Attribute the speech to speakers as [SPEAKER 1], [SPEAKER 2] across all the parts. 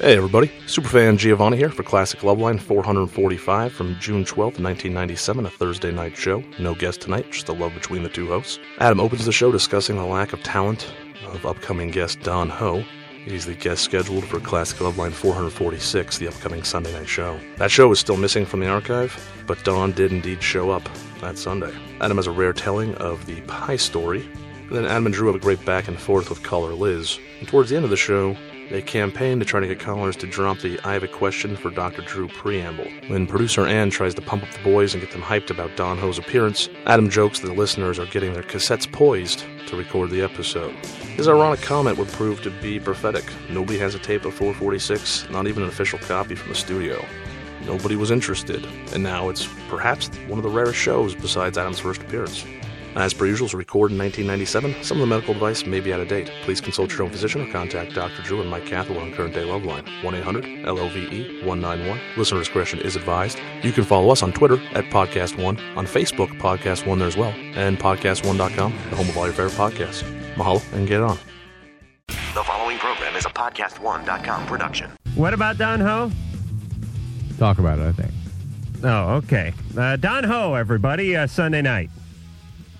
[SPEAKER 1] Hey everybody, Superfan Giovanni here for Classic Loveline 445 from June 12th, 1997, a Thursday night show. No guest tonight, just the love between the two hosts. Adam opens the show discussing the lack of talent of upcoming guest Don Ho. He's the guest scheduled for Classic Loveline 446, the upcoming Sunday night show. That show is still missing from the archive, but Don did indeed show up that Sunday. Adam has a rare telling of the pie story, and then Adam and Drew have a great back and forth with caller Liz. And towards the end of the show, they campaign to try to get callers to drop the I have a question for Dr. Drew preamble. When producer Ann tries to pump up the boys and get them hyped about Don Ho's appearance, Adam jokes that the listeners are getting their cassettes poised to record the episode. His ironic comment would prove to be prophetic. Nobody has a tape of 446, not even an official copy from the studio. Nobody was interested, and now it's perhaps one of the rarest shows besides Adam's first appearance. As per usual, it's recorded in 1997. Some of the medical advice may be out of date. Please consult your own physician or contact Dr. Drew and Mike Cathwell on Current Day Loveline, E 1-800-LOVE-191. Listener discretion is advised. You can follow us on Twitter at Podcast One, on Facebook, Podcast One there as well, and PodcastOne.com, the home of all your favorite podcasts. Mahalo and get on.
[SPEAKER 2] The following program is a podcast1.com production.
[SPEAKER 3] What about Don Ho?
[SPEAKER 4] Talk about it, I think.
[SPEAKER 3] Oh, okay. Uh, Don Ho, everybody, uh, Sunday night.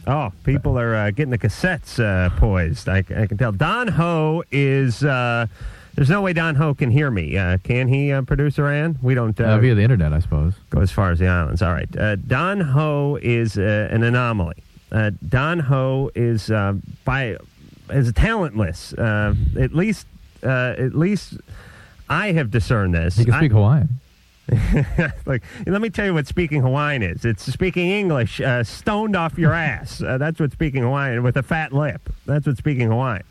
[SPEAKER 3] Oh, people are uh, getting the cassettes uh, poised. I, I can tell. Don Ho is. Uh, there's no way Don Ho can hear me. Uh, can he, uh, producer Ann? We don't.
[SPEAKER 4] Uh,
[SPEAKER 3] Uh,
[SPEAKER 4] via the internet, I suppose.
[SPEAKER 3] go as far as the islands. All right. Uh, Don Ho is uh, an anomaly. Uh, Don Ho is uh, by is talentless. Uh, at least, uh, at least, I have discerned this.
[SPEAKER 4] He can
[SPEAKER 3] I-
[SPEAKER 4] speak Hawaiian.
[SPEAKER 3] like, let me tell you what speaking Hawaiian is. It's speaking English uh, stoned off your ass. Uh, that's what speaking Hawaiian with a fat lip. That's what speaking Hawaiian.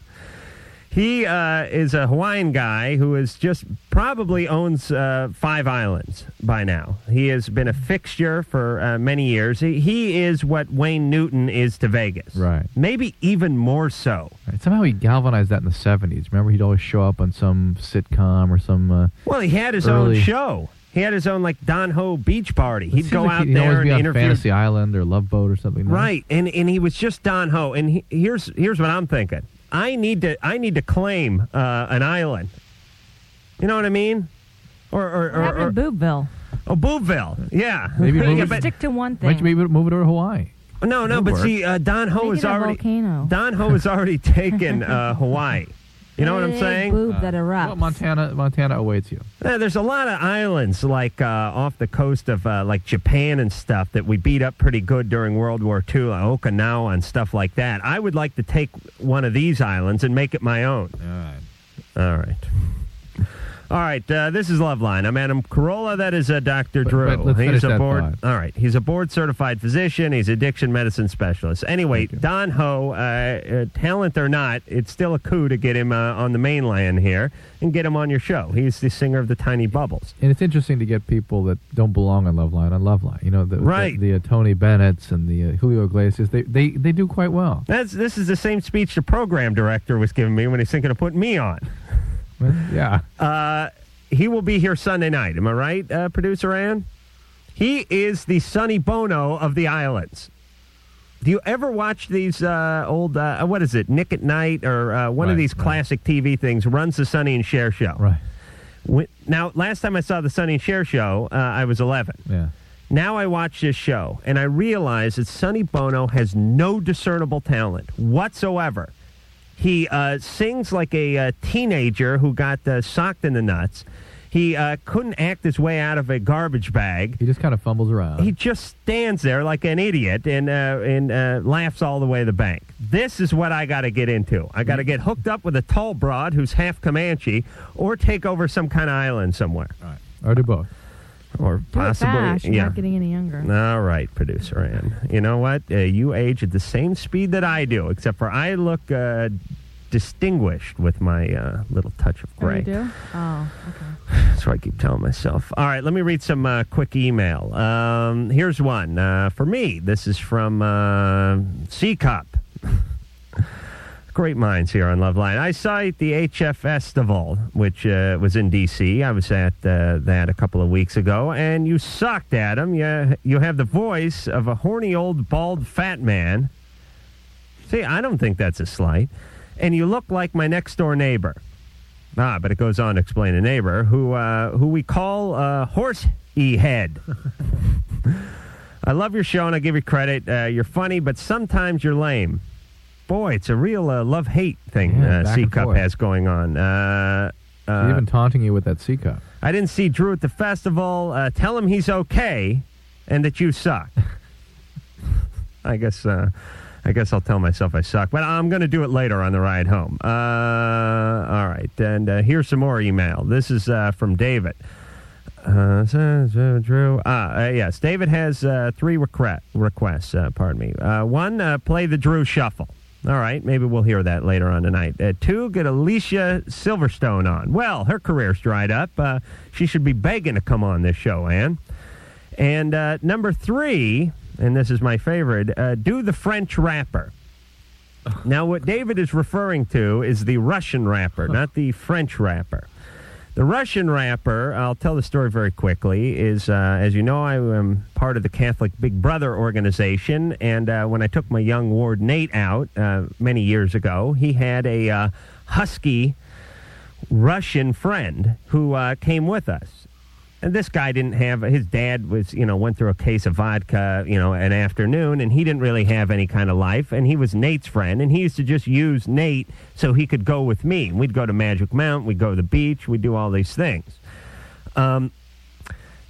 [SPEAKER 3] He uh, is a Hawaiian guy who is just probably owns uh, five islands by now. He has been a fixture for uh, many years. He, he is what Wayne Newton is to Vegas.
[SPEAKER 4] Right.
[SPEAKER 3] Maybe e-, even more so.
[SPEAKER 4] Right. Somehow he galvanized that in the 70s. Remember, he'd always show up on some sitcom or some. Uh,
[SPEAKER 3] Well, he had his
[SPEAKER 4] Early.
[SPEAKER 3] own show. He had his own like Don Ho beach party.
[SPEAKER 4] it
[SPEAKER 3] He'd
[SPEAKER 4] seems
[SPEAKER 3] go
[SPEAKER 4] like
[SPEAKER 3] out
[SPEAKER 4] he'd
[SPEAKER 3] there
[SPEAKER 4] always
[SPEAKER 3] and
[SPEAKER 4] be on
[SPEAKER 3] interview
[SPEAKER 4] Fantasy Island or Love Boat or something. no?
[SPEAKER 3] Right, and and he was just Don Ho. And he, here's here's what I'm thinking. I need to I need to claim uh, an island. You know what I mean? Or or,
[SPEAKER 5] What
[SPEAKER 3] or, or
[SPEAKER 5] happened to Boobville?
[SPEAKER 3] oh, Boobville. Yeah.
[SPEAKER 4] Maybe
[SPEAKER 3] Yeah,
[SPEAKER 4] Boobville-
[SPEAKER 3] but-
[SPEAKER 5] Stick to one
[SPEAKER 4] Why
[SPEAKER 5] thing.
[SPEAKER 4] don't you maybe move it over to Hawaii?
[SPEAKER 3] no, no.
[SPEAKER 4] That'd
[SPEAKER 3] But
[SPEAKER 4] work.
[SPEAKER 3] see, uh, Don Ho
[SPEAKER 5] Make
[SPEAKER 3] is
[SPEAKER 5] it a
[SPEAKER 3] already
[SPEAKER 5] volcano.
[SPEAKER 3] Don Ho has already taken uh, Hawaii. You know what I'm
[SPEAKER 5] Big
[SPEAKER 3] saying?
[SPEAKER 5] Boob that erupts.
[SPEAKER 4] Uh, Well, Montana, Montana awaits you.
[SPEAKER 3] Yeah, Uh, there's a lot of islands like uh, off the coast of uh, like Japan and stuff that we beat up pretty good during World War II, like Okinawa and stuff like that. I would like to take one of these islands and make it my own.
[SPEAKER 4] All right.
[SPEAKER 3] All right. All right, uh, this is Loveline. I'm Adam Carolla. That is uh, Dr.
[SPEAKER 4] But-
[SPEAKER 3] Drew.
[SPEAKER 4] but let's
[SPEAKER 3] he's
[SPEAKER 4] finish
[SPEAKER 3] a
[SPEAKER 4] that
[SPEAKER 3] board.
[SPEAKER 4] thought.
[SPEAKER 3] All right, he's a board certified physician. He's addiction medicine specialist. Anyway, Don Ho, uh, uh, talent or not, it's still a coup to get him uh, on the mainland here and get him on your show. He's the singer of the Tiny Bubbles.
[SPEAKER 4] And it's interesting to get people that don't belong on Loveline on Loveline. You know, the,
[SPEAKER 3] Right.
[SPEAKER 4] the, the, uh, Tony Bennett's and the uh, Julio Iglesias, they, they, they do quite well.
[SPEAKER 3] That's this is the same speech the program director was giving me when he's thinking of putting me on. Uh,
[SPEAKER 4] yeah.
[SPEAKER 3] He will be here Sunday night. Am I right, uh, producer Ann? He is the Sonny Bono of the islands. Do you ever watch these uh, old uh, what is it, Nick at Night, or uh, one of
[SPEAKER 4] Right,
[SPEAKER 3] these
[SPEAKER 4] right.
[SPEAKER 3] classic TV things? Runs the Sonny and Cher show.
[SPEAKER 4] right.
[SPEAKER 3] When- now, last time I saw the Sonny and Cher show, uh, I was eleven.
[SPEAKER 4] Yeah.
[SPEAKER 3] Now I watch this show and I realize that Sonny Bono has no discernible talent whatsoever. He uh, sings like a uh, teenager who got uh, socked in the nuts. He uh, couldn't act his way out of a garbage bag.
[SPEAKER 4] He just kind of fumbles around.
[SPEAKER 3] He just stands there like an idiot and uh, and uh, laughs all the way to the bank. This is what I got to get into. I
[SPEAKER 4] Mm-hmm.
[SPEAKER 3] got to get hooked up with a tall broad who's half Comanche, or take over some kind of island somewhere,
[SPEAKER 4] All right. Or do both.
[SPEAKER 3] or
[SPEAKER 5] Do it
[SPEAKER 3] possibly
[SPEAKER 5] fast. You're
[SPEAKER 3] yeah.
[SPEAKER 5] not getting any younger.
[SPEAKER 3] All right, producer Ann. You know what? Uh, you age at the same speed that I do, except for I look uh, distinguished with my uh, little touch of
[SPEAKER 5] Oh,
[SPEAKER 3] gray.
[SPEAKER 5] you do? Oh, okay.
[SPEAKER 3] That's what I keep telling myself. All right, let me read some uh, quick email. Um, here's one uh, for me. This is from uh, C Cup. Great minds here on Love Line. I saw you at the HF Festival, which uh, was in D.C. I was at uh, that a couple of weeks ago, and you sucked, Adam. You, you have the voice of a horny old bald fat man. See, I don't think that's a slight. And you look like my next door neighbor. Ah, but it goes on to explain a neighbor who uh, who we call uh, Horse E Head. I love your show and I give you credit. Uh, you're funny, but sometimes you're lame. Boy, it's a real uh, love hate thing
[SPEAKER 4] Yeah,
[SPEAKER 3] uh,
[SPEAKER 4] back
[SPEAKER 3] C
[SPEAKER 4] and
[SPEAKER 3] Cup
[SPEAKER 4] forth.
[SPEAKER 3] has going on. Uh,
[SPEAKER 4] He's
[SPEAKER 3] uh,
[SPEAKER 4] even taunting you with that C cup.
[SPEAKER 3] I didn't see Drew at the festival. Uh, tell him he's okay and that you suck. I guess. Uh, I guess I'll tell myself I suck, but I'm going to do it later on the ride home. Uh, all right, and uh, here's some more email. This is uh, from David. Uh, so- so, Drew. Ah, uh, yes. David has uh, three requ- requests. Uh, pardon me. Uh, one, uh, play the Drew Shuffle. All right, maybe we'll hear that later on tonight. Uh, two, get Alicia Silverstone on. Well, her career's dried up. Uh, she should be begging to come on this show, Ann. And uh, number three, and this is my favorite, uh, do the French rapper. Now, what David is referring to is the Russian rapper, not the French rapper. The Russian rapper, I'll tell the story very quickly, is, uh, as you know, I am part of the Catholic Big Brother organization. And uh, when I took my young ward Nate out uh, many years ago, he had a uh, husky Russian friend who uh, came with us. And this guy didn't have his dad was you know went through a case of vodka you know an afternoon and he didn't really have any kind of life and he was Nate's friend and he used to just use Nate so he could go with me and we'd go to Magic Mountain we'd go to the beach we'd do all these things. Um,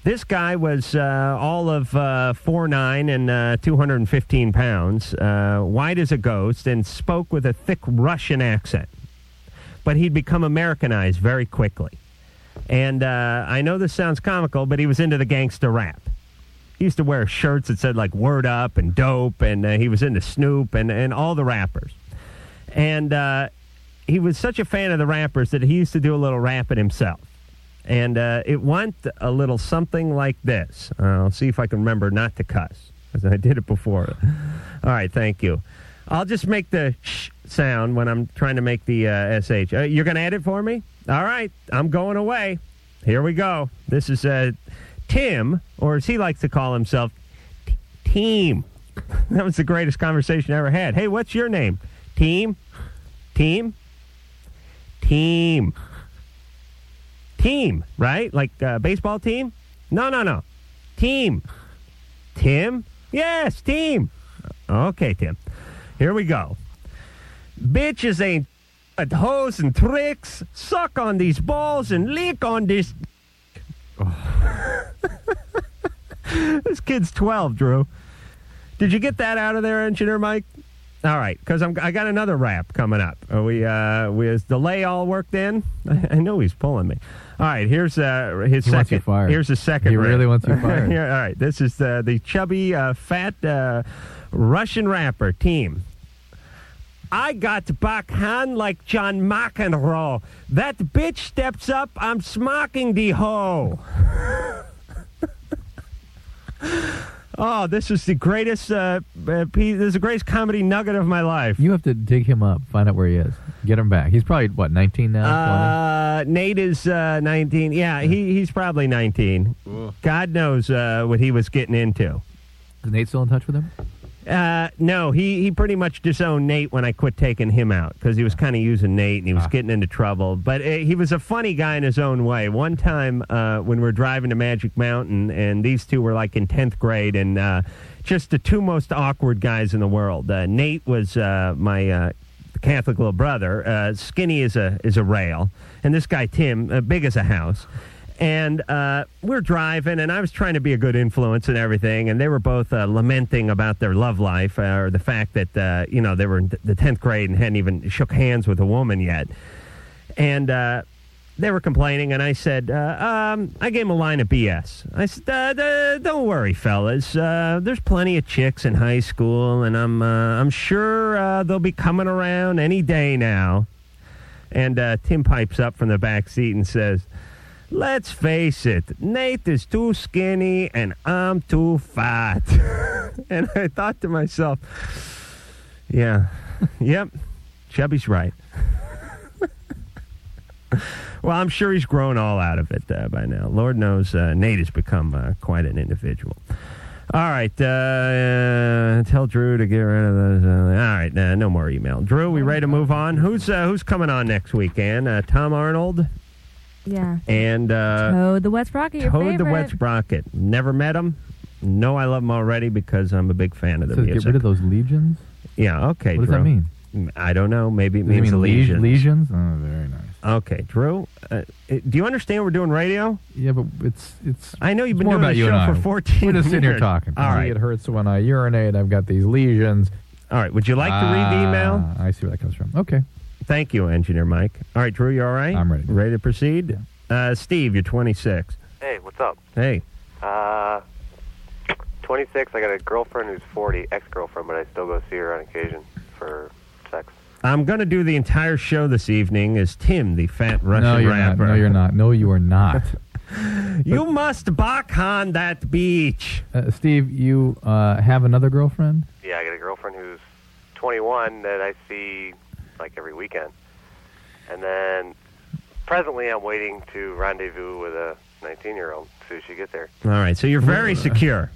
[SPEAKER 3] this guy was uh, all of uh, 4'9 and uh, 215 pounds, uh, white as a ghost, and spoke with a thick Russian accent. But he'd become Americanized very quickly. And uh, I know this sounds comical, but he was into the gangster rap. He used to wear shirts that said, like, Word Up and Dope, and uh, he was into Snoop and, and all the rappers. And uh, he was such a fan of the rappers that he used to do a little rapping himself and uh, it went a little something like this. Uh, I'll see if I can remember not to cuss, because I did it before. All right, thank you. I'll just make the sh sound when I'm trying to make the uh, sh. Uh, you're going to edit for me? All right, I'm going away. Here we go. This is uh, Tim, or as he likes to call himself, T- Team. that was the greatest conversation I ever had. Hey, what's your name? Team? Team? Team team, right? Like uh, baseball team? No, no, no. Team. Tim? Yes, team. Okay, Tim. Here we go. Bitches ain't at hoes and tricks. Suck on these balls and lick on this. this kid's 12, Drew. Did you get that out of there, Engineer Mike? All right, because I got another rap coming up. Are we, uh, we is delay all worked in? I, I know he's pulling me. All right, here's uh, his
[SPEAKER 4] He
[SPEAKER 3] second.
[SPEAKER 4] wants you fired.
[SPEAKER 3] Here's the second.
[SPEAKER 4] He
[SPEAKER 3] rap.
[SPEAKER 4] really wants you fired.
[SPEAKER 3] Yeah, all right, this is the the chubby, uh, fat uh, Russian rapper team. I got back hand like John McEnroe. That bitch steps up, I'm smacking the hoe. oh, this is the greatest. Uh, uh, piece, this is the greatest comedy nugget of my life.
[SPEAKER 4] You have to dig him up, find out where he is, get him back. He's probably what 19 now. 20?
[SPEAKER 3] Uh, Nate is uh, 19. Yeah, he, he's probably 19. God knows uh, what he was getting into.
[SPEAKER 4] Is Nate still in touch with him?
[SPEAKER 3] Uh, no, he, he pretty much disowned Nate when I quit taking him out because he was kind of using Nate and he was getting into trouble. But uh, he was a funny guy in his own way. One time uh, when we were driving to Magic Mountain and these two were like in 10th grade and uh, just the two most awkward guys in the world. Uh, Nate was uh, my uh, Catholic little brother, uh, skinny as a, as a rail, and this guy, Tim, uh, big as a house and uh, we're driving, and I was trying to be a good influence and everything, and they were both uh, lamenting about their love life uh, or the fact that uh, you know they were in th- the tenth grade and hadn't even shook hands with a woman yet, and. Uh, they were complaining, and I said, uh, um, I gave them a line of BS. I said, uh, uh, "Don't worry, fellas. Uh, there's plenty of chicks in high school, and I'm uh, I'm sure uh, they'll be coming around any day now." And uh, Tim pipes up from the back seat and says, Let's face it, Nate is too skinny and I'm too fat. and I thought to myself, yeah, yep, Chubby's right. well, I'm sure he's grown all out of it uh, by now. Lord knows uh, Nate has become uh, quite an individual. All right. Uh, uh, tell Drew to get rid of those. Uh, all right. Nah, no more email. Drew, we ready to move on? Who's uh, who's coming on next weekend? Uh, Tom Arnold
[SPEAKER 5] Yeah.
[SPEAKER 3] and uh,
[SPEAKER 5] Toad the West Rocket, your
[SPEAKER 3] Toad
[SPEAKER 5] favorite.
[SPEAKER 3] the Wet Sprocket. Never met him. No, I love him already because I'm a big fan of the
[SPEAKER 4] It says
[SPEAKER 3] music.
[SPEAKER 4] get rid of those legions.
[SPEAKER 3] yeah. Okay.
[SPEAKER 4] What does that
[SPEAKER 3] Drew. Mm,
[SPEAKER 4] mean?
[SPEAKER 3] I don't know. Maybe it
[SPEAKER 4] Does it
[SPEAKER 3] means
[SPEAKER 4] mean
[SPEAKER 3] legion.
[SPEAKER 4] lesions? Oh, very nice.
[SPEAKER 3] Okay, Drew. Uh, do you understand we're doing radio?
[SPEAKER 4] Yeah, but it's it's.
[SPEAKER 3] I know you've
[SPEAKER 4] it's
[SPEAKER 3] been
[SPEAKER 4] more
[SPEAKER 3] doing
[SPEAKER 4] about
[SPEAKER 3] the
[SPEAKER 4] you
[SPEAKER 3] show
[SPEAKER 4] and I.
[SPEAKER 3] for 14
[SPEAKER 4] We're just sitting here
[SPEAKER 3] years.
[SPEAKER 4] talking.
[SPEAKER 3] All
[SPEAKER 4] See,
[SPEAKER 3] right.
[SPEAKER 4] it hurts when I urinate. I've got these lesions. Ah,
[SPEAKER 3] All right. Would you like to read the email?
[SPEAKER 4] I see where that comes from. Okay.
[SPEAKER 3] Thank you, Engineer Mike. All right, Drew, you all right?
[SPEAKER 4] I'm ready.
[SPEAKER 3] Ready to proceed? Uh, Steve, you're 26.
[SPEAKER 6] Hey, what's up?
[SPEAKER 3] Hey.
[SPEAKER 6] Uh, 26. I got a girlfriend who's 40, ex-girlfriend, but I still go see her on occasion for sex.
[SPEAKER 3] I'm going to do the entire show this evening as Tim, the fat Russian
[SPEAKER 4] no, you're
[SPEAKER 3] rapper.
[SPEAKER 4] not. No, you're not. No, you are not.
[SPEAKER 3] You must backhand that beach.
[SPEAKER 4] uh, Steve, you uh, have another girlfriend?
[SPEAKER 6] Yeah, I got a girlfriend who's 21 that I see like every weekend, and then presently I'm waiting to rendezvous with a 19-year-old as soon as she gets there.
[SPEAKER 3] All right, so you're
[SPEAKER 4] uh,
[SPEAKER 3] very secure.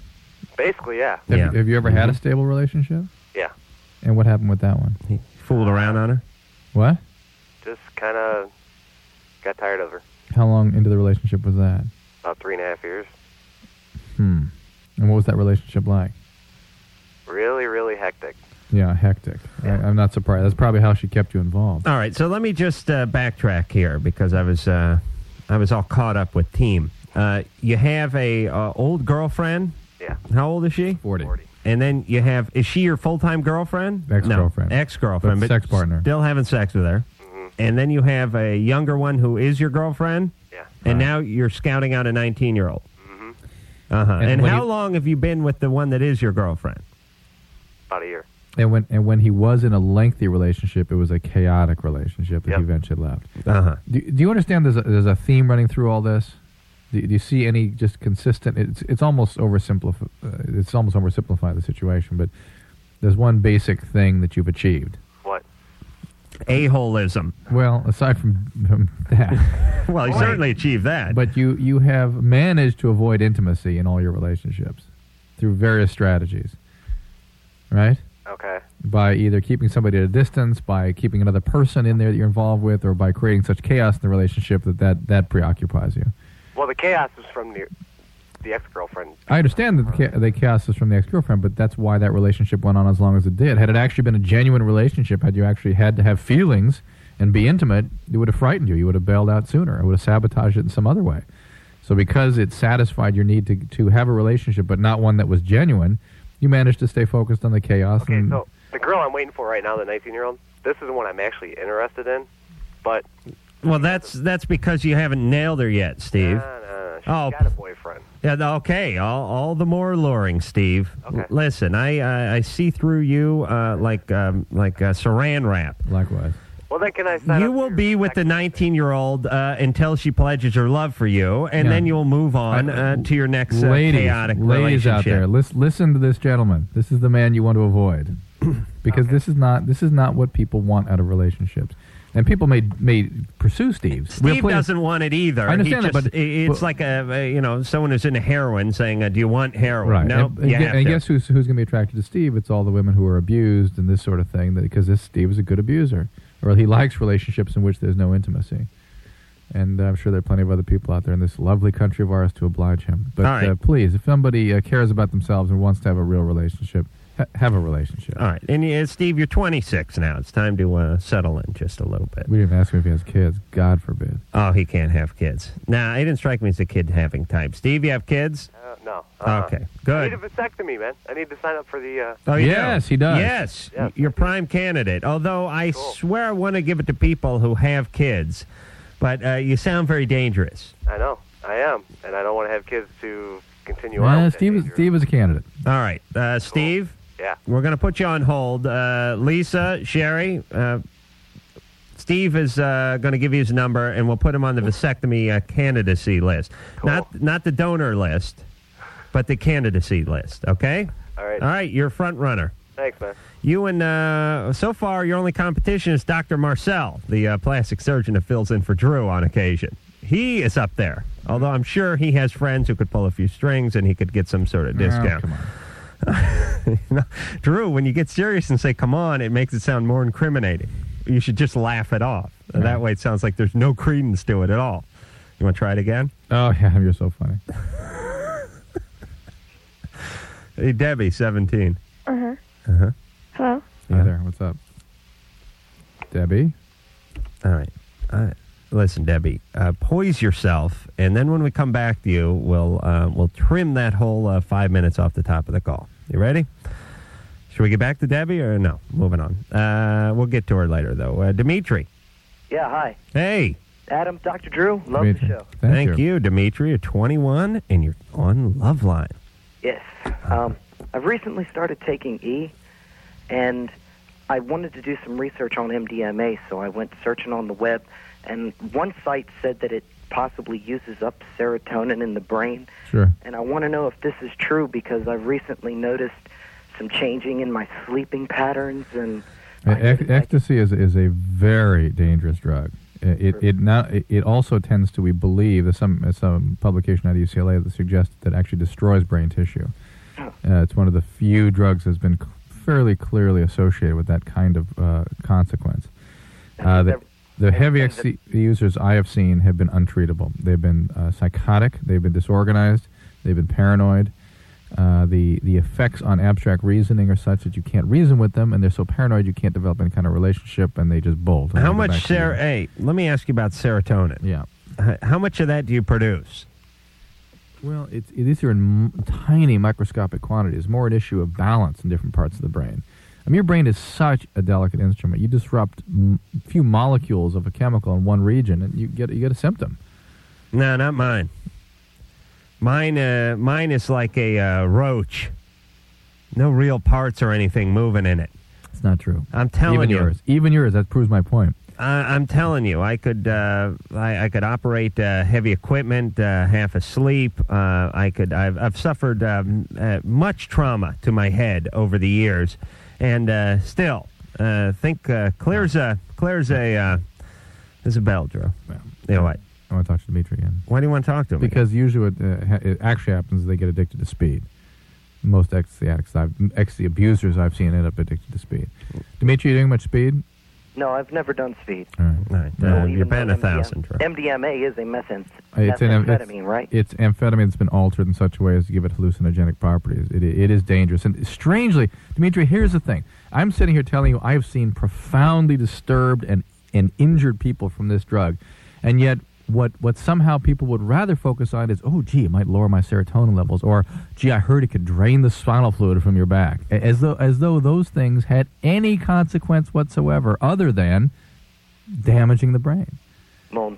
[SPEAKER 6] Basically, yeah,
[SPEAKER 4] Have,
[SPEAKER 3] Yeah. Mm-hmm.
[SPEAKER 4] you, have you ever had a stable relationship?
[SPEAKER 6] yeah.
[SPEAKER 4] And what happened with that one?
[SPEAKER 3] He fooled around on her.
[SPEAKER 4] What?
[SPEAKER 6] Just kind of got tired of her.
[SPEAKER 4] How long into the relationship was that?
[SPEAKER 6] About three and a half years.
[SPEAKER 4] Hmm. And what was that relationship like?
[SPEAKER 6] Really, really hectic.
[SPEAKER 4] Yeah, hectic. I, I'm not surprised. That's probably how she kept you involved.
[SPEAKER 3] All right, so let me just uh, backtrack here because I was uh, I was all caught up with team. Uh, you have a uh, old girlfriend.
[SPEAKER 6] Yeah.
[SPEAKER 3] How old is she?
[SPEAKER 4] 40.
[SPEAKER 3] And then you have is she your full time girlfriend?
[SPEAKER 4] Ex-girlfriend.
[SPEAKER 3] No, ex girlfriend,
[SPEAKER 4] But sex partner.
[SPEAKER 3] Still having sex with her.
[SPEAKER 6] Mm-hmm.
[SPEAKER 3] And then you have a younger one who is your girlfriend.
[SPEAKER 6] Yeah. Mm-hmm.
[SPEAKER 3] And now you're scouting out a 19 year old. Uh huh. And,
[SPEAKER 4] And when
[SPEAKER 3] how
[SPEAKER 4] you-
[SPEAKER 3] long have you been with the one that is your girlfriend?
[SPEAKER 6] About a year.
[SPEAKER 4] And when and when he was in a lengthy relationship, it was a chaotic relationship that
[SPEAKER 6] Yep. Uh-huh.
[SPEAKER 4] he eventually left.
[SPEAKER 3] Uh huh.
[SPEAKER 4] Do, do you understand there's a, there's a theme running through all this? Do, do you see any just consistent? It's it's almost oversimplify. Uh, it's almost oversimplify the situation, but there's one basic thing that you've achieved.
[SPEAKER 6] What?
[SPEAKER 3] A holism.
[SPEAKER 4] Well, aside from, from that,
[SPEAKER 3] Well, you certainly achieved that.
[SPEAKER 4] but you you have managed to avoid intimacy in all your relationships through various strategies, right?
[SPEAKER 6] Okay.
[SPEAKER 4] by either keeping somebody at a distance, by keeping another person in there that you're involved with, or by creating such chaos in the relationship that that, that preoccupies you.
[SPEAKER 6] Well, the chaos was from the the ex girlfriend.
[SPEAKER 4] I understand that the, cha- the chaos is from the ex girlfriend, but that's why that relationship went on as long as it did. Had it actually been a genuine relationship, had you actually had to have feelings and be intimate, it would have frightened you. You would have bailed out sooner. It would have sabotaged it in some other way. So because it satisfied your need to, to have a relationship, but not one that was genuine, you managed to stay focused on the chaos.
[SPEAKER 6] Okay,
[SPEAKER 4] and
[SPEAKER 6] so the girl I'm waiting for right now, the 19 year old, this is the one I'm actually interested in, but uh,
[SPEAKER 3] Well, that's that's because you haven't nailed her yet, Steve.
[SPEAKER 6] no, no, no, she's
[SPEAKER 3] Oh.
[SPEAKER 6] got a boyfriend.
[SPEAKER 3] Yeah, th- okay, all, all the more alluring, Steve.
[SPEAKER 6] Okay.
[SPEAKER 3] L- Listen, I, I I see through you uh, like um, like uh, Saran wrap.
[SPEAKER 4] likewise.
[SPEAKER 6] Well, then can I sign
[SPEAKER 3] you
[SPEAKER 6] up
[SPEAKER 3] will
[SPEAKER 6] for
[SPEAKER 3] be
[SPEAKER 6] your
[SPEAKER 3] with the
[SPEAKER 6] second-
[SPEAKER 3] 19 year old uh, until she pledges her love for you, and
[SPEAKER 4] Yeah.
[SPEAKER 3] then you'll move on
[SPEAKER 4] I-
[SPEAKER 3] uh, to your next uh,
[SPEAKER 4] ladies,
[SPEAKER 3] chaotic
[SPEAKER 4] ladies
[SPEAKER 3] relationship.
[SPEAKER 4] out there, listen, listen to this gentleman. This is the man you want to avoid, because this is not this is not what people want out of relationships. And people may may pursue Steve's. We have
[SPEAKER 3] Steve
[SPEAKER 4] plenty-
[SPEAKER 3] doesn't want it either.
[SPEAKER 4] I understand
[SPEAKER 3] he
[SPEAKER 4] that,
[SPEAKER 3] just,
[SPEAKER 4] but-
[SPEAKER 3] i- it's
[SPEAKER 4] but-
[SPEAKER 3] like a, a you know someone who's into heroin saying, uh, "Do you want heroin?"
[SPEAKER 4] Right.
[SPEAKER 3] No,
[SPEAKER 4] and, and
[SPEAKER 3] you
[SPEAKER 4] gue-
[SPEAKER 3] have
[SPEAKER 4] and
[SPEAKER 3] to.
[SPEAKER 4] guess who's who's going to be attracted to Steve? It's all the women who are abused and this sort of thing. That because this Steve is a good abuser, or he likes relationships in which there's no intimacy. And I'm sure there are plenty of other people out there in this lovely country of ours to oblige him. But
[SPEAKER 3] All right.
[SPEAKER 4] uh, please, if somebody uh, cares about themselves and wants to have a real relationship, ha- have a relationship.
[SPEAKER 3] All right, and uh, Steve, you're 26 now. It's time to uh, settle in just a little bit.
[SPEAKER 4] We didn't ask him if he has kids. God forbid.
[SPEAKER 3] Oh, he can't have kids. Nah, he didn't strike me as a kid having type. Steve, you have kids?
[SPEAKER 6] Uh, no. uh-uh.
[SPEAKER 3] Okay,
[SPEAKER 6] I need
[SPEAKER 3] good.
[SPEAKER 6] a vasectomy, man. I need to sign up for the. Uh,
[SPEAKER 3] Oh, you
[SPEAKER 4] Yes, he does.
[SPEAKER 3] Yes,
[SPEAKER 6] Yes.
[SPEAKER 3] your prime candidate. Although I
[SPEAKER 6] Cool.
[SPEAKER 3] swear I want to give it to people who have kids, but uh, you sound very dangerous.
[SPEAKER 6] I know. I am, and I don't want to have kids to continue on.
[SPEAKER 4] Nah,
[SPEAKER 6] with that
[SPEAKER 4] Uh, Steve, is,
[SPEAKER 6] dangerous-
[SPEAKER 4] Steve is a candidate.
[SPEAKER 3] All right, uh, Steve,
[SPEAKER 6] Yeah.
[SPEAKER 3] we're going to put you on hold. Uh, Lisa, Sherry, uh, Steve is uh, going to give you his number, and we'll put him on the vasectomy uh, candidacy list. Not not the donor list, but the candidacy list. Okay.
[SPEAKER 6] All right.
[SPEAKER 3] All right, you're a front runner.
[SPEAKER 6] Thanks, man.
[SPEAKER 3] You and uh, so far, your only competition is Dr. Marcel, the uh, plastic surgeon that fills in for Drew on occasion. He is up there. Although I'm sure he has friends who could pull a few strings and he could get some sort of discount.
[SPEAKER 4] come on.
[SPEAKER 3] Drew, when you get serious and say "come on," it makes it sound more incriminating. You should just laugh it off. That way, it sounds like there's no credence to it at all. You want to try it again?
[SPEAKER 4] Oh yeah, you're so funny.
[SPEAKER 3] Hey, Debbie, seventeen.
[SPEAKER 7] Uh huh.
[SPEAKER 3] Uh-huh.
[SPEAKER 7] Hello.
[SPEAKER 4] Hey there, what's up, Debbie?
[SPEAKER 3] All right. All right. Listen, Debbie, uh, poise yourself, and then when we come back to you, we'll uh, we'll trim that whole uh, five minutes off the top of the call. You ready? Should we get back to Debbie or no? Moving on. Uh, we'll get to her later, though. Uh, Dimitri.
[SPEAKER 8] Yeah, hi.
[SPEAKER 3] Hey.
[SPEAKER 8] Adam, Dr. Drew, love
[SPEAKER 4] Dimitri.
[SPEAKER 8] the show.
[SPEAKER 4] Thank,
[SPEAKER 3] Thank,
[SPEAKER 4] you.
[SPEAKER 3] you. Dimitri. You're 21 and you're on Love Line.
[SPEAKER 8] Yes. Um, I've recently started taking E, and I wanted to do some research on MDMA, so I went searching on the web, and one site said that it possibly uses up serotonin in the brain,
[SPEAKER 4] Sure.
[SPEAKER 8] and I want to know if this is true because I've recently noticed some changing in my sleeping patterns and.
[SPEAKER 4] Uh,
[SPEAKER 8] I
[SPEAKER 4] ec-
[SPEAKER 8] noticed I-
[SPEAKER 4] ecstasy is is a very dangerous drug. Uh, It it not it- it also tends to we believe there's some uh, some publication out of UCLA that suggests that actually destroys brain tissue. Uh, it's one of the few drugs that's been c- fairly clearly associated with that kind of uh, consequence. Uh, the, the heavy ecstasy users I have seen have been untreatable. They've been uh, psychotic. They've been disorganized. They've been paranoid. Uh, the the effects on abstract reasoning are such that you can't reason with them, and they're so paranoid you can't develop any kind of relationship, and they just bolt. and
[SPEAKER 3] How
[SPEAKER 4] they go back
[SPEAKER 3] much
[SPEAKER 4] to
[SPEAKER 3] ser?
[SPEAKER 4] the-
[SPEAKER 3] Hey, let me ask you about serotonin.
[SPEAKER 4] Yeah.
[SPEAKER 3] H- How much of that do you produce?
[SPEAKER 4] Well, it's, it is here in m- tiny microscopic quantities, more an issue of balance in different parts of the brain. I mean, your brain is such a delicate instrument. You disrupt m- few molecules of a chemical in one region, and you get you get a symptom.
[SPEAKER 3] No, not mine. Mine, uh, mine is like a uh, roach. No real parts or anything moving in it.
[SPEAKER 4] It's not true.
[SPEAKER 3] I'm telling
[SPEAKER 4] Even
[SPEAKER 3] you.
[SPEAKER 4] yours. Even yours. That proves my point.
[SPEAKER 3] I, I'm telling you, I could, uh, I, I could operate uh, heavy equipment uh, half asleep. Uh, I could, I've, I've suffered um, uh, much trauma to my head over the years, and uh, still uh, think uh, Claire's a Claire's a uh, is a bell, Drew.
[SPEAKER 4] Well,
[SPEAKER 3] You know what?
[SPEAKER 4] I want to talk to Dimitri again.
[SPEAKER 3] Why do you want to talk to me?
[SPEAKER 4] Because usually what uh, ha- it actually happens is they get addicted to speed. Most ecstasy addicts, I've, ecstasy abusers I've seen end up addicted to speed.
[SPEAKER 8] Mm.
[SPEAKER 4] Dimitri, you doing much speed?
[SPEAKER 8] No, I've never done speed.
[SPEAKER 4] All right.
[SPEAKER 3] All right,
[SPEAKER 4] No,
[SPEAKER 3] uh,
[SPEAKER 8] even
[SPEAKER 3] you're paying
[SPEAKER 8] though
[SPEAKER 3] a thousand, Drew.
[SPEAKER 8] MDMA is a methan-
[SPEAKER 4] Uh, It's, an,
[SPEAKER 8] methamphetamine,
[SPEAKER 4] it's,
[SPEAKER 8] right?
[SPEAKER 4] it's amphetamine that's been altered in such a way as to give it hallucinogenic properties. It, it is dangerous. And strangely, Dimitri, here's the thing. I'm sitting here telling you I've seen profoundly disturbed and, and injured people from this drug. And yet, what, what somehow people would rather focus on is, oh, gee, it might lower my serotonin levels, or, gee, I heard it could drain the spinal fluid from your back. A- As though, as though those things had any consequence whatsoever other than damaging the brain.
[SPEAKER 8] Well,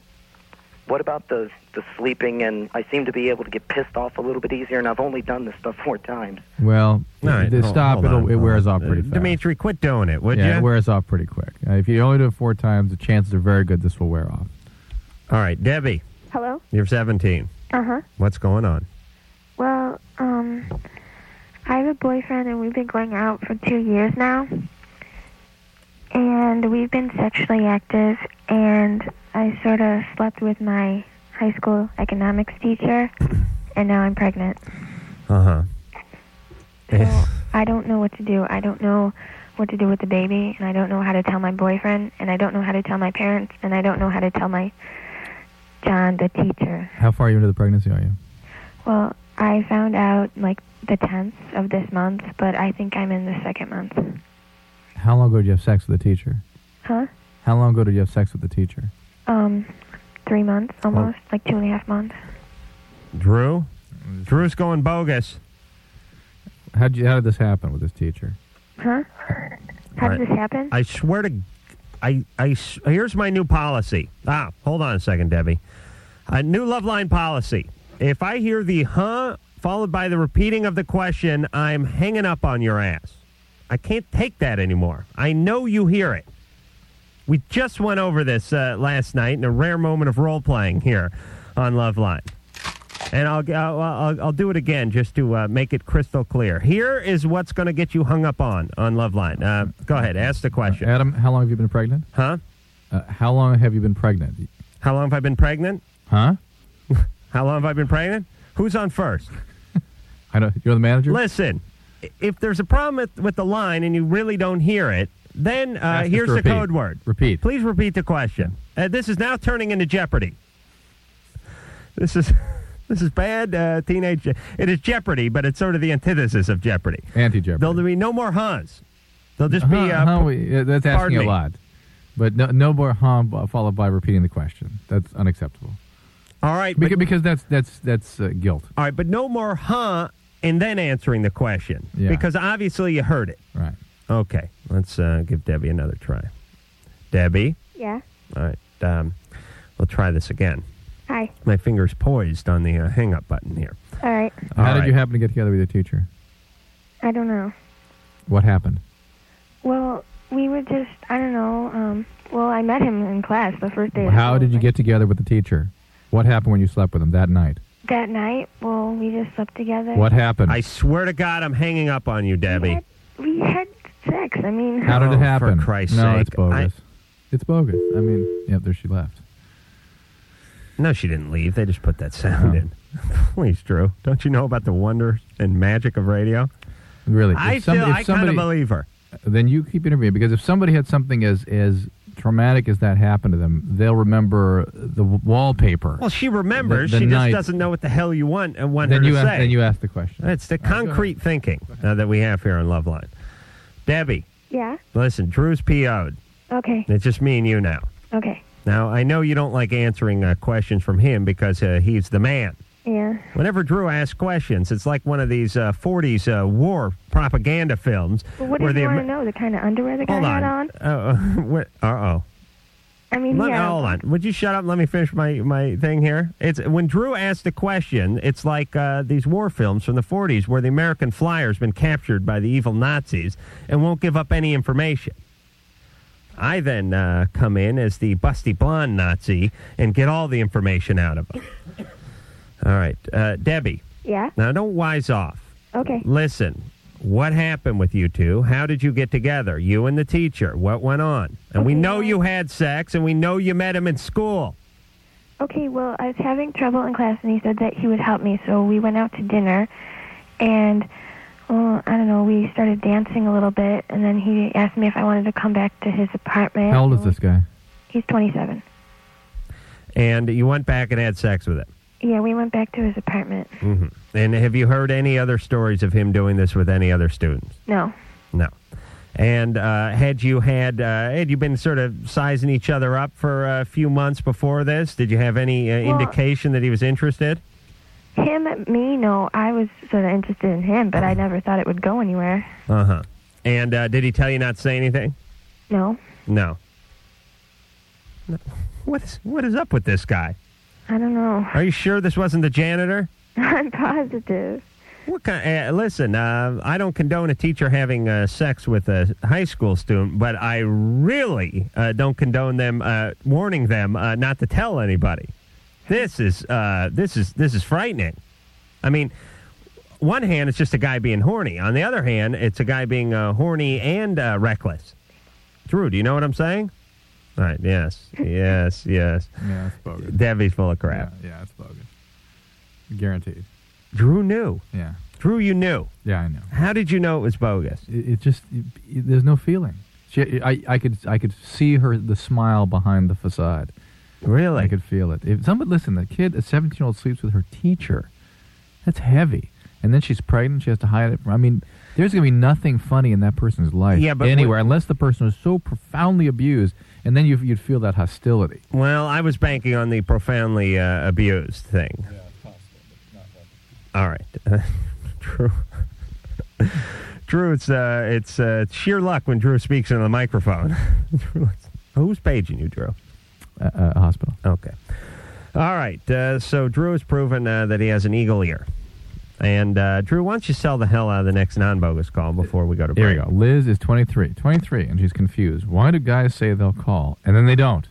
[SPEAKER 8] what about the the sleeping? And I seem to be able to get pissed off a little bit easier, and I've only done this stuff four times.
[SPEAKER 4] Well,
[SPEAKER 3] All right,
[SPEAKER 4] the
[SPEAKER 3] hold-
[SPEAKER 4] stop
[SPEAKER 3] hold
[SPEAKER 4] it'll,
[SPEAKER 3] on,
[SPEAKER 4] it
[SPEAKER 3] hold
[SPEAKER 4] wears
[SPEAKER 3] on.
[SPEAKER 4] off pretty
[SPEAKER 3] Uh,
[SPEAKER 4] fast.
[SPEAKER 3] Dimitri, quit doing it, would
[SPEAKER 4] yeah, it
[SPEAKER 3] you?
[SPEAKER 4] wears off pretty quick. Uh, if you only do it four times, the chances are very good this will wear off.
[SPEAKER 3] All right, Debbie,
[SPEAKER 7] Hello.
[SPEAKER 3] you're 17.
[SPEAKER 7] Uh huh.
[SPEAKER 3] What's going on?
[SPEAKER 7] Well, um, I have a boyfriend and we've been going out for two years now. And we've been sexually active, and I sort of slept with my high school economics teacher, and now I'm pregnant.
[SPEAKER 3] Uh huh.
[SPEAKER 7] So I don't know what to do. I don't know what to do with the baby, and I don't know how to tell my boyfriend, and I don't know how to tell my parents, and I don't know how to tell my John, the teacher.
[SPEAKER 4] How far into the pregnancy are you?
[SPEAKER 7] Well, I found out like the 10th of this month, but I think I'm in the second month.
[SPEAKER 4] How long ago did you have sex with the teacher?
[SPEAKER 7] Huh?
[SPEAKER 4] How long ago did you have sex with the teacher?
[SPEAKER 7] Um, three months almost, like two and a half months.
[SPEAKER 3] Drew? Drew's going bogus.
[SPEAKER 4] How did you, how did this happen with this teacher?
[SPEAKER 7] Huh? How
[SPEAKER 3] Right.
[SPEAKER 7] did this happen?
[SPEAKER 3] I swear to. g- I, I s- here's my new policy. Ah, hold on a second, Debbie. A new love line policy. If I hear the huh followed by the repeating of the question, I'm hanging up on your ass. I can't take that anymore. I know you hear it. We just went over this uh, last night in a rare moment of role playing here on Love Line. And I'll, I'll, I'll, I'll do it again just to uh, make it crystal clear. Here is what's going to get you hung up on on Love Line. Uh, go ahead, ask the question.
[SPEAKER 4] Adam, how long have you been pregnant?
[SPEAKER 3] Huh?
[SPEAKER 4] Uh, how long have you been pregnant?
[SPEAKER 3] How long have I been pregnant?
[SPEAKER 4] Huh?
[SPEAKER 3] How long have I been pregnant? Who's on first?
[SPEAKER 4] I know you're the manager.
[SPEAKER 3] Listen, i- if there's a problem with, with the line and you really don't hear it, then uh,
[SPEAKER 4] Ask us
[SPEAKER 3] here's
[SPEAKER 4] to
[SPEAKER 3] the
[SPEAKER 4] repeat.
[SPEAKER 3] code word.
[SPEAKER 4] Repeat.
[SPEAKER 3] Please repeat the question. Uh, this is now turning into Jeopardy. This is this is bad uh, teenage. It is Jeopardy, but it's sort of the antithesis of Jeopardy.
[SPEAKER 4] Anti Jeopardy.
[SPEAKER 3] There'll be no more Hans. They'll just be
[SPEAKER 4] Huh,
[SPEAKER 3] uh,
[SPEAKER 4] huh, we- uh, that's asking
[SPEAKER 3] pardon
[SPEAKER 4] a
[SPEAKER 3] me.
[SPEAKER 4] lot. But no, no more huh b- followed by repeating the question. That's unacceptable.
[SPEAKER 3] all right.
[SPEAKER 4] Because,
[SPEAKER 3] But,
[SPEAKER 4] because that's that's that's uh, guilt,
[SPEAKER 3] all right, but no more huh uh, and then answering the question
[SPEAKER 4] Yeah.
[SPEAKER 3] because obviously you heard it.
[SPEAKER 4] right?
[SPEAKER 3] Okay, let's uh, give Debbie another try. Debbie.
[SPEAKER 9] Yeah.
[SPEAKER 3] All right. Um, we'll try this again.
[SPEAKER 9] Hi.
[SPEAKER 3] My finger's poised on the uh, hang up button here.
[SPEAKER 9] All right.
[SPEAKER 4] How
[SPEAKER 3] All
[SPEAKER 4] did
[SPEAKER 3] right.
[SPEAKER 4] you happen to get together with your teacher?
[SPEAKER 9] I don't know.
[SPEAKER 4] What happened?
[SPEAKER 9] Well, we were just, I don't know. Um, well, I met him in class the first day. of
[SPEAKER 4] How
[SPEAKER 9] school.
[SPEAKER 4] did you get together with the teacher? What happened when you slept with him that night?
[SPEAKER 9] That night, well, we just slept together.
[SPEAKER 4] What happened?
[SPEAKER 3] I swear to God, I'm hanging up on you,
[SPEAKER 9] We
[SPEAKER 3] Debbie.
[SPEAKER 9] had, we had sex. I mean,
[SPEAKER 4] How did
[SPEAKER 3] Oh,
[SPEAKER 4] it
[SPEAKER 3] for
[SPEAKER 4] happen?
[SPEAKER 3] Christ's
[SPEAKER 4] no,
[SPEAKER 3] sake.
[SPEAKER 4] it's bogus. It's bogus. I mean, yeah, there she left.
[SPEAKER 3] No, she didn't leave. They just put that sound
[SPEAKER 4] No.
[SPEAKER 3] in. Please, Drew. Don't you know about the wonder and magic of radio?
[SPEAKER 4] Really,
[SPEAKER 3] I
[SPEAKER 4] if somebody,
[SPEAKER 3] feel
[SPEAKER 4] if
[SPEAKER 3] I kind
[SPEAKER 4] somebody-
[SPEAKER 3] of believe her.
[SPEAKER 4] then you keep interviewing because if somebody had something as as traumatic as that happen to them, they'll remember the w- wallpaper.
[SPEAKER 3] Well, she remembers.
[SPEAKER 4] The- the
[SPEAKER 3] she
[SPEAKER 4] night-
[SPEAKER 3] just doesn't know what the hell you want and want
[SPEAKER 4] then
[SPEAKER 3] her
[SPEAKER 4] you
[SPEAKER 3] to
[SPEAKER 4] ask,
[SPEAKER 3] say.
[SPEAKER 4] then you ask the question.
[SPEAKER 3] it's the
[SPEAKER 4] All right, go ahead.
[SPEAKER 3] concrete thinking uh, that we have here on Loveline. Debbie,
[SPEAKER 9] yeah.
[SPEAKER 3] listen, Drew's PO'd.
[SPEAKER 9] Okay.
[SPEAKER 3] It's just me and you now.
[SPEAKER 9] Okay.
[SPEAKER 3] Now, I know you don't like answering uh, questions from him because uh, he's the man.
[SPEAKER 9] Yeah.
[SPEAKER 3] Whenever Drew asks questions, it's like one of these uh, 40s uh, war propaganda films.
[SPEAKER 9] But what did you
[SPEAKER 3] the
[SPEAKER 9] want
[SPEAKER 3] Amer-
[SPEAKER 9] to know? The kind of underwear the guy
[SPEAKER 3] Hold
[SPEAKER 9] had
[SPEAKER 3] on. Uh
[SPEAKER 9] on?
[SPEAKER 3] oh.
[SPEAKER 9] I mean,
[SPEAKER 3] Let,
[SPEAKER 9] yeah.
[SPEAKER 3] Hold on. Would you shut up? and Let me finish my, my thing here. It's when Drew asked the question. It's like uh, these war films from the 40s where the American flyer's been captured by the evil Nazis and won't give up any information. I then uh, come in as the busty blonde Nazi and get all the information out of him. all right, uh, Debbie.
[SPEAKER 9] Yeah.
[SPEAKER 3] Now don't wise off.
[SPEAKER 9] Okay.
[SPEAKER 3] Listen, what happened with you two? How did you get together? You and the teacher. What went on? And we
[SPEAKER 9] Okay,
[SPEAKER 3] know
[SPEAKER 9] well-
[SPEAKER 3] you had sex, and we know you met him in school.
[SPEAKER 9] Okay, well, I was having trouble in class, and he said that he would help me, so we went out to dinner, and well, I don't know, we started dancing a little bit, and then he asked me if I wanted to come back to his apartment.
[SPEAKER 4] How old is this guy?
[SPEAKER 9] He's 27.
[SPEAKER 3] And you went back and had sex with him. Mm-hmm.
[SPEAKER 9] Yeah, we went back to his apartment.
[SPEAKER 3] And have you heard any other stories of him doing this with any other students?
[SPEAKER 9] No,
[SPEAKER 3] No. And uh, had you had uh, had you been sort of sizing each other up for a few months before this? Did you have any uh,
[SPEAKER 9] Well-
[SPEAKER 3] indication that he was interested?
[SPEAKER 9] him, me, no. I was sort of interested in him, but I never thought it would go anywhere.
[SPEAKER 3] Uh huh. And uh, did he tell you not to say anything?
[SPEAKER 9] No,
[SPEAKER 3] No. no. What is what is up with this guy?
[SPEAKER 9] I don't know.
[SPEAKER 3] Are you sure this wasn't the janitor?
[SPEAKER 9] I'm positive.
[SPEAKER 3] What kind? Uh, listen, uh, I don't condone a teacher having uh, sex with a high school student, but I really uh, don't condone them uh, warning them uh, not to tell anybody. This is uh, this is this is frightening. I mean, one hand it's just a guy being horny. On the other hand, it's a guy being uh, horny and uh, reckless. Drew, do you know what I'm saying? All right. Yes. Yes. Yes.
[SPEAKER 4] Yeah, that's bogus.
[SPEAKER 3] Debbie's full of
[SPEAKER 4] Yeah,
[SPEAKER 3] crap.
[SPEAKER 4] yeah, that's bogus. Guaranteed.
[SPEAKER 3] Drew knew.
[SPEAKER 4] Yeah,
[SPEAKER 3] Drew, you knew.
[SPEAKER 4] yeah, I know.
[SPEAKER 3] How did you know it was bogus?
[SPEAKER 4] It, it just it, it- there's no feeling. She, I, I could, I could see her the smile behind the facade.
[SPEAKER 3] Really?
[SPEAKER 4] I could feel it. If somebody listen, the kid, a 17 year old sleeps with her teacher. That's heavy. And then she's pregnant. She has to hide it. From, I mean, there's going to be nothing funny in that person's life.
[SPEAKER 3] Yeah, but
[SPEAKER 4] anywhere, unless the person was so profoundly abused, and then you, you'd feel that hostility.
[SPEAKER 3] Well, I was banking on the profoundly uh, abused thing. All right, Drew. Drew, it's uh, it's uh, it's sheer luck when Drew speaks into the microphone. Drew, it's- Who's paging you, Drew?
[SPEAKER 4] Uh, uh, hospital.
[SPEAKER 3] Okay. All right. Uh, so Drew has proven uh, that he has an eagle ear. And uh, Drew, why don't you sell the hell out of the next non-bogus call before we go to
[SPEAKER 4] Here
[SPEAKER 3] break?
[SPEAKER 4] we go. Liz is 23. 23, and she's confused. Why do guys say they'll call and then they don't?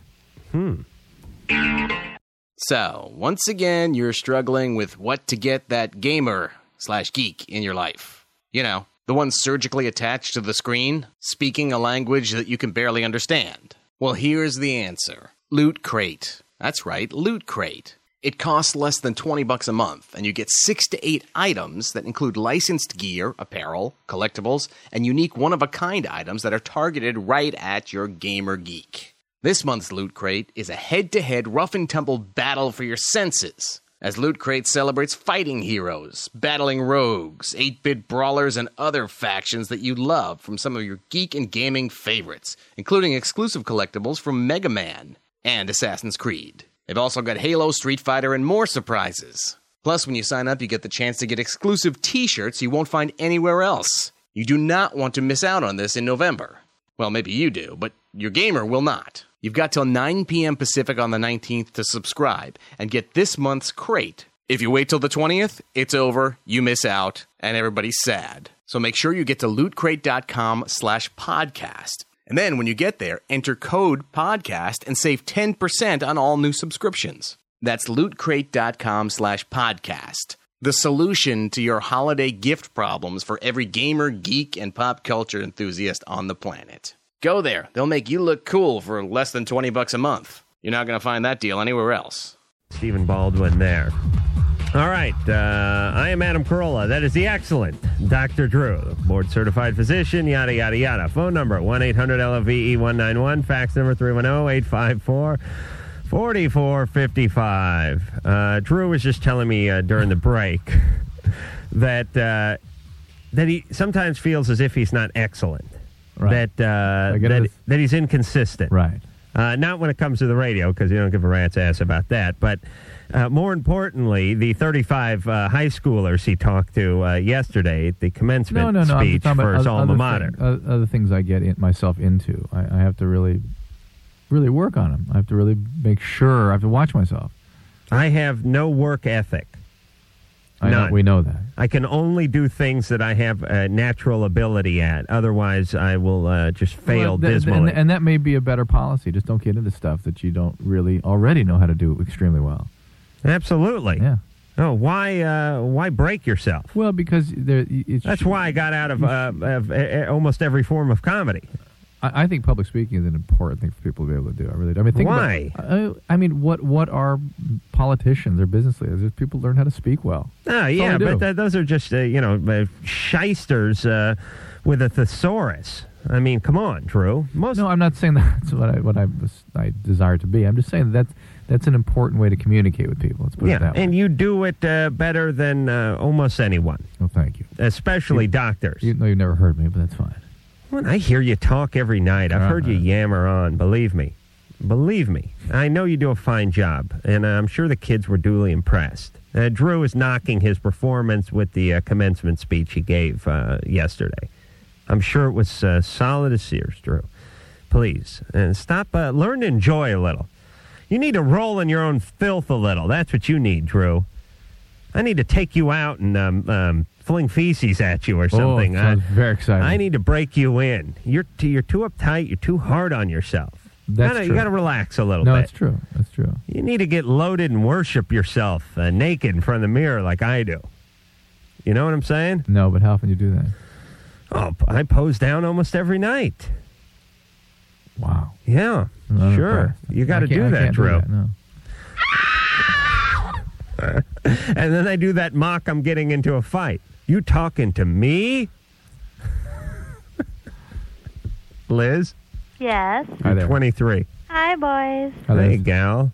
[SPEAKER 10] So, once again, you're struggling with what to get that gamer slash geek in your life. You know, the one surgically attached to the screen, speaking a language that you can barely understand. Well, here's the answer Loot Crate. That's right, Loot Crate. It costs less than 20 bucks a month, and you get six to eight items that include licensed gear, apparel, collectibles, and unique one of a kind items that are targeted right at your gamer geek. This month's Loot Crate is a head to head, rough and tumble battle for your senses. As Loot Crate celebrates fighting heroes, battling rogues, 8 bit brawlers, and other factions that you love from some of your geek and gaming favorites, including exclusive collectibles from Mega Man and Assassin's Creed. They've also got Halo, Street Fighter, and more surprises. Plus, when you sign up, you get the chance to get exclusive t shirts you won't find anywhere else. You do not want to miss out on this in November. Well, maybe you do, but your gamer will not. You've got till 9 p.m. Pacific on the 19th to subscribe and get this month's crate. If you wait till the 20th, it's over, you miss out, and everybody's sad. So make sure you get to lootcrate.com slash podcast. And then when you get there, enter code podcast and save 10% on all new subscriptions. That's lootcrate.com slash podcast. The solution to your holiday gift problems for every gamer, geek, and pop culture enthusiast on the planet. Go there. They'll make you look cool for less than 20 bucks a month. You're not going to find that deal anywhere else.
[SPEAKER 3] Stephen Baldwin there. All right. Uh, I am Adam Carolla. That is the excellent Dr. Drew, board certified physician, yada, yada, yada. Phone number 1 800 LOVE 191, fax number 310 854 4455. Uh, Drew was just telling me uh, during the break that, uh, that he sometimes feels as if he's not excellent, that, uh,
[SPEAKER 4] Like it
[SPEAKER 3] that,
[SPEAKER 4] is.
[SPEAKER 3] that he's inconsistent.
[SPEAKER 4] Right.
[SPEAKER 3] Uh, not when it comes to the radio, because you don't give a rat's ass about that. But uh, more importantly, the 35 uh, high schoolers he talked to uh, yesterday at the commencement
[SPEAKER 4] No, no, no. I'm
[SPEAKER 3] speech
[SPEAKER 4] just talking
[SPEAKER 3] for
[SPEAKER 4] about
[SPEAKER 3] his
[SPEAKER 4] oth-
[SPEAKER 3] alma
[SPEAKER 4] other
[SPEAKER 3] mater.
[SPEAKER 4] thing- oth- other things I get in, myself into. I, I have to really, really work on them. I have to really make sure. I have to watch myself.
[SPEAKER 3] I have no work ethic.
[SPEAKER 4] I know,
[SPEAKER 3] None.
[SPEAKER 4] we know that.
[SPEAKER 3] I can only do things that I have uh, natural ability at. Otherwise, I will uh, just fail
[SPEAKER 4] Well, th- th-
[SPEAKER 3] dismally.
[SPEAKER 4] And, and that may be a better policy. Just don't get into stuff that you don't really already know how to do extremely well.
[SPEAKER 3] Absolutely.
[SPEAKER 4] Yeah.
[SPEAKER 3] Oh, why? Uh, why break yourself?
[SPEAKER 4] Well, because there, it's,
[SPEAKER 3] That's why I got out of, uh, of uh, almost every form of comedy. Ah,
[SPEAKER 4] I, I think public speaking is an important thing for people to be able to do. I really do. I mean, think
[SPEAKER 3] Why?
[SPEAKER 4] About, I, I mean, what what are politicians or business leaders? If people learn how to speak well.
[SPEAKER 3] Oh,
[SPEAKER 4] all
[SPEAKER 3] yeah,
[SPEAKER 4] we
[SPEAKER 3] but
[SPEAKER 4] do.
[SPEAKER 3] th- those are just, uh, you know, uh, shysters uh, with a thesaurus. I mean, come on, Drew. Most,
[SPEAKER 4] No, I'm not saying that's what I what I, was- I desire to be. I'm just saying that that's that's an important way to communicate with people. Let's put it
[SPEAKER 3] yeah,
[SPEAKER 4] that way.
[SPEAKER 3] and you do it uh, better than uh, almost anyone,
[SPEAKER 4] well, thank you.
[SPEAKER 3] especially doctors.
[SPEAKER 4] You know, you never heard me, but that's fine.
[SPEAKER 3] When I hear you talk every night. I've heard you yammer on. Believe me, believe me. I know you do a fine job, and I'm sure the kids were duly impressed. Uh, Drew is knocking his performance with the uh, commencement speech he gave uh, yesterday. I'm sure it was uh, solid as Sears, Drew. Please, and stop. Uh, learn to enjoy a little. You need to roll in your own filth a little. That's what you need, Drew. I need to take you out and um, um, fling feces at you or something.
[SPEAKER 4] Oh,
[SPEAKER 3] I-
[SPEAKER 4] sounds very exciting.
[SPEAKER 3] I need to break you in. You're too, you're too uptight. You're too hard on yourself.
[SPEAKER 4] That's
[SPEAKER 3] Gotta- You
[SPEAKER 4] true.
[SPEAKER 3] got to relax a little
[SPEAKER 4] no,
[SPEAKER 3] bit.
[SPEAKER 4] that's true. That's true.
[SPEAKER 3] You need to get loaded and worship yourself uh, naked in front of the mirror like I do. You know what I'm saying?
[SPEAKER 4] No, but how often do you do that?
[SPEAKER 3] Oh, p- I pose down almost every night.
[SPEAKER 4] Wow.
[SPEAKER 3] Yeah,
[SPEAKER 4] I'm not
[SPEAKER 3] sure.
[SPEAKER 4] impressed.
[SPEAKER 3] You got to
[SPEAKER 4] I can't-
[SPEAKER 3] do
[SPEAKER 4] I
[SPEAKER 3] that,
[SPEAKER 4] can't
[SPEAKER 3] Drew.
[SPEAKER 4] no.
[SPEAKER 3] And then I do that mock. I'm getting into a fight. You talking to me, Liz?
[SPEAKER 11] Yes.
[SPEAKER 4] Hi there.
[SPEAKER 3] 23.
[SPEAKER 11] Hi, boys.
[SPEAKER 4] Hi there.
[SPEAKER 3] Hey, gal.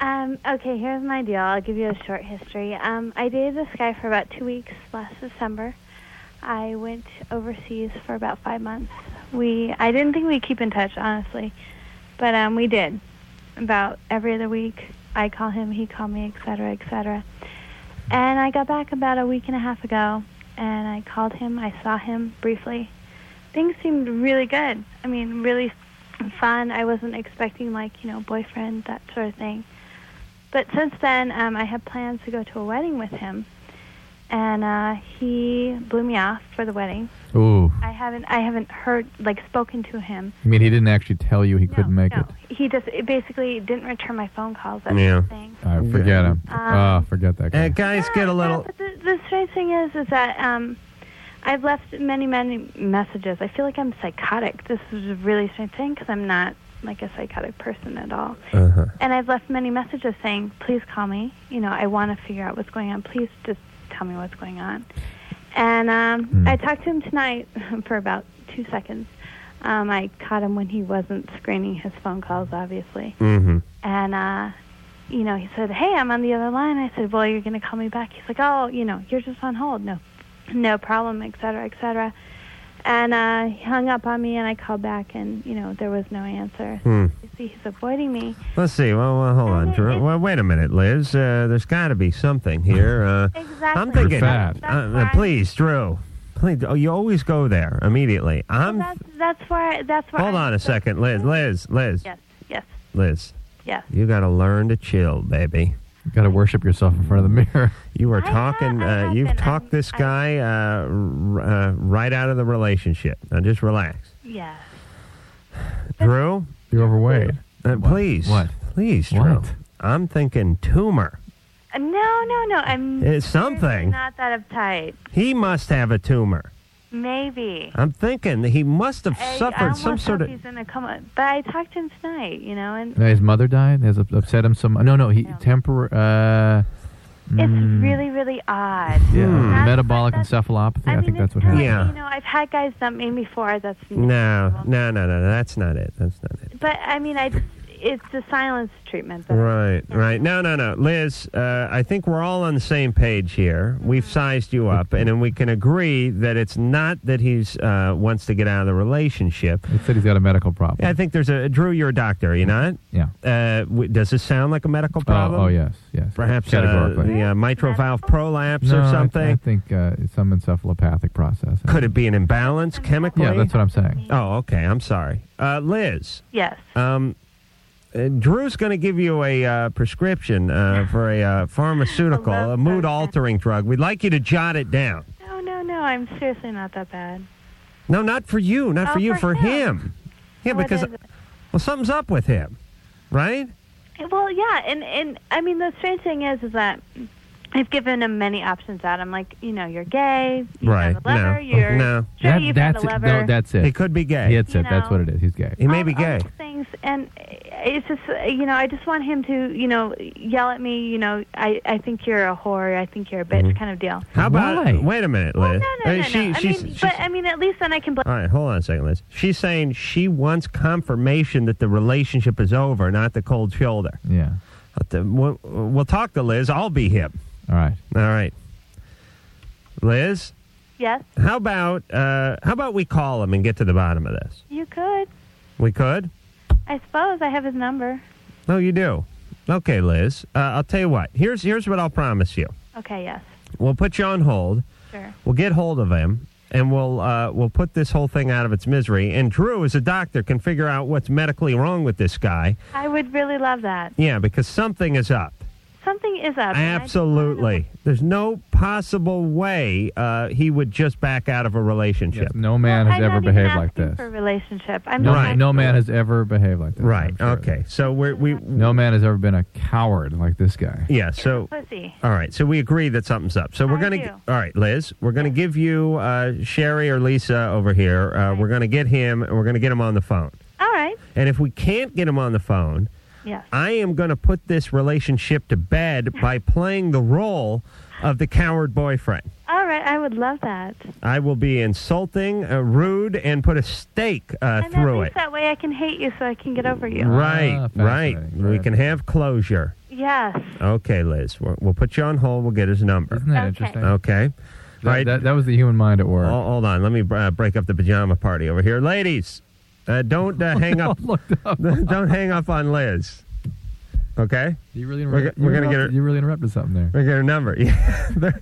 [SPEAKER 11] Um, okay, here's my deal. I'll give you a short history. Um, I dated this guy for about two weeks last December. I went overseas for about five months. We I didn't think we'd keep in touch, honestly, but um, we did. About every other week, I call him, he called me, et cetera, et cetera. And I got back about a week and a half ago, and I called him. I saw him briefly. Things seemed really good. I mean, really fun. I wasn't expecting like you know boyfriend that sort of thing. But since then, um, I had plans to go to a wedding with him, and uh, he blew me off for the wedding.
[SPEAKER 4] Ooh.
[SPEAKER 11] I haven't I haven't heard like spoken to him.
[SPEAKER 4] I mean, he didn't actually tell you he couldn't make
[SPEAKER 11] no.
[SPEAKER 4] it.
[SPEAKER 11] He just it basically didn't return my phone calls. That
[SPEAKER 3] Yeah.
[SPEAKER 11] sort of thing. Um,
[SPEAKER 4] I forget him. Ah, forget that guy.
[SPEAKER 3] Uh, guys, get a little.
[SPEAKER 11] But the, the strange thing is, is that um, I've left many, many messages. I feel like I'm psychotic. This is a really strange thing because I'm not like a psychotic person at all.
[SPEAKER 3] Uh-huh.
[SPEAKER 11] And I've left many messages saying, please call me. You know, I want to figure out what's going on. Please just tell me what's going on. And um, I talked to him tonight for about two seconds. Um, I caught him when he wasn't screening his phone calls, obviously.
[SPEAKER 3] Mm-hmm.
[SPEAKER 11] And, uh, you know, he said, hey, I'm on the other line. I said, well, you're going to call me back. He's like, oh, you know, you're just on hold. No, no problem, et cetera, et cetera. And uh, he hung up on me, and I called back, and, you know, there was no answer.
[SPEAKER 3] Hmm.
[SPEAKER 11] You see, he's avoiding me.
[SPEAKER 3] Let's see. Well, well hold on. Jer- Well, wait a minute, Liz. Uh, there's got to be something here. Uh,
[SPEAKER 11] Exactly.
[SPEAKER 3] I'm thinking.
[SPEAKER 11] That's
[SPEAKER 3] Uh, uh, please, Drew. Please. Oh, you always go there immediately. I'm.
[SPEAKER 11] That's, that's why. That's why.
[SPEAKER 3] hold
[SPEAKER 11] I'm
[SPEAKER 3] on a
[SPEAKER 11] so-
[SPEAKER 3] second, Liz. Liz. Liz.
[SPEAKER 11] Yes, yes,
[SPEAKER 3] Liz.
[SPEAKER 11] yes.
[SPEAKER 3] You got to learn to chill, baby.
[SPEAKER 4] You got to worship yourself in front of the mirror.
[SPEAKER 3] You were talking. uh, you've talked this guy uh, r- uh, right out of the relationship. Now just relax,
[SPEAKER 11] Yes.
[SPEAKER 3] Drew.
[SPEAKER 4] You're overweight.
[SPEAKER 3] Uh, please. What? Please, Drew. I'm thinking tumor.
[SPEAKER 11] Uh, No, no, no. I'm
[SPEAKER 3] It's something.
[SPEAKER 11] not that uptight.
[SPEAKER 3] He must have a tumor.
[SPEAKER 11] Maybe.
[SPEAKER 3] I'm thinking that he must have
[SPEAKER 11] I, I
[SPEAKER 3] suffered
[SPEAKER 11] almost
[SPEAKER 3] some sort
[SPEAKER 11] hope
[SPEAKER 3] of.
[SPEAKER 11] He's in a coma, but I talked to him tonight. You know, and
[SPEAKER 4] Now his mother died. Has up- upset him some. No, no. He tempor. Uh, mm,
[SPEAKER 3] Hmm.
[SPEAKER 11] it's really, really odd.
[SPEAKER 4] yeah,
[SPEAKER 11] Not-
[SPEAKER 4] metabolic encephalopathy. I, think that's what happened.
[SPEAKER 11] You know, I've had guys dump me before. That's
[SPEAKER 3] No, no, no, no, no. That's not it. That's not it.
[SPEAKER 11] But I mean, I. It's the silence treatment. That
[SPEAKER 3] Right, right. No, no, no. Liz, uh, I think we're all on the same page here. We've sized you up, and then we can agree that it's not that he's uh, wants to get out of the relationship.
[SPEAKER 4] It said he's got a medical problem. Mm-hmm.
[SPEAKER 3] I think there's a Drew. You're a doctor, are you not?
[SPEAKER 4] Yeah.
[SPEAKER 3] Uh, w- does this sound like a medical problem?
[SPEAKER 4] oh, yes, yes.
[SPEAKER 3] Perhaps uh,
[SPEAKER 4] Categorically.
[SPEAKER 3] the uh, mitral valve prolapse
[SPEAKER 4] No,
[SPEAKER 3] or
[SPEAKER 4] I-
[SPEAKER 3] something.
[SPEAKER 4] I, think uh, it's some encephalopathic process.
[SPEAKER 3] Could it be an imbalance chemically?
[SPEAKER 4] Yeah, that's what I'm saying.
[SPEAKER 3] Oh, okay. I'm sorry. Uh, Liz.
[SPEAKER 11] Yes.
[SPEAKER 3] Um, uh, Drew's going to give you a uh, prescription uh, for a uh, pharmaceutical, a mood altering drug. We'd like you to jot it down.
[SPEAKER 11] No, no, no. I'm seriously not that bad.
[SPEAKER 3] No, not for you. Not
[SPEAKER 11] Oh,
[SPEAKER 3] for you.
[SPEAKER 11] for
[SPEAKER 3] For him. Yeah,
[SPEAKER 11] What
[SPEAKER 3] because
[SPEAKER 11] is it?
[SPEAKER 3] well, something's up with him, right?
[SPEAKER 11] Well, yeah, and and I mean the strange thing is is that I've given him many options out. I'm like, you know, you're gay, you
[SPEAKER 3] right.
[SPEAKER 11] found the lever,
[SPEAKER 3] no.
[SPEAKER 11] you're
[SPEAKER 3] no.
[SPEAKER 11] sure you found the lever.
[SPEAKER 4] it.
[SPEAKER 3] He could be gay.
[SPEAKER 4] That's it.
[SPEAKER 11] You
[SPEAKER 4] That's
[SPEAKER 11] know.
[SPEAKER 4] what it is. He's gay.
[SPEAKER 3] He
[SPEAKER 11] Oh,
[SPEAKER 3] may be gay.
[SPEAKER 11] Things and it's just uh, you know I just want him to you know yell at me you know I I think you're a whore I think you're a bitch
[SPEAKER 3] Mhm.
[SPEAKER 11] kind of deal.
[SPEAKER 3] How about? Wait a minute, Liz.
[SPEAKER 11] Oh, No,
[SPEAKER 3] Uh,
[SPEAKER 11] no,
[SPEAKER 3] she-
[SPEAKER 11] no. I
[SPEAKER 3] she's-
[SPEAKER 11] mean,
[SPEAKER 3] she's-
[SPEAKER 11] but I mean at least then I can. Bl-
[SPEAKER 3] All right, hold on a second, Liz. She's saying she wants confirmation that the relationship is over, not the cold shoulder.
[SPEAKER 4] Yeah.
[SPEAKER 3] But the- we'll, we'll talk to Liz. I'll be him.
[SPEAKER 4] All right.
[SPEAKER 3] All right. Liz,
[SPEAKER 11] yes,
[SPEAKER 3] how about uh, how about we call him and get to the bottom of this?
[SPEAKER 11] you could.
[SPEAKER 3] We could.
[SPEAKER 11] I suppose I have his number.
[SPEAKER 3] No, you do. Okay, Liz. Uh, I'll tell you what. Here's here's what I'll promise you.
[SPEAKER 11] Okay. Yes.
[SPEAKER 3] We'll put you on hold.
[SPEAKER 11] Sure.
[SPEAKER 3] We'll get hold of him, and we'll uh, we'll put this whole thing out of its misery. And Drew, as a doctor, can figure out what's medically wrong with this guy.
[SPEAKER 11] I would really love that.
[SPEAKER 3] Yeah, because something is up.
[SPEAKER 11] Something is up. and I just
[SPEAKER 3] Absolutely. There's no possible way uh, he would just back out of a relationship.
[SPEAKER 4] no man
[SPEAKER 11] I'm
[SPEAKER 4] has ever
[SPEAKER 11] not even
[SPEAKER 4] behaved like
[SPEAKER 11] asking
[SPEAKER 4] this.
[SPEAKER 11] For a relationship, I'm
[SPEAKER 4] No,
[SPEAKER 11] not
[SPEAKER 4] man- no man has ever behaved like this. Right.
[SPEAKER 3] Okay. So we're, we.
[SPEAKER 4] No man has ever been a coward like this guy.
[SPEAKER 3] Yeah. So.
[SPEAKER 11] pussy.
[SPEAKER 3] All right. So we agree that something's up. So we're
[SPEAKER 11] I
[SPEAKER 3] gonna.
[SPEAKER 11] do.
[SPEAKER 3] g- All right, Liz. We're gonna give you uh, Sherry or Lisa over here. Uh, we're gonna get him, and we're gonna get him on the phone.
[SPEAKER 11] All right.
[SPEAKER 3] And if we can't get him on the phone,
[SPEAKER 11] Yes.
[SPEAKER 3] I am gonna put this relationship to bed by playing the role of the coward boyfriend.
[SPEAKER 11] All right. I would love that.
[SPEAKER 3] I will be insulting, uh, rude, and put a stake uh, through it.
[SPEAKER 11] That way I can hate you so I can get over you.
[SPEAKER 3] Right, right. We can have closure.
[SPEAKER 11] Yes.
[SPEAKER 3] Okay, Liz. We'll, we'll put you on hold. We'll get his number. Isn't
[SPEAKER 4] that Okay. interesting?
[SPEAKER 3] Okay. All right.
[SPEAKER 4] That, that was the human mind at work.
[SPEAKER 3] Hol- hold on. Let me uh, break up the pajama party over here, ladies. Uh, don't uh, hang up. don't hang up on Liz. Okay.
[SPEAKER 4] You really
[SPEAKER 3] We're,
[SPEAKER 4] interrupt-
[SPEAKER 3] go- we're
[SPEAKER 4] you
[SPEAKER 3] gonna get her.
[SPEAKER 4] interrupted- You really interrupted something there.
[SPEAKER 3] We're gonna number. Yeah. They're-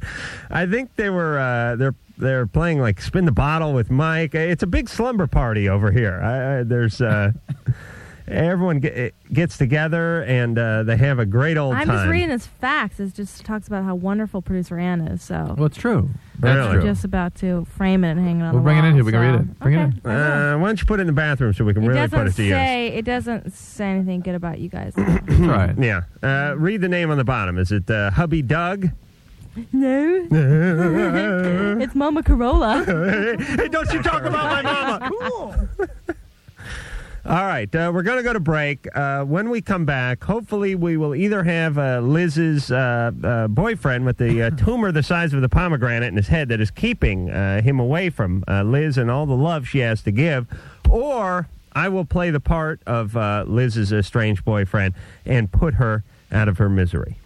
[SPEAKER 3] I think they were. Uh, they're they're playing like spin the bottle with Mike. It's a big slumber party over here. I, I, there's. Uh, Everyone ge- gets together and uh, they have a great old
[SPEAKER 5] I'm
[SPEAKER 3] time.
[SPEAKER 5] just reading his facts. It just talks about how wonderful producer Ann is. So
[SPEAKER 4] Well, it's true.
[SPEAKER 5] I'm just about to frame it and hang it on
[SPEAKER 3] We'll
[SPEAKER 5] the
[SPEAKER 3] bring it
[SPEAKER 5] wall,
[SPEAKER 3] in here. We can read
[SPEAKER 5] so-
[SPEAKER 3] it. Bring
[SPEAKER 5] okay.
[SPEAKER 3] it in. Uh, why don't you put it in the bathroom so we can
[SPEAKER 5] It
[SPEAKER 3] really
[SPEAKER 5] doesn't
[SPEAKER 3] put it to
[SPEAKER 5] say it doesn't say anything good about you guys.
[SPEAKER 3] use? right. Yeah. Uh, read the name on the bottom. Is it uh, Hubby Doug?
[SPEAKER 5] no, it's Mama Corolla.
[SPEAKER 3] hey, don't you talk about my mama. All right, uh, we're going to go to break. Uh, when we come back, hopefully, we will either have uh, Liz's uh, uh, boyfriend with the uh, tumor the size of the pomegranate in his head that is keeping uh, him away from uh, Liz and all the love she has to give, or I will play the part of uh, Liz's estranged boyfriend and put her out of her misery.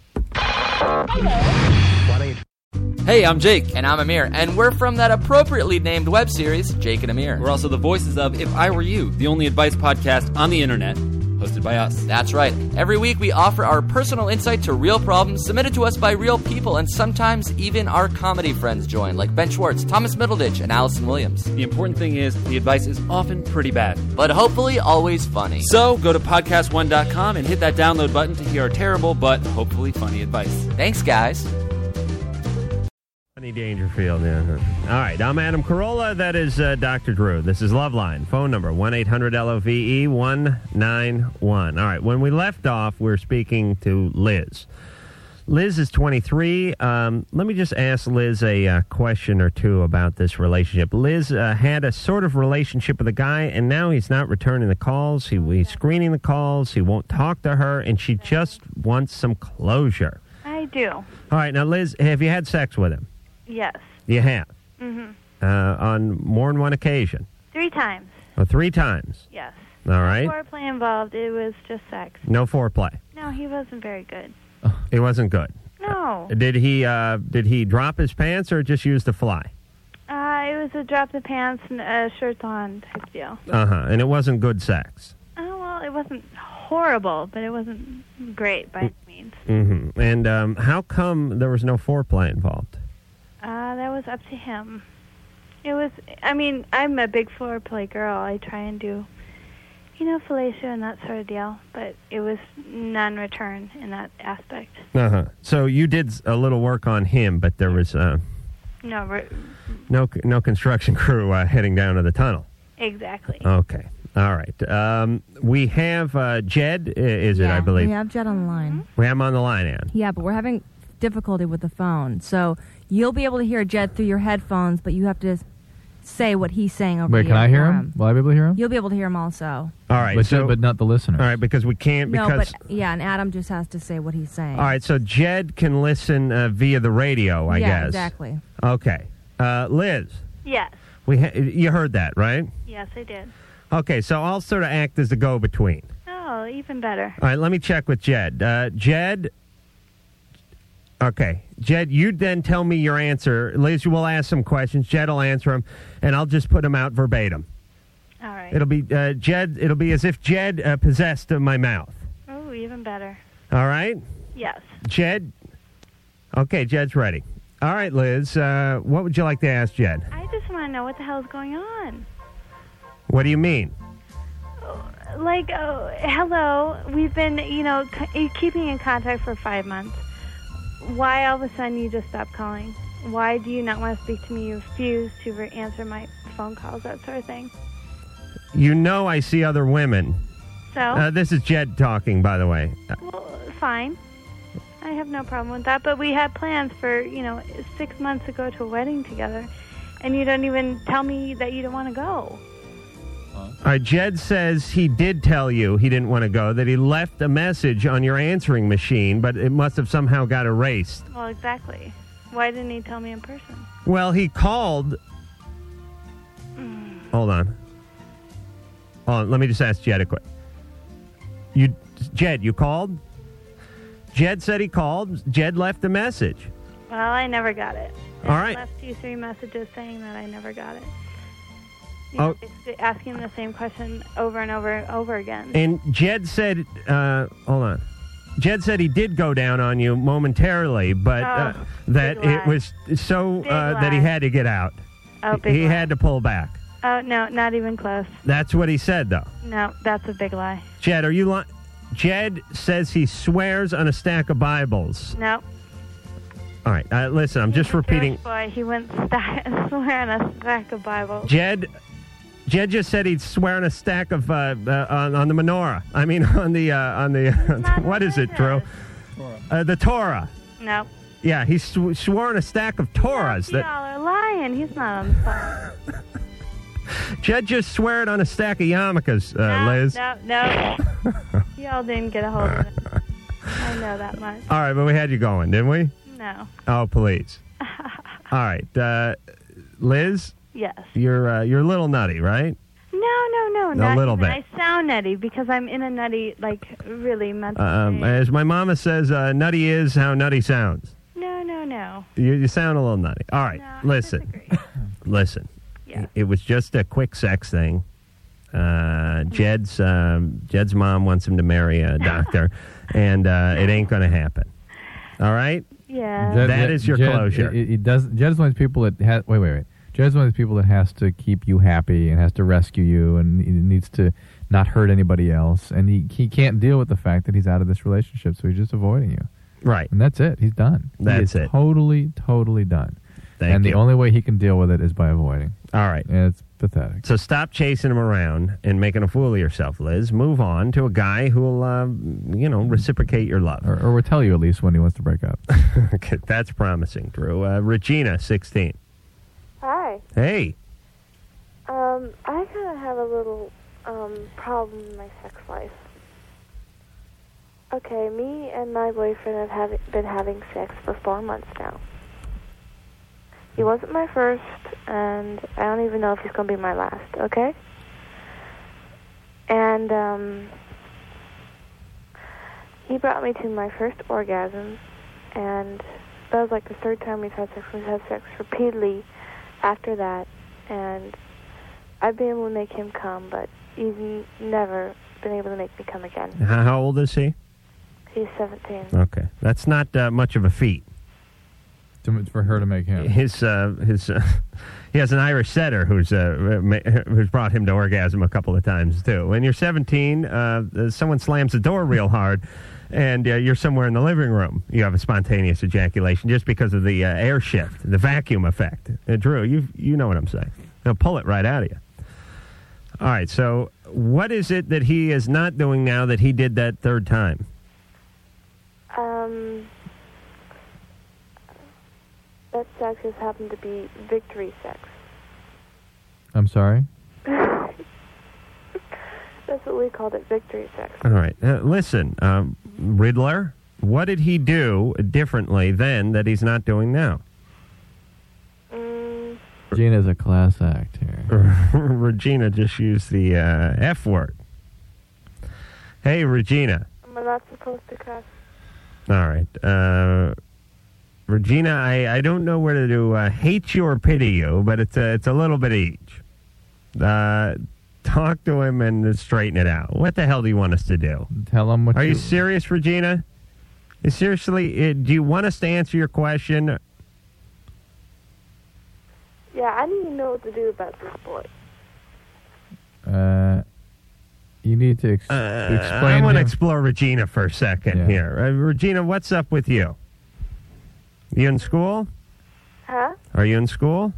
[SPEAKER 12] Hey, I'm Jake. And I'm Amir. And we're from that appropriately named web series, Jake and Amir. We're also the voices of If I Were You, the only advice podcast on the internet hosted by us. That's right. Every week we offer our personal insight to real problems submitted to us by real people, and sometimes even our comedy friends join, like Ben Schwartz, Thomas Middleditch, and Allison Williams. The important thing is, the advice is often pretty bad, but hopefully always funny. So go to podcast1.com and hit that download button to hear our terrible but hopefully funny advice. Thanks, guys.
[SPEAKER 3] Honey Dangerfield. Yeah. All right, I'm Adam Carolla. That is uh, Dr. Drew. This is Loveline. Phone number 1 800 LOVE 191. All right, when we left off, we are speaking to Liz. Liz is 23. Um, let me just ask Liz a uh, question or two about this relationship. Liz uh, had a sort of relationship with a guy, and now he's not returning the calls. He, he's screening the calls. He won't talk to her, and she just wants some closure.
[SPEAKER 11] I do.
[SPEAKER 3] All right, now, Liz, have you had sex with him?
[SPEAKER 11] Yes.
[SPEAKER 3] You have.
[SPEAKER 11] hmm
[SPEAKER 3] uh, on more than one occasion,
[SPEAKER 11] Three times.
[SPEAKER 3] or three times.
[SPEAKER 11] Yes.
[SPEAKER 3] All right,
[SPEAKER 11] Foreplay involved. It was just sex.
[SPEAKER 3] no foreplay.
[SPEAKER 11] No, he wasn't very good.
[SPEAKER 3] It wasn't good.
[SPEAKER 11] No.
[SPEAKER 3] Did he? Uh, did he drop his pants or just use the fly?
[SPEAKER 11] Uh, it was a drop the pants and uh, shirts on type deal.
[SPEAKER 3] Uh huh. And it wasn't good sex.
[SPEAKER 11] Oh, well, it wasn't horrible, but it wasn't great
[SPEAKER 3] Mm.
[SPEAKER 11] by any means.
[SPEAKER 3] Mm-hmm. And um, how come there was no foreplay involved?
[SPEAKER 11] Uh, that was up to him. It was, I mean, I'm a big foreplay girl. I try and do, you know, fellatio and that sort of deal, but it was non return in that aspect.
[SPEAKER 3] Uh huh. So you did s- a little work on him, but there was uh,
[SPEAKER 11] No, re-
[SPEAKER 3] no no construction crew uh, heading down to the tunnel.
[SPEAKER 11] exactly.
[SPEAKER 3] Okay. All right. Um, we have uh, Jed. i- Is it? I believe
[SPEAKER 5] We have Jed on the line.
[SPEAKER 3] we have him on the line, Ann.
[SPEAKER 5] Yeah, but we're having difficulty with the phone. So you'll be able to hear Jed through your headphones, but you have to say what he's saying over
[SPEAKER 4] Wait,
[SPEAKER 5] the
[SPEAKER 4] can I
[SPEAKER 5] air
[SPEAKER 4] hear
[SPEAKER 5] for
[SPEAKER 4] him? Will I be able to hear him?
[SPEAKER 5] You'll be able to hear him also.
[SPEAKER 3] All right,
[SPEAKER 4] but,
[SPEAKER 3] so-
[SPEAKER 4] but not the listener.
[SPEAKER 3] All right, because we can't because
[SPEAKER 5] no, but yeah, and Adam just has to say what he's saying.
[SPEAKER 3] all right, so Jed can listen uh, via the radio, I
[SPEAKER 5] yeah,
[SPEAKER 3] guess.
[SPEAKER 5] exactly.
[SPEAKER 3] Okay, uh, Liz,
[SPEAKER 11] Yes.
[SPEAKER 3] we ha- you heard that right?
[SPEAKER 11] Yes, I did.
[SPEAKER 3] Okay, so I'll sort of act as the go-between.
[SPEAKER 11] Oh, even better.
[SPEAKER 3] All right, let me check with Jed. Uh, Jed, okay, Jed, you then tell me your answer. Liz, you will ask some questions. Jed will answer them, and I'll just put them out verbatim.
[SPEAKER 11] All right.
[SPEAKER 3] It'll be uh, Jed. It'll be as if Jed uh, possessed uh, my mouth.
[SPEAKER 11] Oh, even better.
[SPEAKER 3] All right.
[SPEAKER 11] Yes.
[SPEAKER 3] Jed. Okay, Jed's ready. All right, Liz. Uh, what would you like to ask Jed?
[SPEAKER 11] I just want to know what the hell's going on.
[SPEAKER 3] What do you mean?
[SPEAKER 11] Like, oh, hello. We've been, you know, c- eh, keeping in contact for five months. Why all of a sudden you just stop calling? Why do you not want to speak to me? You refuse to re- answer my phone calls, that sort of thing.
[SPEAKER 3] You know I see other women.
[SPEAKER 11] So,
[SPEAKER 3] Uh, this is Jed talking, by the way. Uh,
[SPEAKER 11] well, fine. I have no problem with that. But we had plans for, you know, six months to go to a wedding together, and you don't even tell me that you don't want to go.
[SPEAKER 3] All right, Jed says he did tell you he didn't want to go, that he left a message on your answering machine, but it must have somehow got erased.
[SPEAKER 11] Well, exactly. Why didn't he tell me in person?
[SPEAKER 3] Well, he called. Hold on. Hold on. Let me just ask Jed a quick. You, Jed, you called. Jed said he called. Jed left a message.
[SPEAKER 11] Well, I never got it.
[SPEAKER 3] All
[SPEAKER 11] I
[SPEAKER 3] right.
[SPEAKER 11] left you three messages saying that I never got it.
[SPEAKER 3] Oh.
[SPEAKER 11] It's asking the same question over and over and over again.
[SPEAKER 3] And Jed said, uh, hold on. Jed said he did go down on you momentarily, but uh,
[SPEAKER 11] Oh,
[SPEAKER 3] that
[SPEAKER 11] big
[SPEAKER 3] it
[SPEAKER 11] lie.
[SPEAKER 3] was so
[SPEAKER 11] Big
[SPEAKER 3] uh, that he
[SPEAKER 11] lie.
[SPEAKER 3] had to get out.
[SPEAKER 11] Oh, big
[SPEAKER 3] he
[SPEAKER 11] lie.
[SPEAKER 3] had to pull back.
[SPEAKER 11] oh no, not even close.
[SPEAKER 3] That's what he said, though.
[SPEAKER 11] No, that's a big lie.
[SPEAKER 3] Jed, are you lying? Jed says he swears on a stack of Bibles.
[SPEAKER 11] No,
[SPEAKER 3] All right, uh, listen, I'm just repeating.
[SPEAKER 11] Jewish boy, he wouldn't st- swear on a stack of Bibles.
[SPEAKER 3] Jed, Jed just said he'd swear on a stack of uh, uh, on, on the menorah. I mean, on the uh, on the what is it, Drew? Uh, the Torah.
[SPEAKER 11] no,
[SPEAKER 3] Yeah, he sw- swore on a stack of Torahs.
[SPEAKER 11] y'all
[SPEAKER 3] That
[SPEAKER 11] are lying. He's not on the phone.
[SPEAKER 3] Jed just sweared on a stack of yarmulkes, uh, Liz.
[SPEAKER 11] No, no. Y'all didn't get a hold of it. I know that much.
[SPEAKER 3] All right, but we had you going, didn't we?
[SPEAKER 11] No.
[SPEAKER 3] Oh, please. All right, uh, Liz.
[SPEAKER 11] Yes.
[SPEAKER 3] You're uh, you're a little nutty, right?
[SPEAKER 11] No, no, no.
[SPEAKER 3] A
[SPEAKER 11] not
[SPEAKER 3] little
[SPEAKER 11] even.
[SPEAKER 3] bit.
[SPEAKER 11] I sound nutty because I'm in a nutty, like, really mental.
[SPEAKER 3] Um, as my mama says, uh, nutty is how nutty sounds.
[SPEAKER 11] no, no, no.
[SPEAKER 3] You, you sound a little nutty. All right, listen, listen.
[SPEAKER 11] Yeah.
[SPEAKER 3] It was just a quick sex thing. Uh, Jed's um, Jed's mom wants him to marry a doctor, and uh, it ain't going to happen. All right.
[SPEAKER 11] Yeah.
[SPEAKER 3] That is your closure.
[SPEAKER 4] It, it does. Jed's one of those people that ha wait, wait, wait. Jed's one of those people that has to keep you happy and has to rescue you and he needs to not hurt anybody else. And he, he can't deal with the fact that he's out of this relationship, so he's just avoiding you.
[SPEAKER 3] Right.
[SPEAKER 4] And that's it. He's done. He
[SPEAKER 3] That's
[SPEAKER 4] is
[SPEAKER 3] it.
[SPEAKER 4] Totally, totally done.
[SPEAKER 3] Thank
[SPEAKER 4] and
[SPEAKER 3] you.
[SPEAKER 4] the only way he can deal with it is by avoiding.
[SPEAKER 3] All right.
[SPEAKER 4] it's pathetic.
[SPEAKER 3] So stop chasing him around and making a fool of yourself, Liz. Move on to a guy who will, uh, you know, reciprocate your love.
[SPEAKER 4] Or, or will tell you at least when he wants to break up.
[SPEAKER 3] okay, that's promising, Drew. Uh, Regina, 16.
[SPEAKER 13] Hi.
[SPEAKER 3] Hey.
[SPEAKER 13] Um, I kind of have a little um problem in my sex life. Okay, me and my boyfriend have hav been having sex for four months now. He wasn't my first, and I don't even know if he's going to be my last. Okay. And um, he brought me to my first orgasm, and that was like the third time we've had sex. We've had sex repeatedly after that, and I've been able to make him come, but he's n- never been able to make me come again.
[SPEAKER 3] How, how old is he?
[SPEAKER 13] He's 17.
[SPEAKER 3] Okay, that's not uh, much of a feat.
[SPEAKER 4] for her to make him.
[SPEAKER 3] His uh, his uh, he has an Irish setter who's uh, ma- who's brought him to orgasm a couple of times too. When you're 17, uh, someone slams the door real hard. And uh, you're somewhere in the living room. You have a spontaneous ejaculation just because of the uh, air shift, the vacuum effect. Uh, Drew, you you know what I'm saying. They'll pull it right out of you. All right. So, what is it that he is not doing now that he did that third time?
[SPEAKER 13] Um, that sex has happened to be victory sex.
[SPEAKER 4] I'm sorry?
[SPEAKER 13] That's what we called it, victory sex.
[SPEAKER 3] All right. Uh, listen, um, Riddler, what did he do differently then that he's not doing now?
[SPEAKER 4] Gina's a class act here.
[SPEAKER 3] Regina just used the uh, F word. Hey, Regina.
[SPEAKER 13] Am I not supposed to cuss?
[SPEAKER 3] All right. Uh, Regina, I, I don't know whether to uh, hate you or pity you, but it's a, it's a little bit of each. Uh, talk to him and straighten it out. What the hell do you want us to do?
[SPEAKER 4] Tell him what
[SPEAKER 3] Are you,
[SPEAKER 4] you-
[SPEAKER 3] serious, Regina? Seriously, uh do you want us to answer your question?
[SPEAKER 13] Yeah, I didn't even know what to do about this boy.
[SPEAKER 4] Uh, you need to ex- to
[SPEAKER 3] Uh, I
[SPEAKER 4] explain.
[SPEAKER 3] want to
[SPEAKER 4] him-
[SPEAKER 3] explore Regina for a second here. Uh, Regina, what's up with you? You in school?
[SPEAKER 13] Huh?
[SPEAKER 3] Are you in school?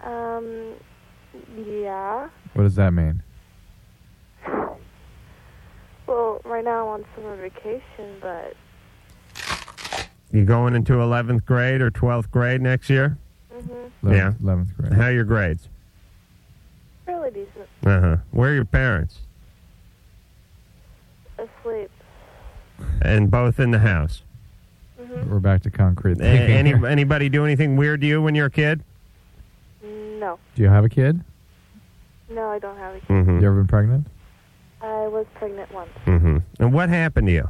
[SPEAKER 13] Um, yeah.
[SPEAKER 4] what does that mean?
[SPEAKER 13] Well, right now I'm on summer vacation, but
[SPEAKER 3] You going into 11th grade or 12th grade next year?
[SPEAKER 4] Mm-hmm. Eleventh-
[SPEAKER 3] yeah.
[SPEAKER 4] 11th grade.
[SPEAKER 3] How are your grades?
[SPEAKER 13] really decent
[SPEAKER 3] Uh huh. Where are your parents?
[SPEAKER 13] asleep.
[SPEAKER 3] And both in the house.
[SPEAKER 4] We're back to concrete.
[SPEAKER 3] A-
[SPEAKER 4] thinking
[SPEAKER 3] any,
[SPEAKER 4] here.
[SPEAKER 3] anybody do anything weird to you when you're a kid?
[SPEAKER 13] No.
[SPEAKER 4] Do you have a kid?
[SPEAKER 13] No, I don't have a kid.
[SPEAKER 3] Mm-hmm.
[SPEAKER 4] You ever been pregnant?
[SPEAKER 13] I was pregnant once.
[SPEAKER 3] Mm-hmm. And what happened to you?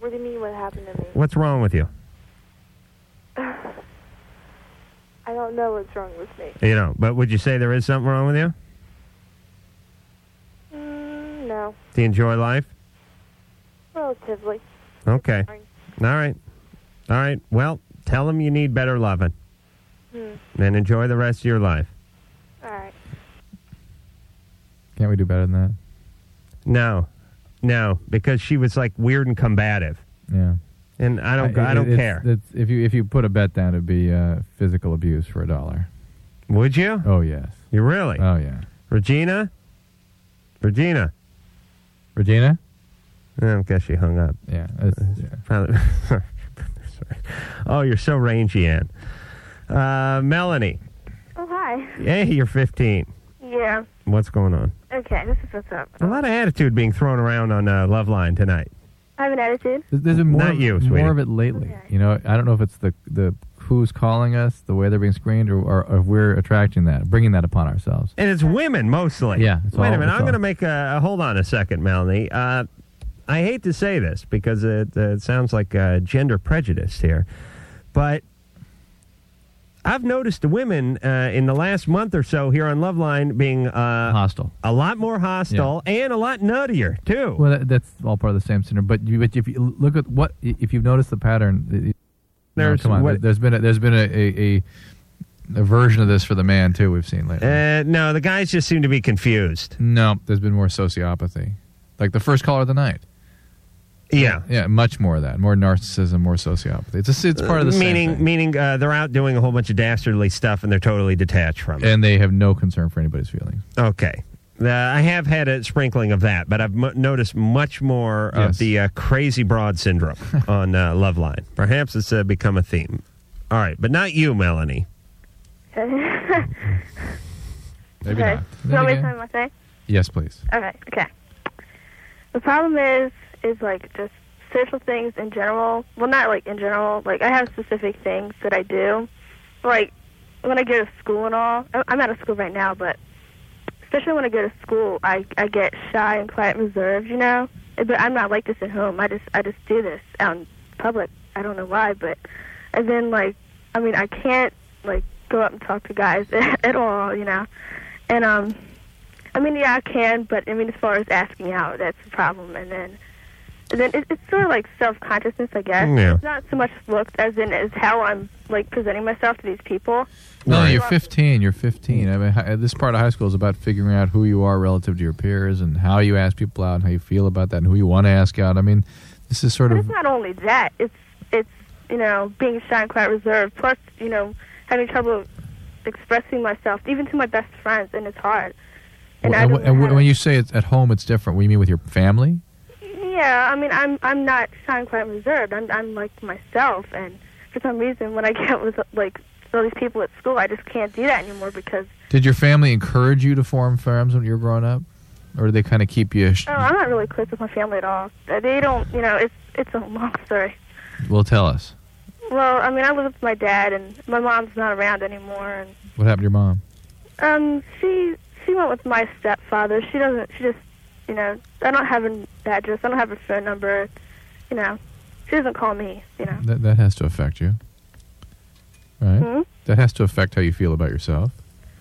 [SPEAKER 13] What do you mean what happened to me?
[SPEAKER 3] What's wrong with you?
[SPEAKER 13] I don't know what's wrong with me.
[SPEAKER 3] You know, but would you say there is something wrong with you?
[SPEAKER 13] Mm, no,
[SPEAKER 3] Do you enjoy life?
[SPEAKER 13] relatively.
[SPEAKER 3] Okay. All right. All right. Well, tell them you need better loving
[SPEAKER 13] Hmm.
[SPEAKER 3] and enjoy the rest of your life.
[SPEAKER 13] All right.
[SPEAKER 4] Can't we do better than that?
[SPEAKER 3] No, no, because she was like weird and combative,
[SPEAKER 4] Yeah.
[SPEAKER 3] and I don't, I,
[SPEAKER 4] it-
[SPEAKER 3] don't
[SPEAKER 4] it's-
[SPEAKER 3] care.
[SPEAKER 4] it's- if you if you put a bet down, it'd be uh, physical abuse for a dollar.
[SPEAKER 3] Would you?
[SPEAKER 4] Oh yes.
[SPEAKER 3] You really?
[SPEAKER 4] Oh yeah.
[SPEAKER 3] Regina. Regina.
[SPEAKER 4] Regina.
[SPEAKER 3] I guess she hung up. Uh,
[SPEAKER 4] Yeah. It's, yeah.
[SPEAKER 3] Probably. Sorry. Oh, you're so rangy, Ann. Uh, Melanie.
[SPEAKER 14] Oh, hi. Hi.
[SPEAKER 3] Hey, you're 15.
[SPEAKER 14] Yeah.
[SPEAKER 3] What's going on?
[SPEAKER 14] Okay, this is what's up.
[SPEAKER 3] A lot of attitude being thrown around on uh, Loveline tonight.
[SPEAKER 14] I have an attitude.
[SPEAKER 4] There's there's been more,
[SPEAKER 3] Not
[SPEAKER 4] of,
[SPEAKER 3] you, sweetie.
[SPEAKER 4] more of it lately. You know, I don't know if it's the the who's calling us, the way they're being screened, or, or if we're attracting that, bringing that upon ourselves.
[SPEAKER 3] And it's women mostly.
[SPEAKER 4] Yeah, it's
[SPEAKER 3] Wait
[SPEAKER 4] all-
[SPEAKER 3] a minute.
[SPEAKER 4] it's
[SPEAKER 3] I'm going to
[SPEAKER 4] all-
[SPEAKER 3] make a hold on a second, Melanie. Uh, I hate to say this because it, uh, it sounds like uh, gender prejudice here, but I've noticed the women uh, in the last month or so here on Loveline being uh,
[SPEAKER 4] hostile,
[SPEAKER 3] a lot more hostile, and a lot nuttier too.
[SPEAKER 4] Well, that, that's all part of the same syndrome. But, you, but if you look at what, if you've noticed the pattern, it- it- no,
[SPEAKER 3] There's
[SPEAKER 4] come on,
[SPEAKER 3] what-
[SPEAKER 4] there's been a, there's been a, a, a, a version of this for the man too. We've seen lately.
[SPEAKER 3] Uh, no, the guys just seem to be confused.
[SPEAKER 4] No, there's been more sociopathy, like the first caller of the night.
[SPEAKER 3] Yeah,
[SPEAKER 4] yeah, much more of that, more narcissism, more sociopathy. It's a, it's part of the same
[SPEAKER 3] meaning.
[SPEAKER 4] thing.
[SPEAKER 3] Meaning uh, they're out doing a whole bunch of dastardly stuff, and they're totally detached from it.
[SPEAKER 4] and they have no concern for anybody's feelings.
[SPEAKER 3] Okay. Uh, I have had a sprinkling of that, but I've m- noticed much more of
[SPEAKER 4] Yes.
[SPEAKER 3] the uh, crazy broad syndrome on uh, Loveline. Perhaps it's uh, become a theme. All right, but not you, Melanie.
[SPEAKER 14] Okay.
[SPEAKER 4] Maybe
[SPEAKER 14] okay.
[SPEAKER 4] not.
[SPEAKER 14] You want me to
[SPEAKER 4] Maybe-
[SPEAKER 14] tell you my thing?
[SPEAKER 4] Yes, please.
[SPEAKER 14] Okay, okay. The problem is, is like just social things in general. Well, not like in general. Like I have specific things that I do. Like when I go to school and all. I- I'm out of school right now, but especially when I go to school, I I get shy and quiet, and reserved. You know. But I'm not like this at home. I just I just do this out in public. I don't know why, but and then like I mean I can't like go up and talk to guys at all. You know. And um, I mean, yeah, I can, but I mean, as far as asking out, that's the problem. And then, and then it, it's sort of like self consciousness, I guess.
[SPEAKER 4] Yeah.
[SPEAKER 14] It's not so much looks as in as how I'm like presenting myself to these people.
[SPEAKER 4] No, you're 15. You're 15. I mean, hi- this part of high school is about figuring out who you are relative to your peers and how you ask people out and how you feel about that and who you want to ask out. I mean, this is sort
[SPEAKER 14] But
[SPEAKER 4] of
[SPEAKER 14] it's not only that; it's it's you know being shy and quite reserved. Plus, you know, having trouble expressing myself, even to my best friends, and it's hard. And I
[SPEAKER 4] and,
[SPEAKER 14] don't
[SPEAKER 4] wh- and wh- when you say it's at home, it's different. What do you mean with your family?
[SPEAKER 14] Yeah, I mean, I'm I'm not shy and quiet and reserved. I'm I'm like myself, and for some reason, when I get with like all these people at school, I just can't do that anymore because
[SPEAKER 4] Did your family encourage you to form firms when you were growing up, or did they kind of keep you? Sh-
[SPEAKER 14] oh, I'm not really close with my family at all. Uh, They don't, you know, it's it's a long story.
[SPEAKER 4] well, tell us
[SPEAKER 14] Well, I mean, I live with my dad, and my mom's not around anymore, and
[SPEAKER 4] what happened to your mom.
[SPEAKER 14] um, she she went with my stepfather. She doesn't. She just, you know, I don't have an address. I don't have her phone number. You know, she doesn't call me. You know.
[SPEAKER 4] That that has to affect you, right?
[SPEAKER 14] Hmm?
[SPEAKER 4] That has to affect how you feel about yourself.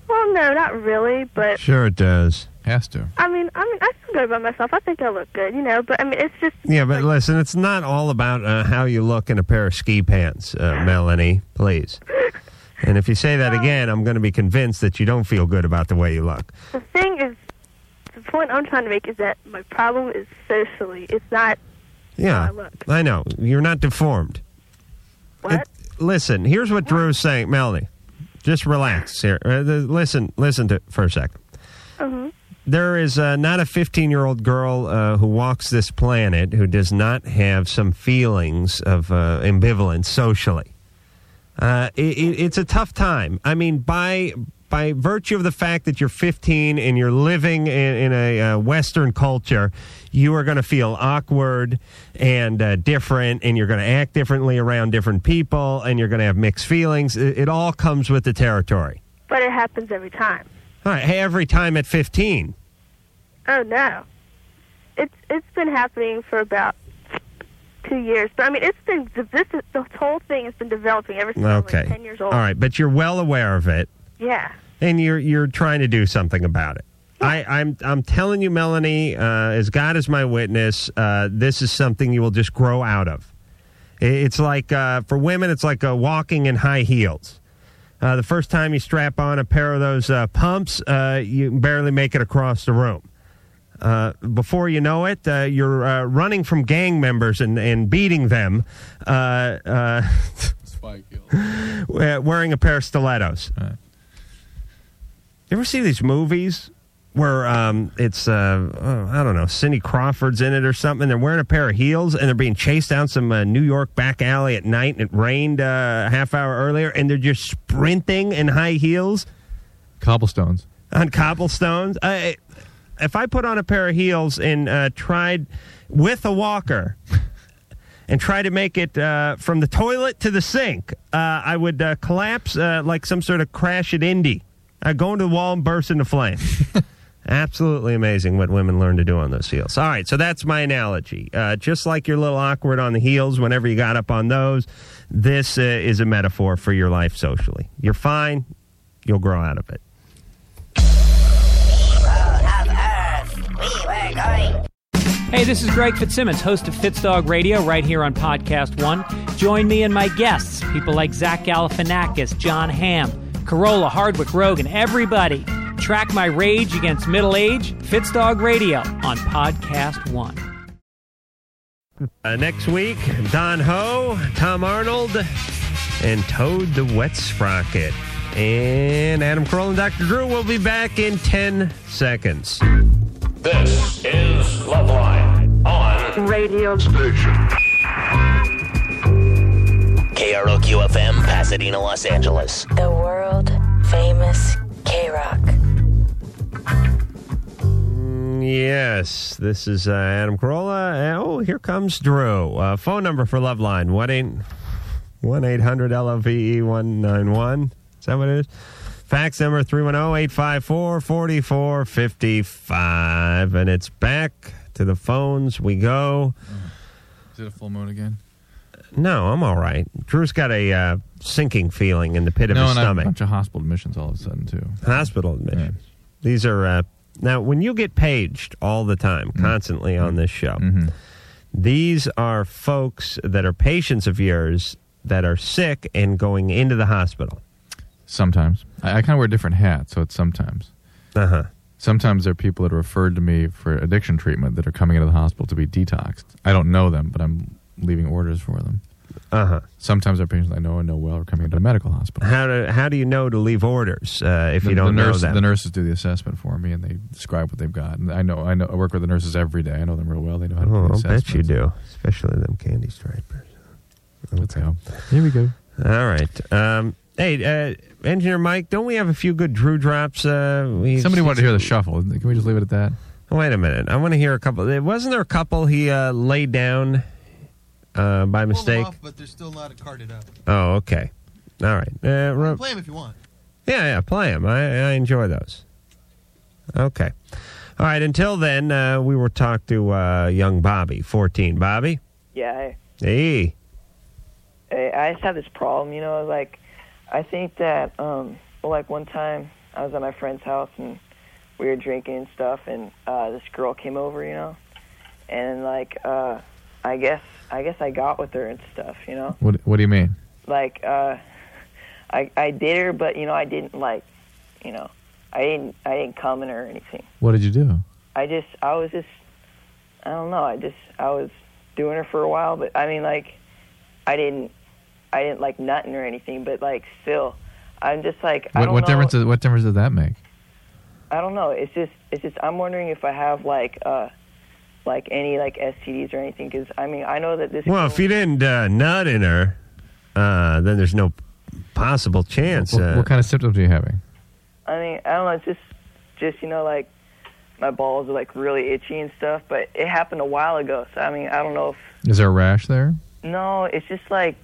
[SPEAKER 14] Well, no, not really, but
[SPEAKER 3] it does.
[SPEAKER 4] Has to.
[SPEAKER 14] I mean, I mean, I feel good about myself. I think I look good, you know. But I mean, it's just
[SPEAKER 3] Yeah, but listen, it's not all about uh, how you look in a pair of ski pants, uh, Melanie, please. And if you say that again, I'm going to be convinced that you don't feel good about the way you look.
[SPEAKER 14] the thing is, the point I'm trying to make is that my problem is socially. It's not.
[SPEAKER 3] Yeah, I know. You're not deformed. What? listen, here's what Drew's saying. Melanie, just relax here. Uh, th- Listen, listen to for a second.
[SPEAKER 14] Mhm.
[SPEAKER 3] There is uh, not a 15 year old girl uh, who walks this planet who does not have some feelings of uh, ambivalence socially. Uh, i i it's a tough time. I mean, by by virtue of the fact that you're 15 and you're living in, in a uh, Western culture, you are going to feel awkward and uh, different, and you're going to act differently around different people, and you're going to have mixed feelings. It, it all comes with the territory.
[SPEAKER 14] But it happens every time.
[SPEAKER 3] All right, hey, every time at 15.
[SPEAKER 14] Oh no, it's it's been happening for about two years. But I mean, it's been this is, the whole thing has been developing ever since I was
[SPEAKER 3] Okay.
[SPEAKER 14] like ten years
[SPEAKER 3] All
[SPEAKER 14] old.
[SPEAKER 3] right, but you're well aware of it.
[SPEAKER 14] Yeah.
[SPEAKER 3] and you're you're trying to do something about it. I, I'm I'm telling you, Melanie, uh, as God is my witness, uh, this is something you will just grow out of. I- It's like uh, for women, it's like uh, walking in high heels. Uh, the first time you strap on a pair of those uh, pumps, uh, you barely make it across the room. Uh, before you know it, uh, you're uh, running from gang members and, and beating them. Uh, uh, Spike Wearing a pair of stilettos. You ever see these movies where um, it's uh, oh, I don't know, Cindy Crawford's in it or something? They're wearing a pair of heels and they're being chased down some uh, New York back alley at night, and it rained uh, a half hour earlier, and they're just sprinting in high heels.
[SPEAKER 4] cobblestones.
[SPEAKER 3] on cobblestones. I, if I put on a pair of heels and uh, tried with a walker and try to make it uh, from the toilet to the sink, uh, I would uh, collapse uh, like some sort of crash at Indy. I go into the wall and burst into flame. Absolutely amazing what women learn to do on those heels. All right, so that's my analogy. Uh, just like you're a little awkward on the heels whenever you got up on those, this uh, is a metaphor for your life socially. You're fine, you'll grow out of it.
[SPEAKER 15] Hey, this is Greg Fitzsimmons, host of FitzDog Radio, right here on Podcast One. Join me and my guests, people like Zach Galifianakis, John Hamm, Corolla, Hardwick, Rogan, everybody. Track my rage against middle age, FitzDog Radio on Podcast One.
[SPEAKER 3] Uh, next week, Don Ho, Tom Arnold, and Toad the Wet Sprocket. And Adam Carolla and Dr. Drew will be back in 10 seconds.
[SPEAKER 16] This is Loveline on radio station.
[SPEAKER 17] KROQ FM, Pasadena, Los Angeles.
[SPEAKER 7] The world famous K Rock.
[SPEAKER 3] Mm, Yes, this is uh, Adam Carolla. Uh, Oh, here comes Drew. Uh, phone number for Loveline 1 800 LOVE 191. Is that what it is? Fax number 310 854 4455. And it's back to the phones we go.
[SPEAKER 4] Is it a full moon again?
[SPEAKER 3] No, I'm all right. Drew's got a uh, sinking feeling in the pit of
[SPEAKER 4] no,
[SPEAKER 3] his
[SPEAKER 4] and I have a
[SPEAKER 3] stomach.
[SPEAKER 4] bunch of hospital admissions all of a sudden too.
[SPEAKER 3] Hospital admissions. These are uh, now when you get paged all the time,
[SPEAKER 4] Mm.
[SPEAKER 3] constantly on this show.
[SPEAKER 4] Mm-hmm.
[SPEAKER 3] These are folks that are patients of yours that are sick and going into the hospital.
[SPEAKER 4] Sometimes I, I kind of wear different hats, so it's sometimes.
[SPEAKER 3] Uh huh.
[SPEAKER 4] Sometimes there are people that are referred to me for addiction treatment that are coming into the hospital to be detoxed. I don't know them, but I'm leaving orders for them.
[SPEAKER 3] Uh huh.
[SPEAKER 4] Sometimes there are patients I know and know well are coming into the medical hospital.
[SPEAKER 3] How do how do you know to leave orders uh, if
[SPEAKER 4] the,
[SPEAKER 3] you don't
[SPEAKER 4] the
[SPEAKER 3] know
[SPEAKER 4] nurse-
[SPEAKER 3] them?
[SPEAKER 4] The nurses do the assessment for me, and they describe what they've got. And I know, I know, I work with the nurses every day. I know them real well. They know how to
[SPEAKER 3] Oh,
[SPEAKER 4] do the
[SPEAKER 3] I'll bet
[SPEAKER 4] assessment.
[SPEAKER 3] you do, especially them candy stripers. Okay.
[SPEAKER 4] Here we go.
[SPEAKER 3] All right. Um, hey, uh, engineer Mike, don't we have a few good Drew drops? Uh, we,
[SPEAKER 4] Somebody wanted to hear the shuffle. Can we just leave it at that?
[SPEAKER 3] Wait a minute. I want to hear a couple. uh, Wasn't there a couple he uh, laid down uh, by mistake?
[SPEAKER 18] but they're still not carded out.
[SPEAKER 3] Oh, okay. All right. Uh, ro-
[SPEAKER 18] Play them if you want.
[SPEAKER 3] yeah, yeah, play them. I, I enjoy those. Okay. All right. Until then, uh, we will talk to uh, young Bobby, 14. Bobby?
[SPEAKER 19] Yeah,
[SPEAKER 3] Hey.
[SPEAKER 19] I, I just have this problem, you know, like I think that um well like one time I was at my friend's house and we were drinking and stuff and uh this girl came over, you know. And like uh I guess I guess I got with her and stuff, you know.
[SPEAKER 4] What What do you mean?
[SPEAKER 19] Like uh I I did her but you know I didn't like you know I didn't I didn't come in her or anything.
[SPEAKER 4] What did you do?
[SPEAKER 19] I just I was just I don't know, I just I was doing her for a while, but I mean like I didn't I didn't like nothing or anything, but like still I'm just like I
[SPEAKER 4] What,
[SPEAKER 19] don't
[SPEAKER 4] what
[SPEAKER 19] know
[SPEAKER 4] difference? Does, what difference does that make?
[SPEAKER 19] I don't know. It's just it's just I'm wondering if I have like uh like any like STDs or anything cuz I mean I know that this
[SPEAKER 3] Well, if you didn't uh, nut in her, uh, then there's no possible chance.
[SPEAKER 4] What,
[SPEAKER 3] uh,
[SPEAKER 4] what kind of symptoms are you having?
[SPEAKER 19] I mean, I don't know, it's just just you know like my balls are like really itchy and stuff, but it happened a while ago. So I mean, I don't know if
[SPEAKER 4] Is there a rash there?
[SPEAKER 19] no, it's just like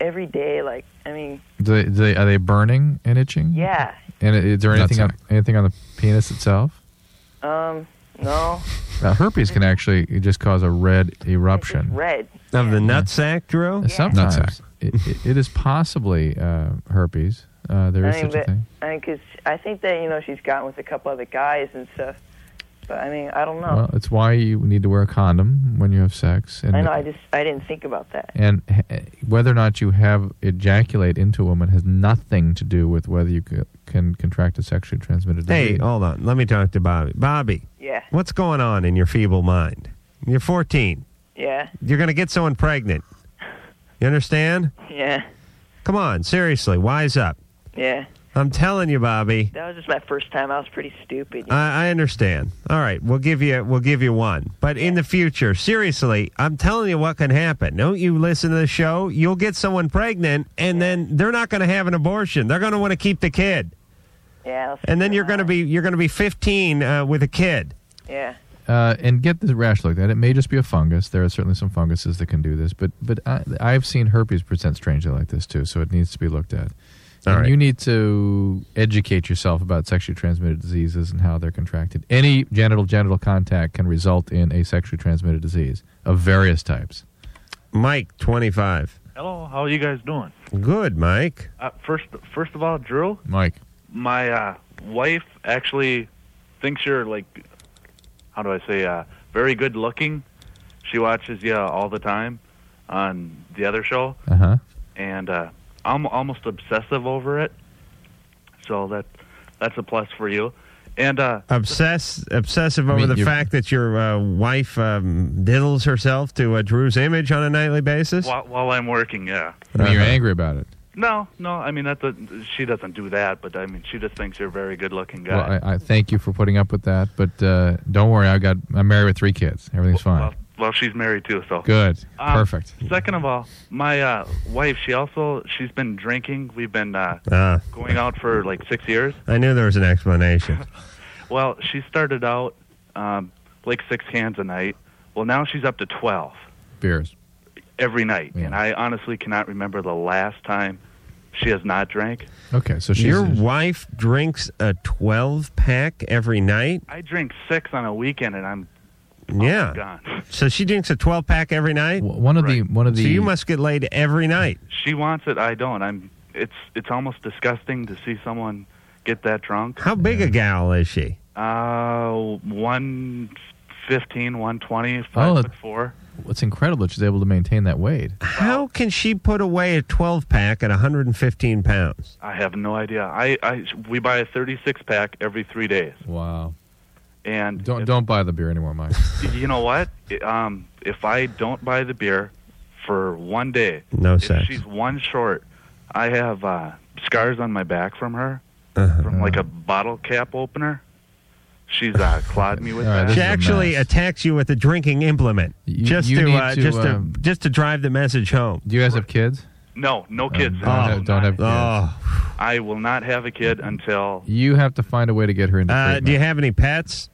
[SPEAKER 19] every day like I mean,
[SPEAKER 4] Do they, do they, are they burning and itching?
[SPEAKER 19] yeah.
[SPEAKER 4] And i- is there
[SPEAKER 20] Not
[SPEAKER 4] anything on, anything on the penis itself?
[SPEAKER 19] Um no.
[SPEAKER 4] Uh, herpes can actually just cause a red eruption. Uh,
[SPEAKER 19] red.
[SPEAKER 3] Of the nut sack, Drew?
[SPEAKER 4] Sometimes it, it, it is possibly uh, herpes. Uh, there is
[SPEAKER 19] I mean,
[SPEAKER 4] such a
[SPEAKER 19] but,
[SPEAKER 4] thing.
[SPEAKER 19] I mean, 'cause I think that you know she's gotten with a couple other guys and stuff. But I mean, I don't know.
[SPEAKER 4] Well, it's why you need to wear a condom when you have sex, and
[SPEAKER 19] I know. I just I didn't think about that.
[SPEAKER 4] and h- whether or not you have ejaculate into a woman has nothing to do with whether you c- can contract a sexually transmitted
[SPEAKER 3] Hey,
[SPEAKER 4] disease.
[SPEAKER 3] hold on. Let me talk to Bobby. Bobby.
[SPEAKER 19] Yeah.
[SPEAKER 3] What's going on in your feeble mind? You're 14.
[SPEAKER 19] Yeah.
[SPEAKER 3] You're going to get someone pregnant. You understand?
[SPEAKER 19] Yeah.
[SPEAKER 3] Come on, seriously, wise up.
[SPEAKER 19] Yeah.
[SPEAKER 3] I'm telling you, Bobby.
[SPEAKER 19] That was just my first time. I was pretty stupid.
[SPEAKER 3] I, I understand. All right, we'll give you we'll give you one. But in the future, seriously, I'm telling you what can happen. Don't you listen to the show? You'll get someone pregnant, and then they're not going to have an abortion. They're going to want to keep the kid.
[SPEAKER 19] Yeah. that's-
[SPEAKER 3] And then you're going to be you're going to be 15 uh, with a kid.
[SPEAKER 19] Yeah.
[SPEAKER 4] Uh, and get the rash looked at. It may just be a fungus. There are certainly some funguses that can do this, but but I, I've seen herpes present strangely like this too, so it needs to be looked at.
[SPEAKER 3] All
[SPEAKER 4] and
[SPEAKER 3] right.
[SPEAKER 4] you need to educate yourself about sexually transmitted diseases and how they're contracted. Any genital genital contact can result in a sexually
[SPEAKER 3] Uh-huh.
[SPEAKER 4] transmitted disease of various types.
[SPEAKER 3] Mike, 25.
[SPEAKER 20] Hello, how are you guys doing?
[SPEAKER 3] Good, Mike.
[SPEAKER 20] Uh, first, first of all, Drew,
[SPEAKER 4] Mike.
[SPEAKER 20] my uh, wife actually thinks you're like, how do I say, uh, very good looking. She watches you all the time on the other show,
[SPEAKER 4] Uh
[SPEAKER 3] Uh-huh.
[SPEAKER 4] huh.
[SPEAKER 20] and uh, I'm almost obsessive over it. So that that's a plus for you. And uh,
[SPEAKER 3] Obsess, obsessive over
[SPEAKER 20] mean,
[SPEAKER 3] the
[SPEAKER 20] you-
[SPEAKER 3] fact that your uh, wife um, diddles herself to uh, Drew's image on a nightly basis. Uh-huh.
[SPEAKER 20] while, while I'm working, yeah.
[SPEAKER 4] I mean, you're angry about it.
[SPEAKER 20] No, no. I mean, that's a, she doesn't do that, but I mean, she just thinks you're a very good-looking guy.
[SPEAKER 4] Well, I, I thank you for putting up with that, but uh, don't worry. I got I'm married with three kids. Everything's fine.
[SPEAKER 20] Well, she's married too, so
[SPEAKER 4] Good.
[SPEAKER 20] Um,
[SPEAKER 4] Perfect.
[SPEAKER 20] Second of all, my uh, wife, she also she's been drinking. We've been uh,
[SPEAKER 3] Ah.
[SPEAKER 20] going out for like six years.
[SPEAKER 3] I knew there was an explanation.
[SPEAKER 20] Well, she started out um, like six cans a night. Well, now she's up to twelve
[SPEAKER 4] Beers.
[SPEAKER 20] every night, and I honestly cannot remember the last time she has not drank.
[SPEAKER 4] Okay, so
[SPEAKER 20] she's-
[SPEAKER 3] your wife drinks a 12 pack every night.
[SPEAKER 20] I drink six on a weekend, and I'm Oh,
[SPEAKER 3] yeah.
[SPEAKER 20] gone.
[SPEAKER 3] So she drinks a 12 pack every night.
[SPEAKER 4] One of the one of
[SPEAKER 3] So
[SPEAKER 4] the-
[SPEAKER 3] you must get laid every night.
[SPEAKER 20] She wants it. I don't. I'm. It's it's almost disgusting to see someone get that drunk.
[SPEAKER 3] How big a gal is she?
[SPEAKER 20] Uh, one fifteen, one twenty, five
[SPEAKER 4] Oh,
[SPEAKER 20] foot four.
[SPEAKER 4] it's incredible that she's able to maintain that weight.
[SPEAKER 3] How can she put away a 12 pack at 115 pounds?
[SPEAKER 20] I have no idea. I, I we buy a thirty six pack every three days,
[SPEAKER 4] Wow.
[SPEAKER 20] and
[SPEAKER 4] Don't don't buy the beer anymore, Mike.
[SPEAKER 20] you know what? It- Um, if I don't buy the beer for one day,
[SPEAKER 3] No
[SPEAKER 20] if
[SPEAKER 3] sex.
[SPEAKER 20] she's one short, I have uh, scars on my back from her,
[SPEAKER 3] Uh-huh.
[SPEAKER 20] from like a bottle cap opener. She's uh, clawed me with
[SPEAKER 3] All right,
[SPEAKER 20] that.
[SPEAKER 3] she actually attacks you with a drinking implement just
[SPEAKER 20] you
[SPEAKER 3] to,
[SPEAKER 20] need
[SPEAKER 3] uh,
[SPEAKER 20] to,
[SPEAKER 3] just to
[SPEAKER 20] um,
[SPEAKER 3] just to drive the message home.
[SPEAKER 4] Do you guys have kids?
[SPEAKER 20] no, no kids.
[SPEAKER 4] Uh, don't have- don't have kids.
[SPEAKER 20] Oh. I will not have a kid until
[SPEAKER 4] You have to find a way to get her into.
[SPEAKER 3] Uh,
[SPEAKER 4] treatment.
[SPEAKER 3] do you have any pets?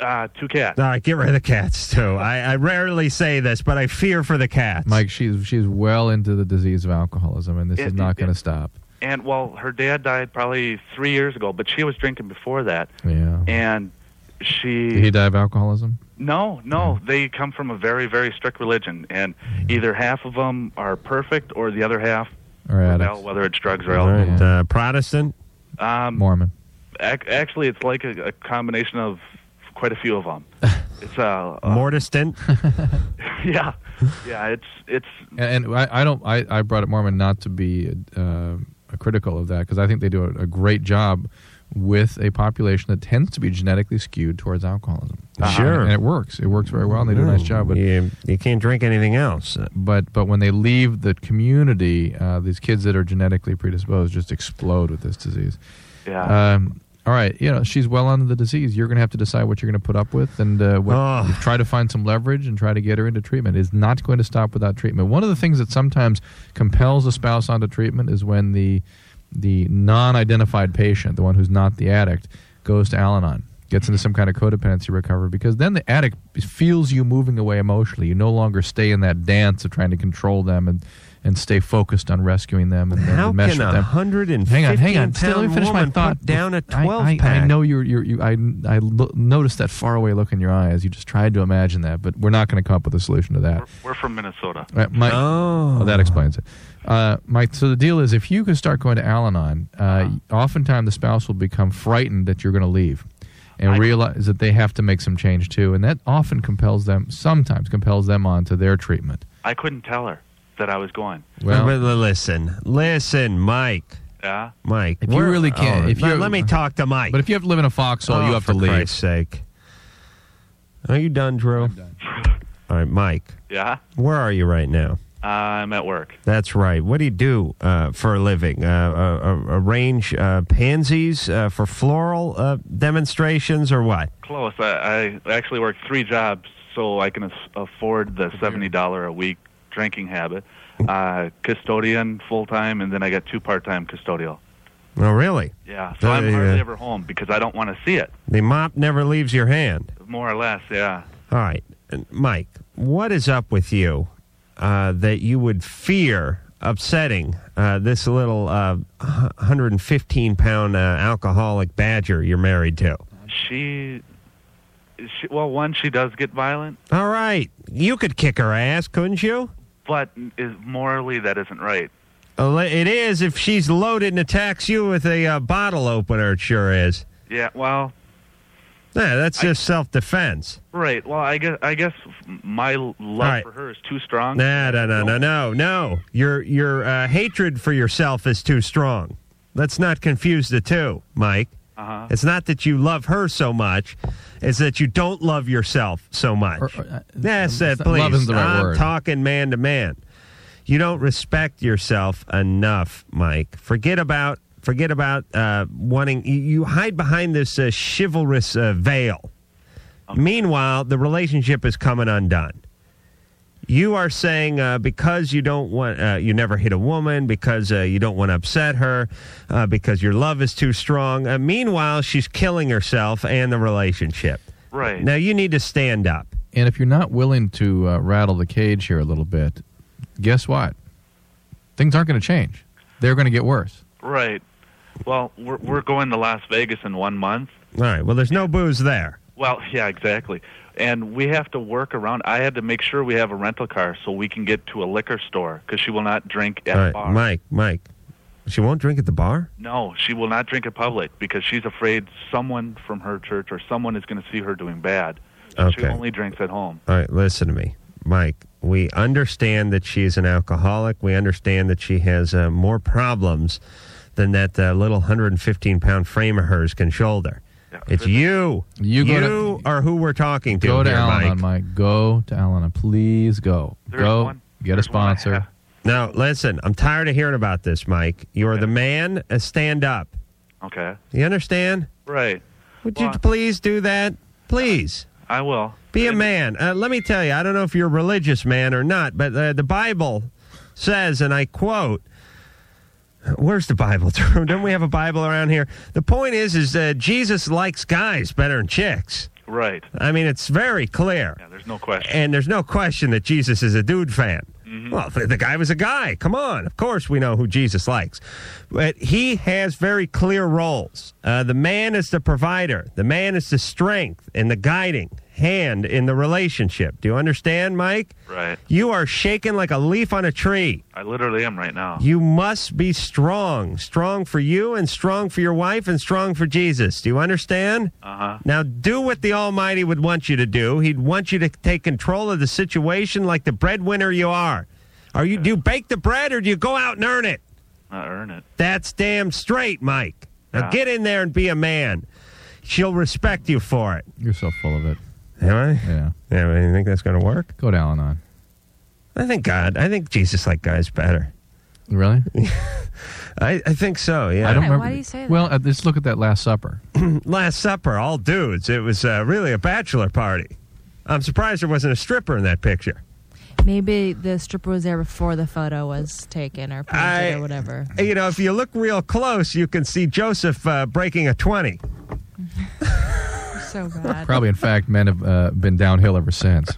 [SPEAKER 20] uh, two cats.
[SPEAKER 3] Uh, get rid of the cats too. I, I rarely say this, but I fear for the cats.
[SPEAKER 4] Mike, she's she's well into the disease of alcoholism, and this is
[SPEAKER 20] It-
[SPEAKER 4] not
[SPEAKER 20] it-
[SPEAKER 4] going to stop.
[SPEAKER 20] And well, her dad died probably three years ago, but she was drinking before that.
[SPEAKER 4] Yeah.
[SPEAKER 20] And she
[SPEAKER 4] Did he die of alcoholism?
[SPEAKER 20] no, no, they come from a very, very strict religion, and either half of them are perfect, or the other half
[SPEAKER 4] Or
[SPEAKER 20] rebel, whether it's drugs or
[SPEAKER 3] All
[SPEAKER 20] alcohol.
[SPEAKER 3] right, uh, Protestant,
[SPEAKER 20] Um,
[SPEAKER 4] Mormon.
[SPEAKER 20] ac- actually, it's like a, a combination of quite a few of them. It's uh, uh
[SPEAKER 3] Mortistant.
[SPEAKER 20] yeah, yeah. It's it's
[SPEAKER 4] And, and I, I don't. I, I brought up Mormon not to be uh, critical of that because I think they do a, a great job with a population that tends to be genetically skewed towards alcoholism.
[SPEAKER 3] Sure.
[SPEAKER 4] Uh, and it works. It works very well, and they do a nice job. But
[SPEAKER 3] you, you can't drink anything else.
[SPEAKER 4] But but when they leave the community, uh, these kids that are genetically predisposed just explode with this disease.
[SPEAKER 3] Uh,
[SPEAKER 20] Yeah.
[SPEAKER 4] Um, all right, you know she's well under the disease. You're going to have to decide what you're going to put up with, and uh, what, try to find some leverage and try to get her into treatment. Is not going to stop without treatment. One of the things that sometimes compels a spouse onto treatment is when the the non-identified patient, the one who's not the addict, goes to Al-Anon, gets into some kind of codependency recovery, because then the addict feels you moving away emotionally. You no longer stay in that dance of trying to control them and and stay focused on rescuing them and,
[SPEAKER 3] How
[SPEAKER 4] and mesh
[SPEAKER 3] can
[SPEAKER 4] with
[SPEAKER 3] a
[SPEAKER 4] them.
[SPEAKER 3] hundred and
[SPEAKER 4] Hang on, hang on. Still, let me
[SPEAKER 3] pound
[SPEAKER 4] finish my
[SPEAKER 3] woman
[SPEAKER 4] thought.
[SPEAKER 3] put down a
[SPEAKER 4] I-
[SPEAKER 3] 12
[SPEAKER 4] I, I,
[SPEAKER 3] pack?
[SPEAKER 4] know you're, you're, you. I, I lo- noticed that faraway look in your eyes. You just tried to imagine that, but we're not going to come up with a solution to that.
[SPEAKER 20] we're from Minnesota.
[SPEAKER 4] All right, Mike, oh. that explains it. Uh, Mike, so the deal is if you can start going to Al Anon,
[SPEAKER 3] Uh-huh.
[SPEAKER 4] uh, oftentimes the spouse will become frightened that you're going to leave and realize that they have to make some change too. And that often compels them, sometimes compels them on to their treatment.
[SPEAKER 20] I couldn't tell her that I was going.
[SPEAKER 4] Well-
[SPEAKER 3] But li- listen, listen, Mike.
[SPEAKER 20] Yeah.
[SPEAKER 3] Mike.
[SPEAKER 4] If you
[SPEAKER 3] we're-
[SPEAKER 4] really can't-
[SPEAKER 3] oh,
[SPEAKER 4] if
[SPEAKER 3] let,
[SPEAKER 4] you're-
[SPEAKER 3] let me talk to Mike.
[SPEAKER 4] But if you have to live in a foxhole,
[SPEAKER 3] Oh,
[SPEAKER 4] you have to
[SPEAKER 3] for
[SPEAKER 4] leave.
[SPEAKER 3] Christ's sake. Are you done, Drew? All right, Mike.
[SPEAKER 20] Yeah.
[SPEAKER 3] Where are you right now?
[SPEAKER 20] I'm at work.
[SPEAKER 3] That's right. What do you do uh, for a living? Uh, uh, uh, arrange uh, pansies uh, for floral uh, demonstrations or what?
[SPEAKER 20] Close. I, I actually work three jobs so I can as- afford the seventy dollar a week drinking habit. Uh, custodian full time, and then I got two part time custodial.
[SPEAKER 3] Oh, really?
[SPEAKER 20] Yeah, so
[SPEAKER 3] Oh,
[SPEAKER 20] I'm
[SPEAKER 3] yeah,
[SPEAKER 20] hardly
[SPEAKER 3] yeah.
[SPEAKER 20] ever home because I don't want to see it.
[SPEAKER 3] The mop never leaves your hand.
[SPEAKER 20] More or less, yeah.
[SPEAKER 3] All right, And Mike, what is up with you uh, that you would fear upsetting uh, this little uh, 115 pound uh, alcoholic badger you're married to?
[SPEAKER 20] She, she, well, one, she does get violent,
[SPEAKER 3] All right, you could kick her ass, couldn't you?
[SPEAKER 20] but is morally that isn't right.
[SPEAKER 3] Uh, It is if she's loaded and attacks you with a uh, bottle opener. It sure is.
[SPEAKER 20] Yeah, well,
[SPEAKER 3] Yeah, that's just self defense.
[SPEAKER 20] right. Well, I guess I guess my love
[SPEAKER 3] right.
[SPEAKER 20] for her is too strong.
[SPEAKER 3] No, no, no, no, no, no. Your your uh, hatred for yourself is too strong. Let's not confuse the two, Mike.
[SPEAKER 20] Uh-huh.
[SPEAKER 3] It's not that you love her so much; it's that you don't love yourself so much. yes, uh,
[SPEAKER 4] it's-
[SPEAKER 3] please.
[SPEAKER 4] love isn't the right
[SPEAKER 3] I'm
[SPEAKER 4] word.
[SPEAKER 3] talking man to man. You don't respect yourself enough, Mike. Forget about forget about uh, wanting. You, you hide behind this uh, chivalrous uh, veil. Meanwhile, the relationship is coming undone you are saying uh, because you don't want uh, you never hit a woman because uh, you don't want to upset her uh, because your love is too strong uh, meanwhile she's killing herself and the relationship
[SPEAKER 20] right
[SPEAKER 3] now you need to stand up
[SPEAKER 4] And if you're not willing to uh, rattle the cage here a little bit, guess what? Things aren't going to change. They're going to get worse.
[SPEAKER 20] Right. Well, we're we're going to Las Vegas in one month.
[SPEAKER 3] all right well there's no booze there
[SPEAKER 20] Well, yeah, exactly. And we have to work around. I had to make sure we have a rental car so we can get to a liquor store because she will not drink at
[SPEAKER 3] all right
[SPEAKER 20] bar.
[SPEAKER 3] mike mike she won't drink at the bar
[SPEAKER 20] No, she will not drink in public because she's afraid someone from her church or someone is going to see her doing bad. So She
[SPEAKER 3] Okay.
[SPEAKER 20] only drinks at home.
[SPEAKER 3] all right listen to me mike we understand that she's an alcoholic we understand that she has uh, more problems than that uh, little 115 pound frame of hers can shoulder it's you.
[SPEAKER 4] You go to-
[SPEAKER 3] are who we're talking to.
[SPEAKER 4] Go to
[SPEAKER 3] here,
[SPEAKER 4] Alana,
[SPEAKER 3] Mike.
[SPEAKER 4] Mike. Go to Alana. Please go. go get a sponsor.
[SPEAKER 3] Now, listen, I'm tired of hearing about this, Mike. You're the man. Uh, stand up.
[SPEAKER 20] Okay.
[SPEAKER 3] You understand?
[SPEAKER 20] Right.
[SPEAKER 3] Would you please do that? Please.
[SPEAKER 20] I will.
[SPEAKER 3] Be a man. Uh, let me tell you, I don't know if you're a religious man or not, but uh, the Bible says, and I quote, Where's the Bible? Don't we have a Bible around here? The point is, is uh, Jesus likes guys better than chicks.
[SPEAKER 20] Right.
[SPEAKER 3] I mean, it's very clear.
[SPEAKER 20] There's no question.
[SPEAKER 3] And there's no question that Jesus is a dude fan.
[SPEAKER 20] Mhm.
[SPEAKER 3] Well, the the guy was a guy. Come on. Of course, we know who Jesus likes. But he has very clear roles. Uh, the man is the provider, the man is the strength and the guiding hand in the relationship. Do you understand, Mike?
[SPEAKER 20] Right.
[SPEAKER 3] You are shaking like a leaf on a tree.
[SPEAKER 20] I literally am right now.
[SPEAKER 3] You must be strong. Strong for you and strong for your wife and strong for Jesus. Do you understand?
[SPEAKER 20] Uh-huh.
[SPEAKER 3] Now do what the Almighty would want you to do. He'd want you to take control of the situation like the breadwinner you are. Are you do you bake the bread or do you go out and earn it?
[SPEAKER 20] I earn it.
[SPEAKER 3] That's damn straight, Mike. Now
[SPEAKER 20] Yeah.
[SPEAKER 3] get in there and be a man. She'll respect you for it.
[SPEAKER 4] You're so full of it.
[SPEAKER 3] Am I?
[SPEAKER 4] Yeah.
[SPEAKER 3] Yeah, but you think that's going to work?
[SPEAKER 4] Go to Al-Anon.
[SPEAKER 3] I think God. I think Jesus like guys better.
[SPEAKER 4] Really?
[SPEAKER 3] I, I think so. Yeah.
[SPEAKER 4] I don't remember. Well, uh, let's look at that Last Supper.
[SPEAKER 3] Last Supper, all dudes. It was uh, really a bachelor party. I'm surprised there wasn't a stripper in that picture.
[SPEAKER 21] Maybe the stripper was there before the photo was taken or printed
[SPEAKER 3] I-
[SPEAKER 21] or whatever.
[SPEAKER 3] You know, if you look real close, you can see Joseph uh, breaking a 20.
[SPEAKER 21] So bad.
[SPEAKER 4] Probably, in fact, men have uh, been downhill ever since.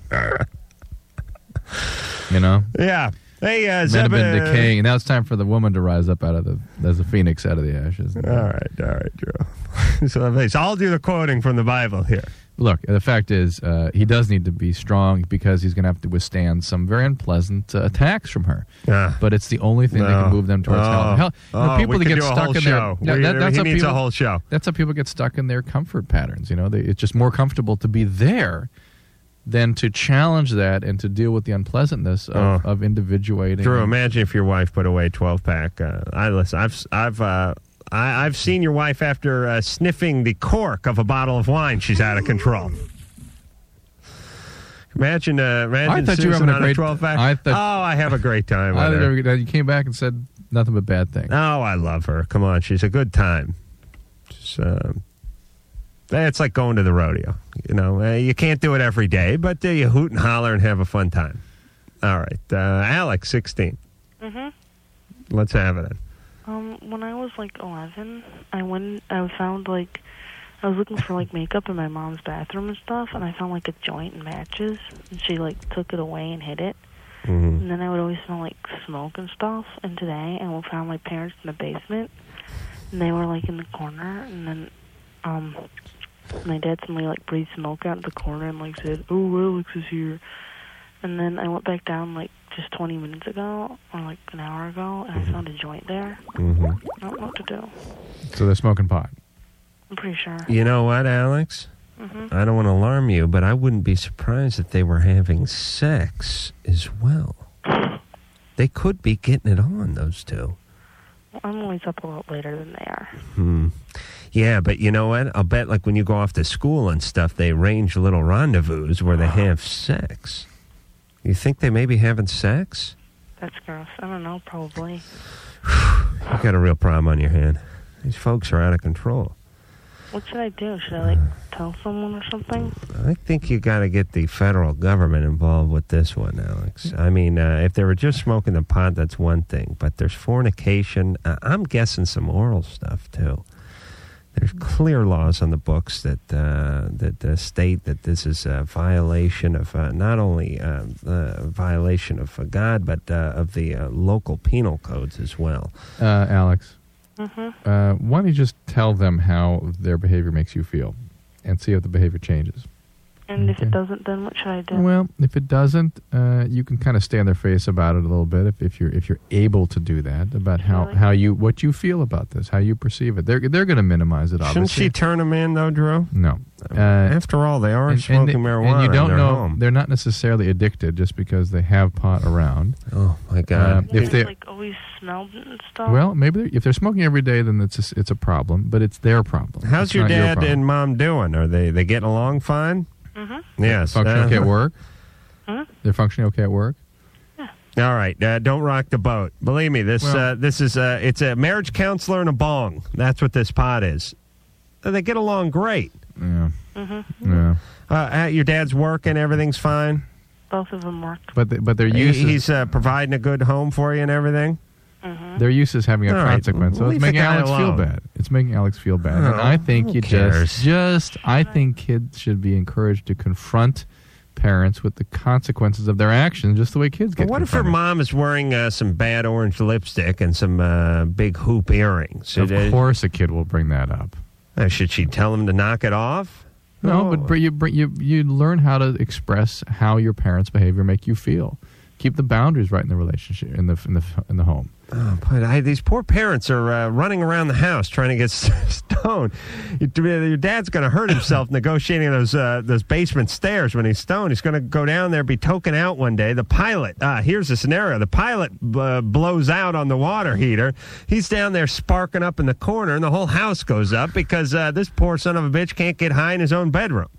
[SPEAKER 4] you know?
[SPEAKER 3] Yeah. Hey, uh,
[SPEAKER 4] Men have been
[SPEAKER 3] Zeb, uh,
[SPEAKER 4] decaying. Now it's time for the woman to rise up out of the, as a phoenix out of the ashes. All
[SPEAKER 3] right, all right, Drew. so thanks. I'll do the quoting from the Bible here.
[SPEAKER 4] Look, the fact is, uh, he does need to be strong because he's going to have to withstand some very unpleasant uh, attacks from her.
[SPEAKER 3] Yeah.
[SPEAKER 4] But it's the only thing that can
[SPEAKER 3] No.
[SPEAKER 4] move them
[SPEAKER 3] Oh.
[SPEAKER 4] towards hell. hell you know,
[SPEAKER 3] Oh,
[SPEAKER 4] people
[SPEAKER 3] we
[SPEAKER 4] that
[SPEAKER 3] could
[SPEAKER 4] get
[SPEAKER 3] do a
[SPEAKER 4] stuck
[SPEAKER 3] whole
[SPEAKER 4] in their
[SPEAKER 3] show. We-
[SPEAKER 4] that's
[SPEAKER 3] he
[SPEAKER 4] how
[SPEAKER 3] needs a
[SPEAKER 4] people-
[SPEAKER 3] whole show.
[SPEAKER 4] That's how people get stuck in their comfort patterns. You know, they, it's just more comfortable to be there than to challenge that and to deal with the unpleasantness of, of individuating.
[SPEAKER 3] Oh. Drew, imagine if your wife put away 12 pack. Uh, I listen. I've s- I've uh, I, I've seen your wife after uh, sniffing the cork of a bottle of wine. She's out of control. Imagine, uh, imagine
[SPEAKER 4] I thought you
[SPEAKER 3] Susan
[SPEAKER 4] were having a
[SPEAKER 3] on
[SPEAKER 4] great-
[SPEAKER 3] 12 pack.
[SPEAKER 4] I thought-
[SPEAKER 3] oh, I have a great time.
[SPEAKER 4] I
[SPEAKER 3] with
[SPEAKER 4] did
[SPEAKER 3] her.
[SPEAKER 4] every- you came back and said nothing but bad things.
[SPEAKER 3] Oh, I love her. Come on, she's a good time. She's, uh, it's like going to the rodeo. You know, uh, you can't do it every day, but uh, you hoot and holler and have a fun time. All right, uh, Alex, sixteen.
[SPEAKER 22] Mm-hmm.
[SPEAKER 3] Let's have it. In.
[SPEAKER 21] Um, when I was like 11, I went. I found like I was looking for like makeup in my mom's bathroom and stuff, and I found like a joint and matches, and she like took it away and hid it. And then I would always smell like smoke and stuff. And today, I found my parents in the basement, and they were like in the corner, and then um, my dad suddenly like breathed smoke out of the corner and like said, "Oh, Alex is here." And then I went back down like just 20 minutes ago, or like an hour ago, and I found a joint there.
[SPEAKER 3] Mhm.
[SPEAKER 21] I don't know what to do.
[SPEAKER 4] So they're smoking pot.
[SPEAKER 21] I'm pretty sure.
[SPEAKER 3] You know what, Alex?
[SPEAKER 21] Mhm.
[SPEAKER 3] I don't want to alarm you, but I wouldn't be surprised if they were having sex as well. They could be getting it on, those two.
[SPEAKER 21] I'm always up a lot later than they are.
[SPEAKER 3] Hmm. Yeah, but you know what? I'll bet, like, when you go off to school and stuff, they arrange little rendezvous where they have sex. You think they may be having sex?
[SPEAKER 21] That's gross. I don't know, probably.
[SPEAKER 3] you got a real problem on your hand. These folks are out of control.
[SPEAKER 21] What should I do? Should I like tell someone or something?
[SPEAKER 3] I think you got to get the federal government involved with this one, Alex. I mean, uh, if they were just smoking the pot, that's one thing. But there's fornication. Uh, I'm guessing some oral stuff too. There's clear laws on the books that uh, that uh, state that this is a violation of uh, not only uh, uh, violation of uh, God, but uh, of the uh, local penal codes as well.
[SPEAKER 4] Uh, Alex,
[SPEAKER 21] Mhm.
[SPEAKER 4] uh, why don't you just tell them how their behavior makes you feel and see if the behavior changes?
[SPEAKER 21] And if it doesn't, then what should I do?
[SPEAKER 4] Well, if it doesn't, uh, you can kind of stay on their face about it a little bit if, if you're if you're able to do that about how, how you what you feel about this, how you perceive it. They're they're going to minimize it.
[SPEAKER 3] Shouldn't
[SPEAKER 4] Obviously,
[SPEAKER 3] she turn them in though, Drew?
[SPEAKER 4] No. Uh,
[SPEAKER 3] After all, they are smoking marijuana.
[SPEAKER 4] And you
[SPEAKER 3] in
[SPEAKER 4] don't
[SPEAKER 3] their
[SPEAKER 4] know
[SPEAKER 3] home.
[SPEAKER 4] they're not necessarily addicted just because they have pot around. Uh,
[SPEAKER 3] Oh my God.
[SPEAKER 21] You
[SPEAKER 4] if
[SPEAKER 21] guys,
[SPEAKER 4] they
[SPEAKER 21] like oh. always smelled and stuff.
[SPEAKER 4] well, maybe they're, if they're smoking every day, then it's a, it's a problem. But it's their problem.
[SPEAKER 3] How's
[SPEAKER 4] It's
[SPEAKER 3] your
[SPEAKER 4] not
[SPEAKER 3] dad
[SPEAKER 4] problem.
[SPEAKER 3] and mom doing? Are they they getting along fine? Mm-hmm. Yes.
[SPEAKER 4] functioning okay at
[SPEAKER 3] Uh-huh.
[SPEAKER 4] work?
[SPEAKER 21] Huh?
[SPEAKER 4] They're functioning okay at work.
[SPEAKER 3] All right, uh, don't rock the boat. Believe me, this uh, this is uh, it's a marriage counselor and a bong. That's what this pot is. Uh, They get along great.
[SPEAKER 4] Yeah.
[SPEAKER 21] Mm-hmm.
[SPEAKER 4] Yeah.
[SPEAKER 3] Uh, at your dad's work and everything's fine.
[SPEAKER 21] Both of them work.
[SPEAKER 4] But they, but their
[SPEAKER 3] He-
[SPEAKER 4] use is-
[SPEAKER 3] he's uh, providing a good home for you and everything.
[SPEAKER 4] Their use is having a
[SPEAKER 3] All right,
[SPEAKER 4] consequence. So
[SPEAKER 3] leave
[SPEAKER 4] it's
[SPEAKER 3] the
[SPEAKER 4] making
[SPEAKER 3] guy
[SPEAKER 4] Alex
[SPEAKER 3] alone.
[SPEAKER 4] feel bad. It's making Alex feel bad. and
[SPEAKER 3] Oh,
[SPEAKER 4] I think
[SPEAKER 3] who
[SPEAKER 4] you
[SPEAKER 3] cares?
[SPEAKER 4] just just I think kids should be encouraged to confront parents with the consequences of their actions, just the way kids
[SPEAKER 3] But
[SPEAKER 4] get.
[SPEAKER 3] what if her mom is wearing uh, some bad orange lipstick and some uh, big hoop earrings? Uh,
[SPEAKER 4] Of course, a kid will bring that up.
[SPEAKER 3] should she tell him to knock it off?
[SPEAKER 4] No, but br- you br- you you learn how to express how your parents' behavior make you feel. Keep the boundaries right in the relationship in the in the in the home.
[SPEAKER 3] Oh, but I, these poor parents are uh, running around the house trying to get stoned. Your, your dad's going to hurt himself negotiating those uh, those basement stairs when he's stoned. He's going to go down there, be token out one day. The pilot, ah, here's the scenario: the pilot uh, blows out on the water heater. He's down there sparking up in the corner, and the whole house goes up because uh, this poor son of a bitch can't get high in his own bedroom.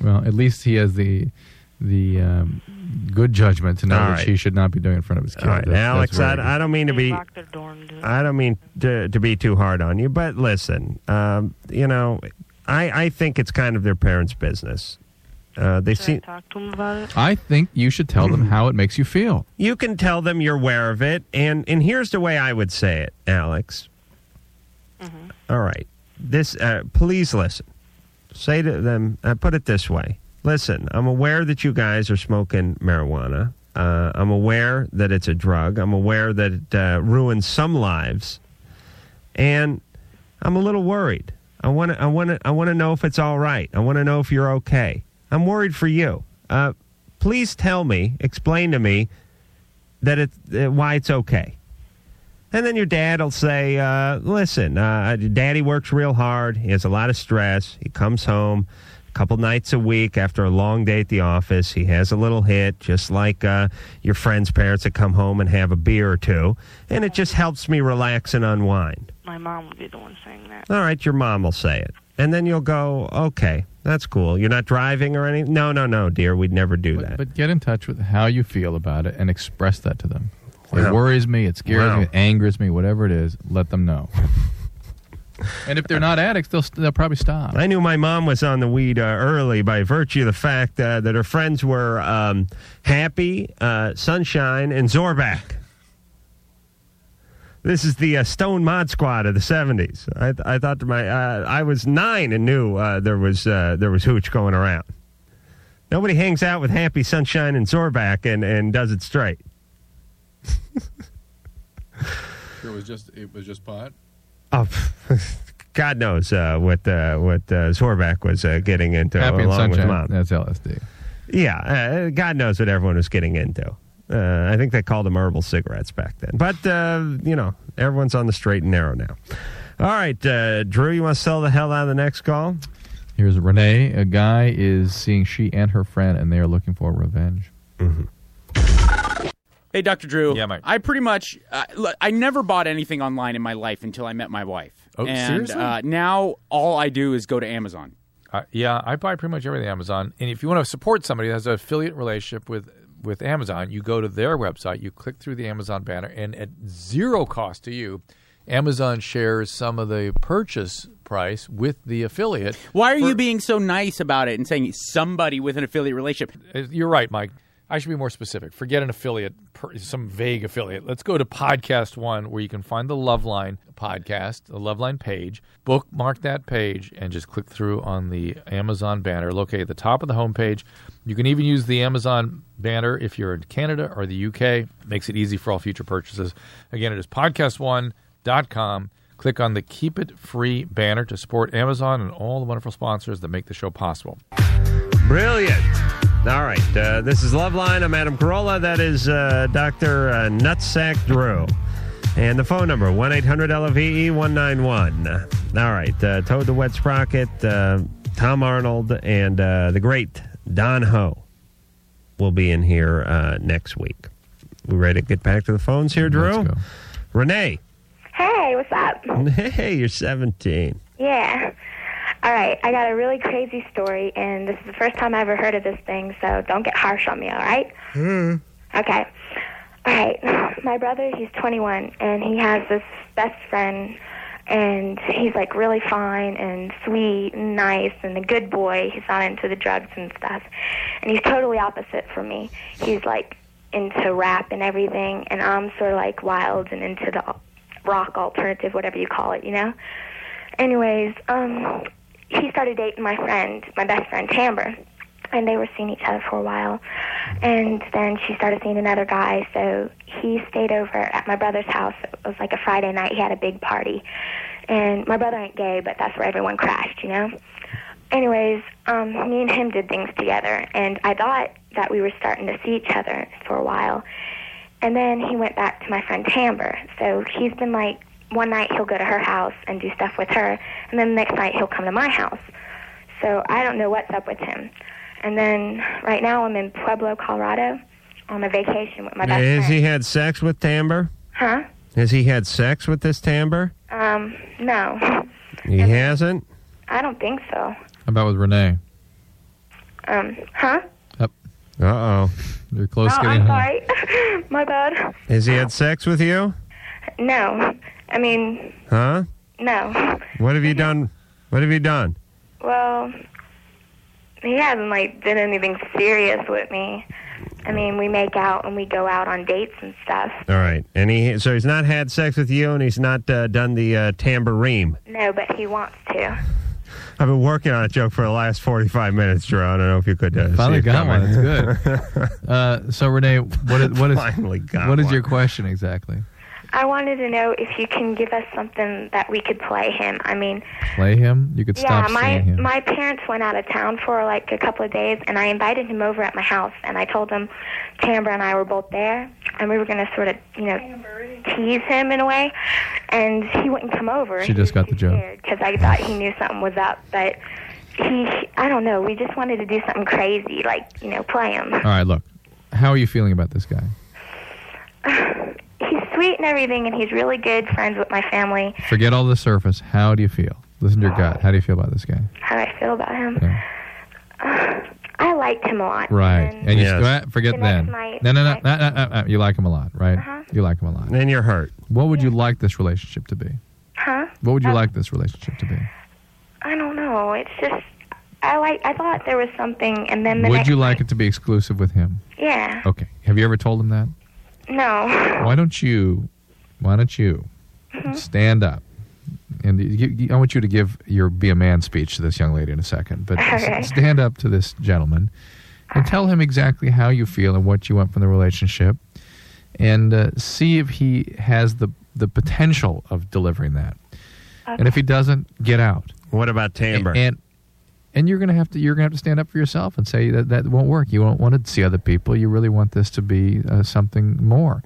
[SPEAKER 4] Well, at least he has the the um, good judgment to know
[SPEAKER 3] All
[SPEAKER 4] what
[SPEAKER 3] right.
[SPEAKER 4] he should not be doing in front of his kids.
[SPEAKER 3] All right,
[SPEAKER 4] That's-
[SPEAKER 3] Alex,
[SPEAKER 4] that's where it
[SPEAKER 3] I, I don't mean to be. I don't mean to, to be too hard on you, but listen, um, you know, I, I think it's kind of their parents' business. Uh, they see.
[SPEAKER 21] Talk to them about it.
[SPEAKER 4] I think you should tell them how it makes you feel.
[SPEAKER 3] You can tell them you're aware of it, and and here's the way I would say it, Alex. All right, this. Uh, please listen. Say to them. Uh, put it this way. Listen, I'm aware that you guys are smoking marijuana. Uh, I'm aware that it's a drug. I'm aware that it uh, ruins some lives, and I'm a little worried. I want to. I want to. I want to know if it's all right. I want to know if you're okay. I'm worried for you. Uh, please tell me. Explain to me that it uh, why it's okay. And then your dad will say, uh, "Listen, uh, Daddy works real hard. He has a lot of stress. He comes home a couple nights a week after a long day at the office. He has a little hit, just like uh, your friends' parents that come home and have a beer or two, and it just helps me relax and unwind."
[SPEAKER 21] My mom would be the one saying that.
[SPEAKER 3] All right, your mom will say it, and then you'll go, "Okay, that's cool. You're not driving or anything." No, no, no, dear, we'd never do that.
[SPEAKER 4] But get in touch with how you feel about it and express that to them.
[SPEAKER 3] Wow.
[SPEAKER 4] It worries me, it scares
[SPEAKER 3] Wow.
[SPEAKER 4] me, it angers me, whatever it is, let them know. and if they're not addicts, they'll, st- they'll probably stop.
[SPEAKER 3] I knew my mom was on the weed uh, early by virtue of the fact uh, that her friends were um, Happy, uh, Sunshine, and Zorback. This is the uh, Stone Mod Squad of the '70s. I, th- I thought to my, uh, I was nine and knew uh, there was uh, there was hooch going around. Nobody hangs out with Happy Sunshine and Zorback and, and does it straight.
[SPEAKER 2] It was just it was just pot.
[SPEAKER 3] Oh, God knows uh, what uh, what uh, Zorback was uh, getting into
[SPEAKER 4] Happy and
[SPEAKER 3] along with mom.
[SPEAKER 4] sunshine. That's LSD.
[SPEAKER 3] Yeah, uh, God knows what everyone was getting into. Uh, I think they called them herbal cigarettes back then. But, uh, you know, everyone's on the straight and narrow now. All right, uh, Drew, you want to sell the hell out of the next call?
[SPEAKER 4] Here's Renee. A guy is seeing she and her friend, and they are looking for revenge.
[SPEAKER 3] Mm-hmm.
[SPEAKER 22] Hey, Dr. Drew. Yeah, Mike. I pretty much, uh, look, I never bought anything online in my life until I met my wife.
[SPEAKER 23] Oh,
[SPEAKER 22] and,
[SPEAKER 23] seriously?
[SPEAKER 22] Uh, now all I do is go to Amazon.
[SPEAKER 23] Uh, yeah, I buy pretty much everything Amazon. And if you want to support somebody that has an affiliate relationship with with Amazon, you go to their website, you click through the Amazon banner, and at zero cost to you, Amazon shares some of the purchase price with the affiliate.
[SPEAKER 22] Why are you being so nice about it and saying somebody with an affiliate relationship?
[SPEAKER 23] Uh, You're right, Mike. I should be more specific. Forget an affiliate, per- some vague affiliate. Let's go to Podcast One, where you can find the Loveline podcast, the Loveline page. Bookmark that page and just click through on the Amazon banner located at the top of the homepage. You can even use the Amazon banner if you're in Canada or the UK. Makes it easy for all future purchases. Again, it is podcastone.com. Click on the Keep It Free banner to support Amazon and all the wonderful sponsors that make the show possible.
[SPEAKER 3] Brilliant. All right, uh, this is Loveline. I'm Adam Carolla. That is uh, Dr. Uh, Nutsack Drew. And the phone number, 1 800 LOVE 191. All right, uh, Toad the Wet Sprocket, uh, Tom Arnold, and uh, the great Don Ho will be in here uh, next week. We ready to get back to the phones here, Drew? Renee.
[SPEAKER 24] Hey, what's up?
[SPEAKER 3] Hey, you're 17.
[SPEAKER 24] Yeah. All right, I got a really crazy story, and this is the first time I ever heard of this thing, so don't get harsh on me, all right? Okay. All right. My brother, he's 21, and he has this best friend, and he's like really fine and sweet and nice and a good boy. He's not into the drugs and stuff. And he's totally opposite from me. He's like into rap and everything, and I'm sort of like wild and into the rock alternative, whatever you call it, you know? Anyways, um, he started dating my friend, my best friend, Tamber. And they were seeing each other for a while. And then she started seeing another guy. So he stayed over at my brother's house. It was like a Friday night. He had a big party. And my brother ain't gay, but that's where everyone crashed, you know? Anyways, um, me and him did things together. And I thought that we were starting to see each other for a while. And then he went back to my friend Tamber. So he's been like, one night he'll go to her house and do stuff with her, and then the next night he'll come to my house. So I don't know what's up with him. And then right now I'm in Pueblo, Colorado, on a vacation with my best
[SPEAKER 3] Has
[SPEAKER 24] friend.
[SPEAKER 3] he had sex with Tamber?
[SPEAKER 24] Huh?
[SPEAKER 3] Has he had sex with this Tamber?
[SPEAKER 24] Um, no,
[SPEAKER 3] He hasn't?
[SPEAKER 24] I don't think so.
[SPEAKER 4] How about with Renee?
[SPEAKER 24] Um, huh?
[SPEAKER 3] Uh oh.
[SPEAKER 4] You're close
[SPEAKER 24] oh,
[SPEAKER 4] getting
[SPEAKER 24] I'm sorry. my bad.
[SPEAKER 3] Has he had sex with you?
[SPEAKER 24] No, I mean
[SPEAKER 3] Huh?
[SPEAKER 24] no.
[SPEAKER 3] What have you done? What have you done?
[SPEAKER 24] Well, he hasn't like done anything serious with me. I mean, we make out and we go out on dates and stuff.
[SPEAKER 3] All right, and he so he's not had sex with you, and he's not uh, done the uh, tambourine.
[SPEAKER 24] No, but he wants to.
[SPEAKER 3] I've been working on a joke for the last forty-five minutes, Drew. I don't know if you could uh,
[SPEAKER 4] Finally
[SPEAKER 3] see it
[SPEAKER 4] got one.
[SPEAKER 3] coming.
[SPEAKER 4] That's good. uh, so Renee, what is what is
[SPEAKER 3] Finally got
[SPEAKER 4] what is
[SPEAKER 3] one.
[SPEAKER 4] your question exactly?
[SPEAKER 24] I wanted to know if you can give us something that we could play him. I mean,
[SPEAKER 4] Play him. You could
[SPEAKER 24] yeah,
[SPEAKER 4] stop
[SPEAKER 24] my
[SPEAKER 4] seeing him.
[SPEAKER 24] my parents went out of town for like a couple of days, and I invited him over at my house, and I told him Tambra and I were both there, and we were gonna sort of you know tease him in a way, and he wouldn't come over.
[SPEAKER 4] She just got the joke.
[SPEAKER 24] because I thought he knew something was up, but he I don't know. We just wanted to do something crazy, like you know, play him.
[SPEAKER 4] All right, look. How are you feeling about this guy?
[SPEAKER 24] He's sweet and everything, and he's really good friends with my family.
[SPEAKER 4] Forget all the surface. How do you feel? Listen to your gut. How do you feel about this guy?
[SPEAKER 24] How do I feel about him?
[SPEAKER 4] Yeah.
[SPEAKER 24] I liked him a lot.
[SPEAKER 4] Right. And you
[SPEAKER 24] Yes.
[SPEAKER 4] uh, forget
[SPEAKER 24] The
[SPEAKER 4] then.
[SPEAKER 24] next night-
[SPEAKER 4] no, no, no, no, no, no, no. You like him a lot, right?
[SPEAKER 24] Uh-huh.
[SPEAKER 4] You like him a lot.
[SPEAKER 3] And you're hurt.
[SPEAKER 4] What would you like this relationship to be?
[SPEAKER 24] Huh?
[SPEAKER 4] What would you
[SPEAKER 24] Uh,
[SPEAKER 4] like this relationship to be?
[SPEAKER 24] I don't know. It's just I like. I thought there was something, and then the
[SPEAKER 4] would
[SPEAKER 24] next.
[SPEAKER 4] you like it to be exclusive with him?
[SPEAKER 24] Yeah.
[SPEAKER 4] Okay. Have you ever told him that?
[SPEAKER 24] No.
[SPEAKER 4] Why don't you Why don't you
[SPEAKER 24] Mm-hmm.
[SPEAKER 4] stand up? And you, you- I want you to give your be a man speech to this young lady in a second, but s-
[SPEAKER 6] Okay.
[SPEAKER 4] stand up to this gentleman and tell him exactly how you feel and what you want from the relationship, and uh, see if he has the the potential of delivering that. And if he doesn't, get out.
[SPEAKER 3] What about timbre?
[SPEAKER 4] And, and and you're gonna have to you're gonna have to stand up for yourself and say that that won't work. You don't want to see other people. You really want this to be uh, something more.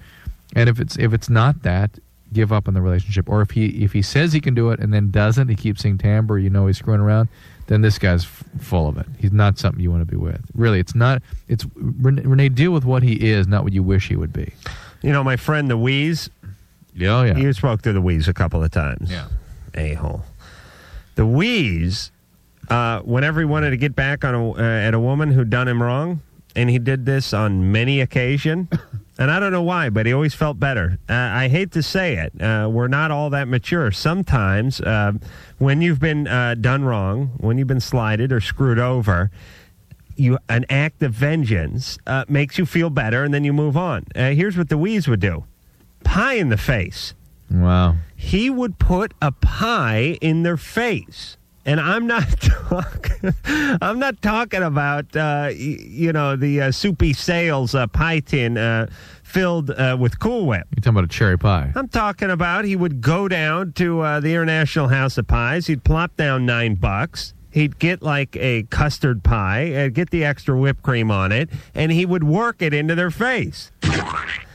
[SPEAKER 4] And if it's if it's not that, give up on the relationship. Or if he if he says he can do it and then doesn't, he keeps saying timbre. You know he's screwing around. Then this guy's f- full of it. He's not something you want to be with. Really, it's not. It's Renee. Renee, Deal with what he is, not what you wish he would be.
[SPEAKER 3] You know, my friend the Wheeze.
[SPEAKER 4] Yeah, yeah.
[SPEAKER 3] You spoke to the Wheeze a couple of times. Yeah. A hole. The Wheeze, uh, whenever he wanted to get back on a, uh, at a woman who'd done him wrong, and he did this on many occasion, and I don't know why, but he always felt better. Uh, I hate to say it, uh, we're not all that mature. Sometimes, uh, when you've been uh, done wrong, when you've been slighted or screwed over, you an act of vengeance uh, makes you feel better, and then you move on. Uh, here's what the Wheeze would do: pie in the face.
[SPEAKER 4] Wow.
[SPEAKER 3] He would put a pie in their face. And I'm not talking. I'm not talking about uh, y- you know the uh, soupy sales uh, pie tin uh, filled uh, with Cool Whip.
[SPEAKER 4] You're talking about a cherry pie.
[SPEAKER 3] I'm talking about he would go down to uh, the International House of Pies. He'd plop down nine bucks. He'd get like a custard pie and get the extra whipped cream on it, and he would work it into their face.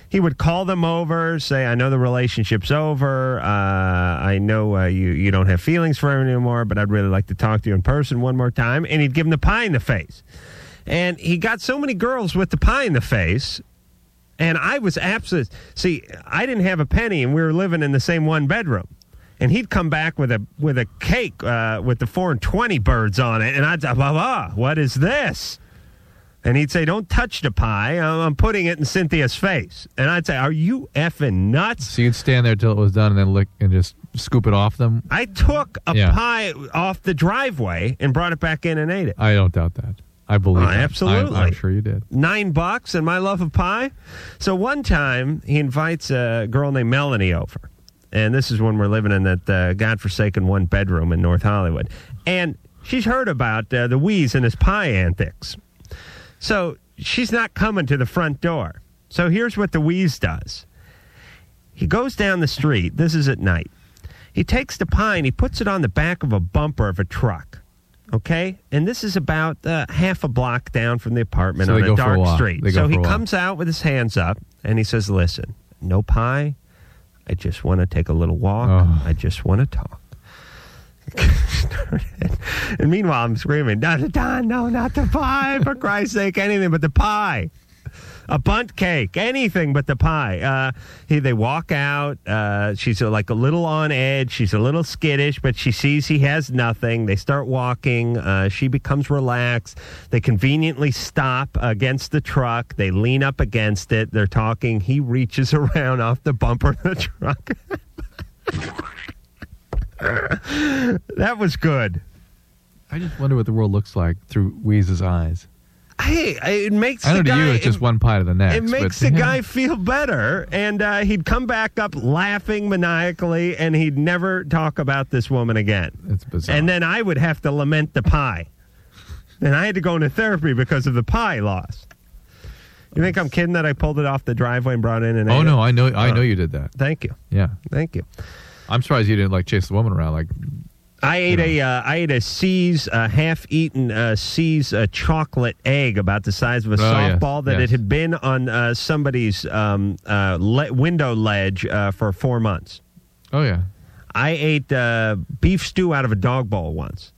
[SPEAKER 3] He would call them over, say, "I know the relationship's over. Uh, I know uh, you you don't have feelings for him anymore, but I'd really like to talk to you in person one more time." And he'd give him the pie in the face, and he got so many girls with the pie in the face and I was absent. See, I didn't have a penny, and we were living in the same one bedroom. And he'd come back with a with a cake uh, with the four and twenty birds on it, and I'd say, "Blah blah, what is this?" And he'd say, "Don't touch the pie. I'm, I'm putting it in Cynthia's face." And I'd say, "Are you effing nuts?"
[SPEAKER 4] So you'd stand there till it was done, and then lick and just scoop it off them.
[SPEAKER 3] I took a
[SPEAKER 4] Yeah.
[SPEAKER 3] pie off the driveway and brought it back in and ate it.
[SPEAKER 4] I don't doubt that. I believe.
[SPEAKER 3] Oh,
[SPEAKER 4] that. I-
[SPEAKER 3] absolutely.
[SPEAKER 4] I'm sure you did.
[SPEAKER 3] nine bucks and my love of pie. So one time he invites a girl named Melanie over, and this is when we're living in that uh, godforsaken one bedroom in North Hollywood, and she's heard about uh, the Wheeze and his pie antics. So she's not coming to the front door. So here's what the Wheeze does. He goes down the street. This is at night. He takes the pie and he puts it on the back of a bumper of a truck. Okay, and this is about uh, half a block down from the apartment
[SPEAKER 4] So they
[SPEAKER 3] on
[SPEAKER 4] go
[SPEAKER 3] a
[SPEAKER 4] for a
[SPEAKER 3] dark
[SPEAKER 4] walk.
[SPEAKER 3] street.
[SPEAKER 4] They go
[SPEAKER 3] so he
[SPEAKER 4] for a walk.
[SPEAKER 3] comes out with his hands up and he says, "Listen, no pie. I just want to take a little walk.
[SPEAKER 4] Oh.
[SPEAKER 3] I just want to talk." and meanwhile, I'm screaming, "Not the Don! No, not the pie! For Christ's sake, anything but the pie!" a bunt cake, anything but the pie. Uh, he, they walk out. Uh, she's uh like a little on edge. She's a little skittish, but she sees he has nothing. They start walking. Uh, she becomes relaxed. They conveniently stop against the truck. They lean up against it. They're talking. He reaches around off the bumper of the truck. that was good.
[SPEAKER 4] I just wonder what the world looks like through Weeze's eyes.
[SPEAKER 3] Hey, I- it makes
[SPEAKER 4] I know
[SPEAKER 3] the
[SPEAKER 4] to
[SPEAKER 3] guy,
[SPEAKER 4] you, it's just one pie to the next.
[SPEAKER 3] It makes
[SPEAKER 4] but
[SPEAKER 3] the
[SPEAKER 4] to him-
[SPEAKER 3] guy feel better, and uh, he'd come back up laughing maniacally, and he'd never talk about this woman again.
[SPEAKER 4] It's bizarre.
[SPEAKER 3] And then I would have to lament the pie, and I had to go into therapy because of the pie loss. You think I'm kidding that I pulled it off the driveway and brought in and?
[SPEAKER 4] Oh
[SPEAKER 3] ate
[SPEAKER 4] no,
[SPEAKER 3] it?
[SPEAKER 4] I know, I
[SPEAKER 3] Uh,
[SPEAKER 4] know you did that.
[SPEAKER 3] Thank you.
[SPEAKER 4] Yeah,
[SPEAKER 3] thank you.
[SPEAKER 4] I'm surprised you didn't like chase the woman around. Like,
[SPEAKER 3] I ate a uh, I ate a C's uh, half eaten uh, C's uh, chocolate egg about the size of a
[SPEAKER 4] Oh, yes,
[SPEAKER 3] softball that
[SPEAKER 4] yes.
[SPEAKER 3] it had been on uh, somebody's um, uh, le- window ledge uh, for four months.
[SPEAKER 4] oh yeah.
[SPEAKER 3] I ate uh, beef stew out of a dog bowl once.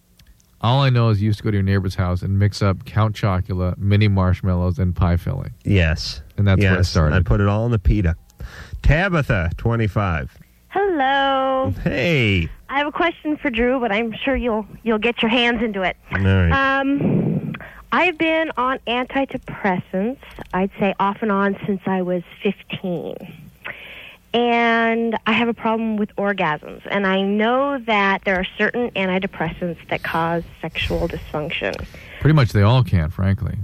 [SPEAKER 4] All I know is you used to go to your neighbor's house and mix up Count Chocula, mini marshmallows, and pie filling.
[SPEAKER 3] Yes,
[SPEAKER 4] and that's where it
[SPEAKER 3] Yes,
[SPEAKER 4] started.
[SPEAKER 3] I put it all in the pita. Tabitha, twenty five.
[SPEAKER 9] Hello.
[SPEAKER 3] Hey,
[SPEAKER 9] I have a question for Drew, but I'm sure you'll you'll get your hands into it.
[SPEAKER 3] All right.
[SPEAKER 9] Um, I've been on antidepressants. I'd say off and on since I was 15, and I have a problem with orgasms. And I know that there are certain antidepressants that cause sexual dysfunction.
[SPEAKER 4] Pretty much they all can, frankly.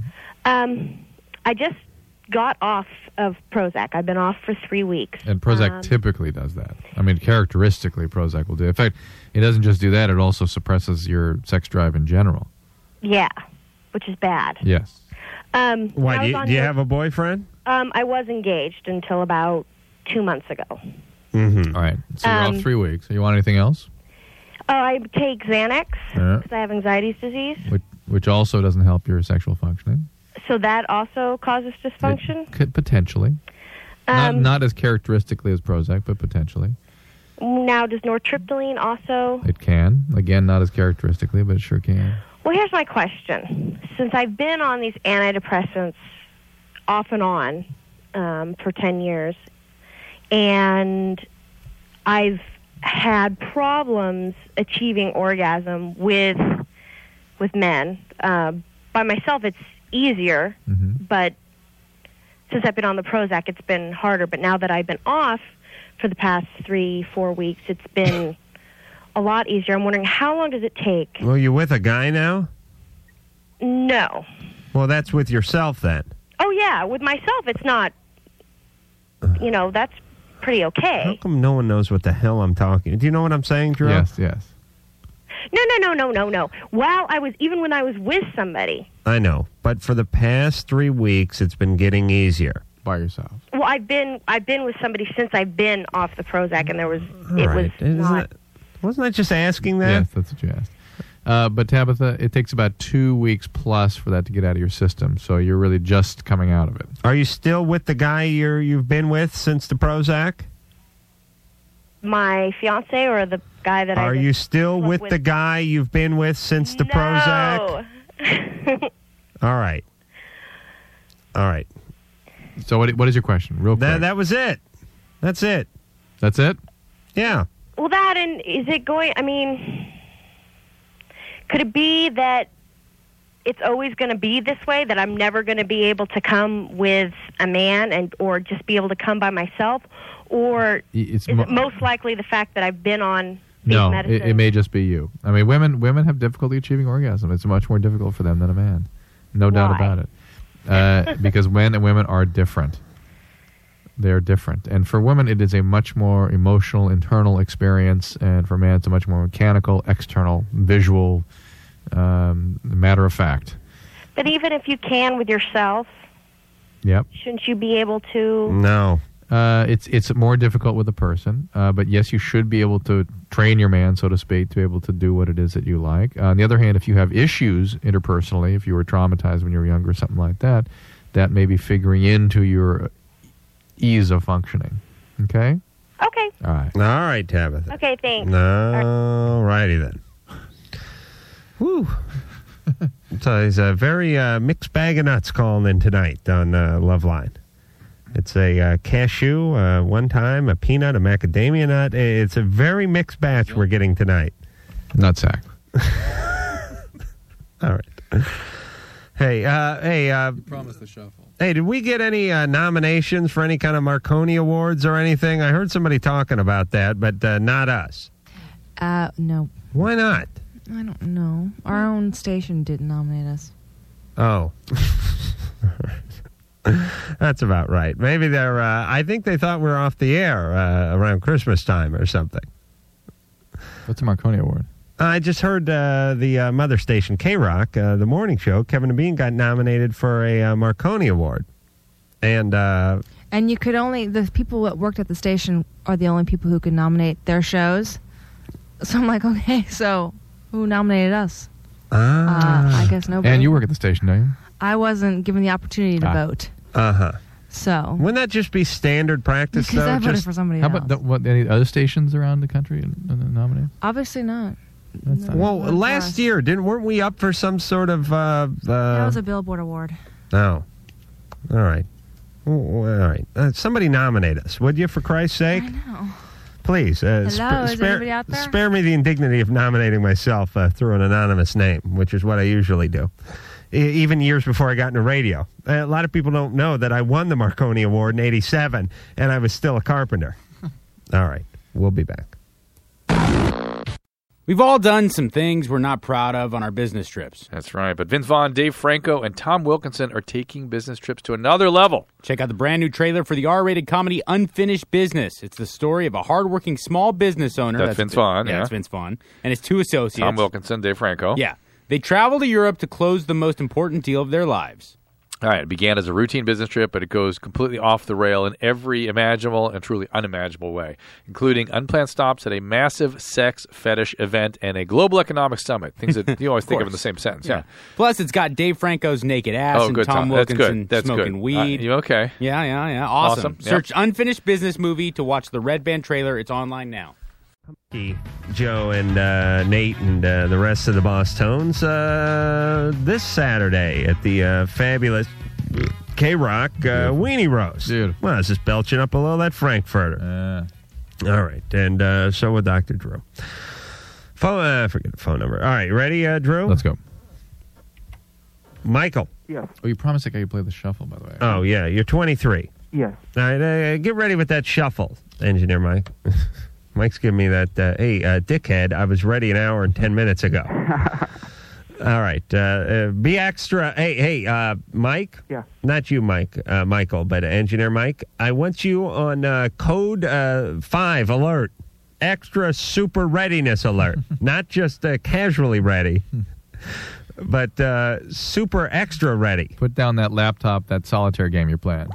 [SPEAKER 9] Um, I just got off of Prozac. I've been off for three weeks.
[SPEAKER 4] And Prozac
[SPEAKER 9] Um,
[SPEAKER 4] typically does that. I mean, characteristically, Prozac will do. In fact, it doesn't just do that; it also suppresses your sex drive in general.
[SPEAKER 9] Yeah, which is bad.
[SPEAKER 4] Yes.
[SPEAKER 9] Um, I
[SPEAKER 3] Why do
[SPEAKER 9] was
[SPEAKER 3] you,
[SPEAKER 9] on
[SPEAKER 3] do you
[SPEAKER 9] no-
[SPEAKER 3] have a boyfriend?
[SPEAKER 9] Um, I was engaged until about two months ago. Oh,
[SPEAKER 4] Mm-hmm. right. So you're
[SPEAKER 9] Um,
[SPEAKER 4] off three weeks. You want anything else?
[SPEAKER 9] I take Xanax
[SPEAKER 4] Yeah.
[SPEAKER 9] because I have anxiety disease.
[SPEAKER 4] Which, which also doesn't help your sexual functioning.
[SPEAKER 9] So that also causes dysfunction.
[SPEAKER 4] Could potentially. not,
[SPEAKER 9] Um,
[SPEAKER 4] not as characteristically as Prozac, but potentially
[SPEAKER 9] Now, does nortriptyline also?
[SPEAKER 4] it can. Again, not as characteristically, but it sure can.
[SPEAKER 9] Well, here's my question. Since I've been on these antidepressants off and on um, for 10 years, and I've had problems achieving orgasm with with men. Uh, by myself, it's easier, but since I've been on the Prozac, it's been harder. But now that I've been off for the past three, four weeks, it's been a lot easier. I'm wondering how long does it take?
[SPEAKER 3] Well, you with a guy now?
[SPEAKER 9] No.
[SPEAKER 3] Well, that's with yourself then.
[SPEAKER 9] Oh yeah, with myself it's not. You know that's pretty okay.
[SPEAKER 3] How come no one knows what the hell I'm talking? Do you know what I'm saying, Drew?
[SPEAKER 4] Yes, yes.
[SPEAKER 9] No, no, no, no, no, no. While I was even when I was with somebody,
[SPEAKER 3] I know, but for the past three weeks, it's been getting easier
[SPEAKER 4] by yourself.
[SPEAKER 9] well, I've been I've been with somebody since I've been off the Prozac, and there was
[SPEAKER 4] All
[SPEAKER 9] it was
[SPEAKER 4] right. Isn't
[SPEAKER 9] not.
[SPEAKER 3] Wasn't I just asking that?
[SPEAKER 4] Yes, that's what you asked. Uh, but Tabitha, it takes about two weeks plus for that to get out of your system. So you're really just coming out of it.
[SPEAKER 3] Are you still with the guy you're you've been with since the Prozac?
[SPEAKER 9] my fiance or the guy that
[SPEAKER 3] Are
[SPEAKER 9] I
[SPEAKER 3] you still
[SPEAKER 9] Look
[SPEAKER 3] with,
[SPEAKER 9] with-
[SPEAKER 3] the guy you've been with since the Prozac?
[SPEAKER 9] no.
[SPEAKER 3] All right. All right.
[SPEAKER 4] So what? What is your question, real
[SPEAKER 3] quick? That, that was it. That's it.
[SPEAKER 4] That's it.
[SPEAKER 3] Yeah.
[SPEAKER 9] Well, that and is it going? I mean, could it be that it's always going to be this way? That I'm never going to be able to come with a man, and or just be able to come by myself, or
[SPEAKER 4] It's
[SPEAKER 9] is
[SPEAKER 4] mo-
[SPEAKER 9] it most likely the fact that I've been on these
[SPEAKER 4] no. It,
[SPEAKER 9] medicines?
[SPEAKER 4] it may just be you. I mean, women women have difficulty achieving orgasm. It's much more difficult for them than a man. No doubt about it. Uh, because men and women are different. They're different, and for women, it is a much more emotional, internal experience, and for men, it's a much more mechanical, external, visual, um, matter of fact.
[SPEAKER 9] but even if you can with yourself,
[SPEAKER 4] Yep.
[SPEAKER 9] shouldn't you be able
[SPEAKER 4] Mm.
[SPEAKER 9] to?
[SPEAKER 3] No.
[SPEAKER 4] Uh, it's it's more difficult with a person, uh, but yes, you should be able to train your man, so to speak, to be able to do what it is that you like. Uh, on the other hand, if you have issues interpersonally, if you were traumatized when you were younger, or something like that, that may be figuring into your ease of functioning. Okay.
[SPEAKER 9] Okay.
[SPEAKER 4] All right.
[SPEAKER 3] All right, Tabitha.
[SPEAKER 21] Uh,
[SPEAKER 9] Okay, thanks.
[SPEAKER 3] All righty then. Whew. so it's a very uh, mixed bag of nuts calling in tonight on uh, Loveline. It's a uh, cashew, uh, one time, a peanut, a macadamia nut. I- It's a very mixed batch we're getting tonight.
[SPEAKER 4] Nutsack.
[SPEAKER 3] All right. Hey, uh, hey, uh,
[SPEAKER 2] Promise the shuffle.
[SPEAKER 3] hey! Did we get any uh, nominations for any kind of Marconi awards or anything? I heard somebody talking about that, but uh, not us.
[SPEAKER 21] Uh, no.
[SPEAKER 3] Why not?
[SPEAKER 21] I don't know. Our own station didn't nominate us.
[SPEAKER 3] Oh. That's about right. Maybe they're, uh, I think they thought we were off the air uh, around Christmas time or something.
[SPEAKER 4] What's a Marconi Award?
[SPEAKER 3] I just heard uh, the uh, mother station, K Rock, uh, the morning show, Kevin and Bean got nominated for a uh, Marconi Award. And uh,
[SPEAKER 21] And you could only the people that worked at the station are the only people who could nominate their shows. So I'm like, okay, so who nominated us? Uh,
[SPEAKER 3] Ah.
[SPEAKER 21] I guess nobody.
[SPEAKER 4] And you work at the station, don't you?
[SPEAKER 21] I wasn't given the opportunity to
[SPEAKER 4] Ah.
[SPEAKER 21] vote.
[SPEAKER 3] Uh huh.
[SPEAKER 21] So
[SPEAKER 3] Wouldn't that just be standard practice,
[SPEAKER 21] Because
[SPEAKER 3] though?
[SPEAKER 21] I voted
[SPEAKER 3] Just-
[SPEAKER 21] for somebody
[SPEAKER 4] How about the, what, any other stations around the country uh, nominated?
[SPEAKER 21] obviously not. No,
[SPEAKER 3] well,
[SPEAKER 4] Oh,
[SPEAKER 21] not
[SPEAKER 3] last
[SPEAKER 21] us.
[SPEAKER 3] year, didn't weren't we up for some sort of? Uh,
[SPEAKER 21] that
[SPEAKER 3] uh,
[SPEAKER 21] was a Billboard award.
[SPEAKER 3] Oh, all right, Oh, all right. Uh, somebody nominate us, would you? For Christ's sake,
[SPEAKER 21] No.
[SPEAKER 3] please. Uh,
[SPEAKER 21] Hello, is
[SPEAKER 3] spare,
[SPEAKER 21] anybody out there?
[SPEAKER 3] spare me the indignity of nominating myself uh, through an anonymous name, which is what I usually do. E- even years before I got into radio, Uh, a lot of people don't know that I won the Marconi Award in '87, and I was still a carpenter. all right, we'll be back.
[SPEAKER 22] We've all done some things we're not proud of on our business trips.
[SPEAKER 23] That's right. But Vince Vaughn, Dave Franco, and Tom Wilkinson are taking business trips to another level.
[SPEAKER 22] Check out the brand new trailer for the R rated comedy Unfinished Business. It's the story of a hardworking small business owner.
[SPEAKER 23] That's Vince Vaughn,
[SPEAKER 22] Yeah,
[SPEAKER 23] yeah. Oh.
[SPEAKER 22] that's Vince Vaughn. And his two associates.
[SPEAKER 23] Tom Wilkinson, Dave Franco.
[SPEAKER 22] Yeah. They travel to Europe to close the most important deal of their lives.
[SPEAKER 23] All right. It began as a routine business trip, but it goes completely off the rail in every imaginable and truly unimaginable way, including unplanned stops at a massive sex fetish event and a global economic summit. Things that you always think of in the
[SPEAKER 22] course.
[SPEAKER 23] same sentence. Yeah.
[SPEAKER 22] Plus, it's got Dave Franco's naked ass
[SPEAKER 23] Oh,
[SPEAKER 22] and
[SPEAKER 23] good.
[SPEAKER 22] Tom,
[SPEAKER 23] Tom. That's
[SPEAKER 22] Wilkinson
[SPEAKER 23] good. That's
[SPEAKER 22] smoking
[SPEAKER 23] good. Uh,
[SPEAKER 22] weed.
[SPEAKER 23] you okay?
[SPEAKER 22] Yeah, yeah, yeah. Awesome.
[SPEAKER 23] Awesome. Yep.
[SPEAKER 22] Search Unfinished Business Movie to watch the Red Band trailer. It's online now.
[SPEAKER 3] Joe and uh, Nate and uh, the rest of the Boss Tones uh, this Saturday at the uh, fabulous K Rock uh, Weenie Roast. Dude. Well, I was just belching up a little of that Frankfurter. All right. And uh, so with Dr. Drew. Phone, uh, forget the phone number. All right. Ready, uh, Drew? Let's
[SPEAKER 4] go.
[SPEAKER 3] Michael.
[SPEAKER 4] Yeah. Oh, you promised that guy you play the shuffle, by the way.
[SPEAKER 3] Oh, yeah. You're 23.
[SPEAKER 4] Yes.
[SPEAKER 3] All right, uh, get ready with that shuffle, Engineer Mike. Mike's giving me that. Uh, hey, uh, dickhead! I was ready an hour and ten minutes ago. All right, uh, uh, be extra. Hey, hey, uh, Mike. Yeah. Not you, Mike. Uh, Michael, but Engineer Mike. I want you on uh, code uh, five alert, extra super readiness alert, not just uh, casually ready, but uh, super extra ready.
[SPEAKER 4] Put down that laptop, that solitaire game you're playing.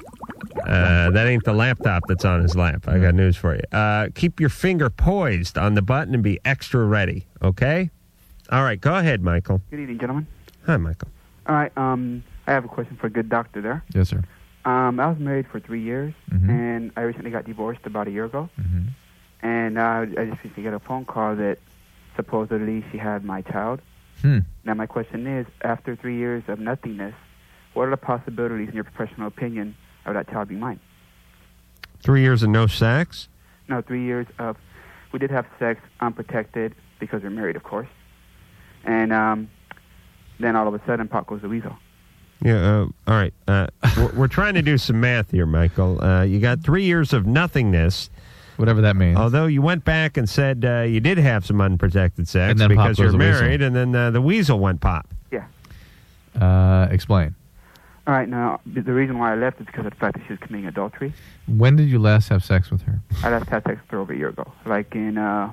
[SPEAKER 3] Uh, that ain't the laptop that's on his lap. I got news for you. Uh, keep your finger poised on the button and be extra ready, okay? All right, go ahead, Michael.
[SPEAKER 6] Good evening, gentlemen.
[SPEAKER 3] Hi, Michael.
[SPEAKER 6] All right, um, I have a question for a good doctor there.
[SPEAKER 4] Yes, sir.
[SPEAKER 6] Um, I was married for three years, and I recently got divorced about a year ago. And uh, I just recently got a phone call that supposedly she had my child.
[SPEAKER 4] Hmm.
[SPEAKER 6] Now, my question is, after three years of nothingness, what are the possibilities, in your professional opinion, of that child being mine?
[SPEAKER 3] Three years of no sex?
[SPEAKER 6] No, three years of we did have sex unprotected because we're married, of course. And um, then all of a sudden, pop goes the weasel.
[SPEAKER 3] Yeah, uh, all right. Uh, we're, we're trying to do some math here, Michael. Uh, you got three years of nothingness.
[SPEAKER 4] Whatever that means.
[SPEAKER 3] Although you went back and said uh, you did have some unprotected sex
[SPEAKER 4] And then pop
[SPEAKER 3] because
[SPEAKER 4] goes
[SPEAKER 3] you're
[SPEAKER 4] the weasel.
[SPEAKER 3] married, and then uh, the weasel went pop.
[SPEAKER 4] Uh, explain.
[SPEAKER 6] All right, now the the reason why I left is because of the fact that she was committing adultery.
[SPEAKER 4] When did you last have sex with her?
[SPEAKER 6] I left had sex with her over a year ago, like in uh,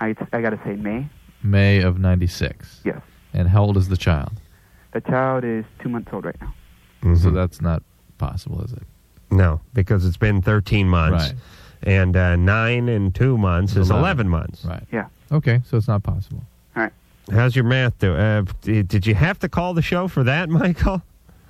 [SPEAKER 6] I I gotta say May.
[SPEAKER 4] May of 96.
[SPEAKER 6] Yes.
[SPEAKER 4] And how old is the child?
[SPEAKER 6] The child is two months old right now.
[SPEAKER 4] So that's not possible, is it?
[SPEAKER 3] No, because it's been 13 months.
[SPEAKER 4] Right.
[SPEAKER 3] And uh, nine and two months is 11,
[SPEAKER 4] Eleven.
[SPEAKER 3] months.
[SPEAKER 4] Right.
[SPEAKER 6] Yeah.
[SPEAKER 4] Okay, so it's not possible.
[SPEAKER 6] All right.
[SPEAKER 3] How's your math do? Uh, d- did you have to call the show for that, Michael?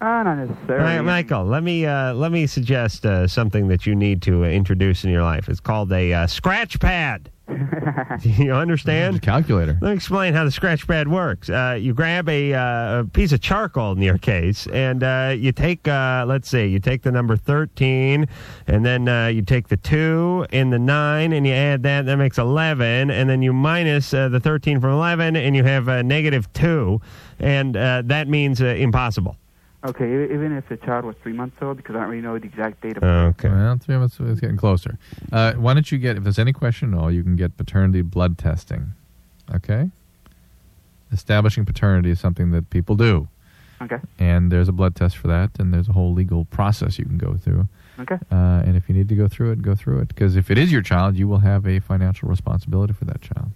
[SPEAKER 6] Ah, not
[SPEAKER 3] All
[SPEAKER 6] necessarily.
[SPEAKER 3] right, Michael, let me uh, let me suggest uh, something that you need to uh, introduce in your life. It's called a uh, scratch pad. Do you understand?
[SPEAKER 4] calculator.
[SPEAKER 3] Let me explain how the scratch pad works. Uh, you grab a, uh, a piece of charcoal in your case, and uh, you take, uh, let's see, you take the number 13, and then uh, you take the 2 and the 9, and you add that, and that makes 11, and then you minus uh, the 13 from 11, and you have uh, negative 2, and uh, that means uh, impossible.
[SPEAKER 6] Okay, e- even if the child was three months old, because I don't really know the exact date of
[SPEAKER 3] Okay.
[SPEAKER 4] Well, three months, it's getting closer. Uh, why don't you get, if there's any question at all, you can get paternity blood testing. Okay? Establishing paternity is something that people do.
[SPEAKER 6] Okay.
[SPEAKER 4] And there's a blood test for that, and there's a whole legal process you can go through.
[SPEAKER 6] Okay.
[SPEAKER 4] Uh, and if you need to go through it, go through it. Because if it is your child, you will have a financial responsibility for that child.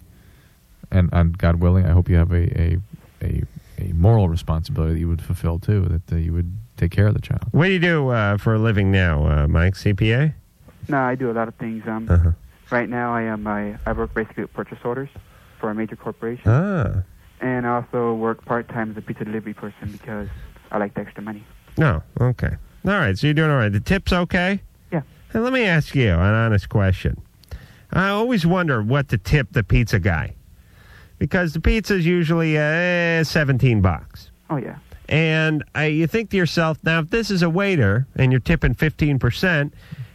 [SPEAKER 4] And, and God willing, I hope you have a, a, a, a moral responsibility that you would fulfill too, that uh, you would take care of the child.
[SPEAKER 3] What do you do uh, for a living now, uh, Mike? CPA?
[SPEAKER 6] No, I do a lot of things. Um,
[SPEAKER 3] Uh-huh.
[SPEAKER 6] right now I am I, I work basically with purchase orders for a major corporation,
[SPEAKER 3] Ah.
[SPEAKER 6] and I also work part time as a pizza delivery person because I like the extra money.
[SPEAKER 3] No. Okay. All right. So you're doing all right. The tip's okay?
[SPEAKER 6] Yeah.
[SPEAKER 3] And let me ask you an honest question. I always wonder what to tip the pizza guy because the pizza's usually uh, 17 bucks.
[SPEAKER 6] Oh yeah.
[SPEAKER 3] And I, you think to yourself, now if this is a waiter and you're tipping 15%,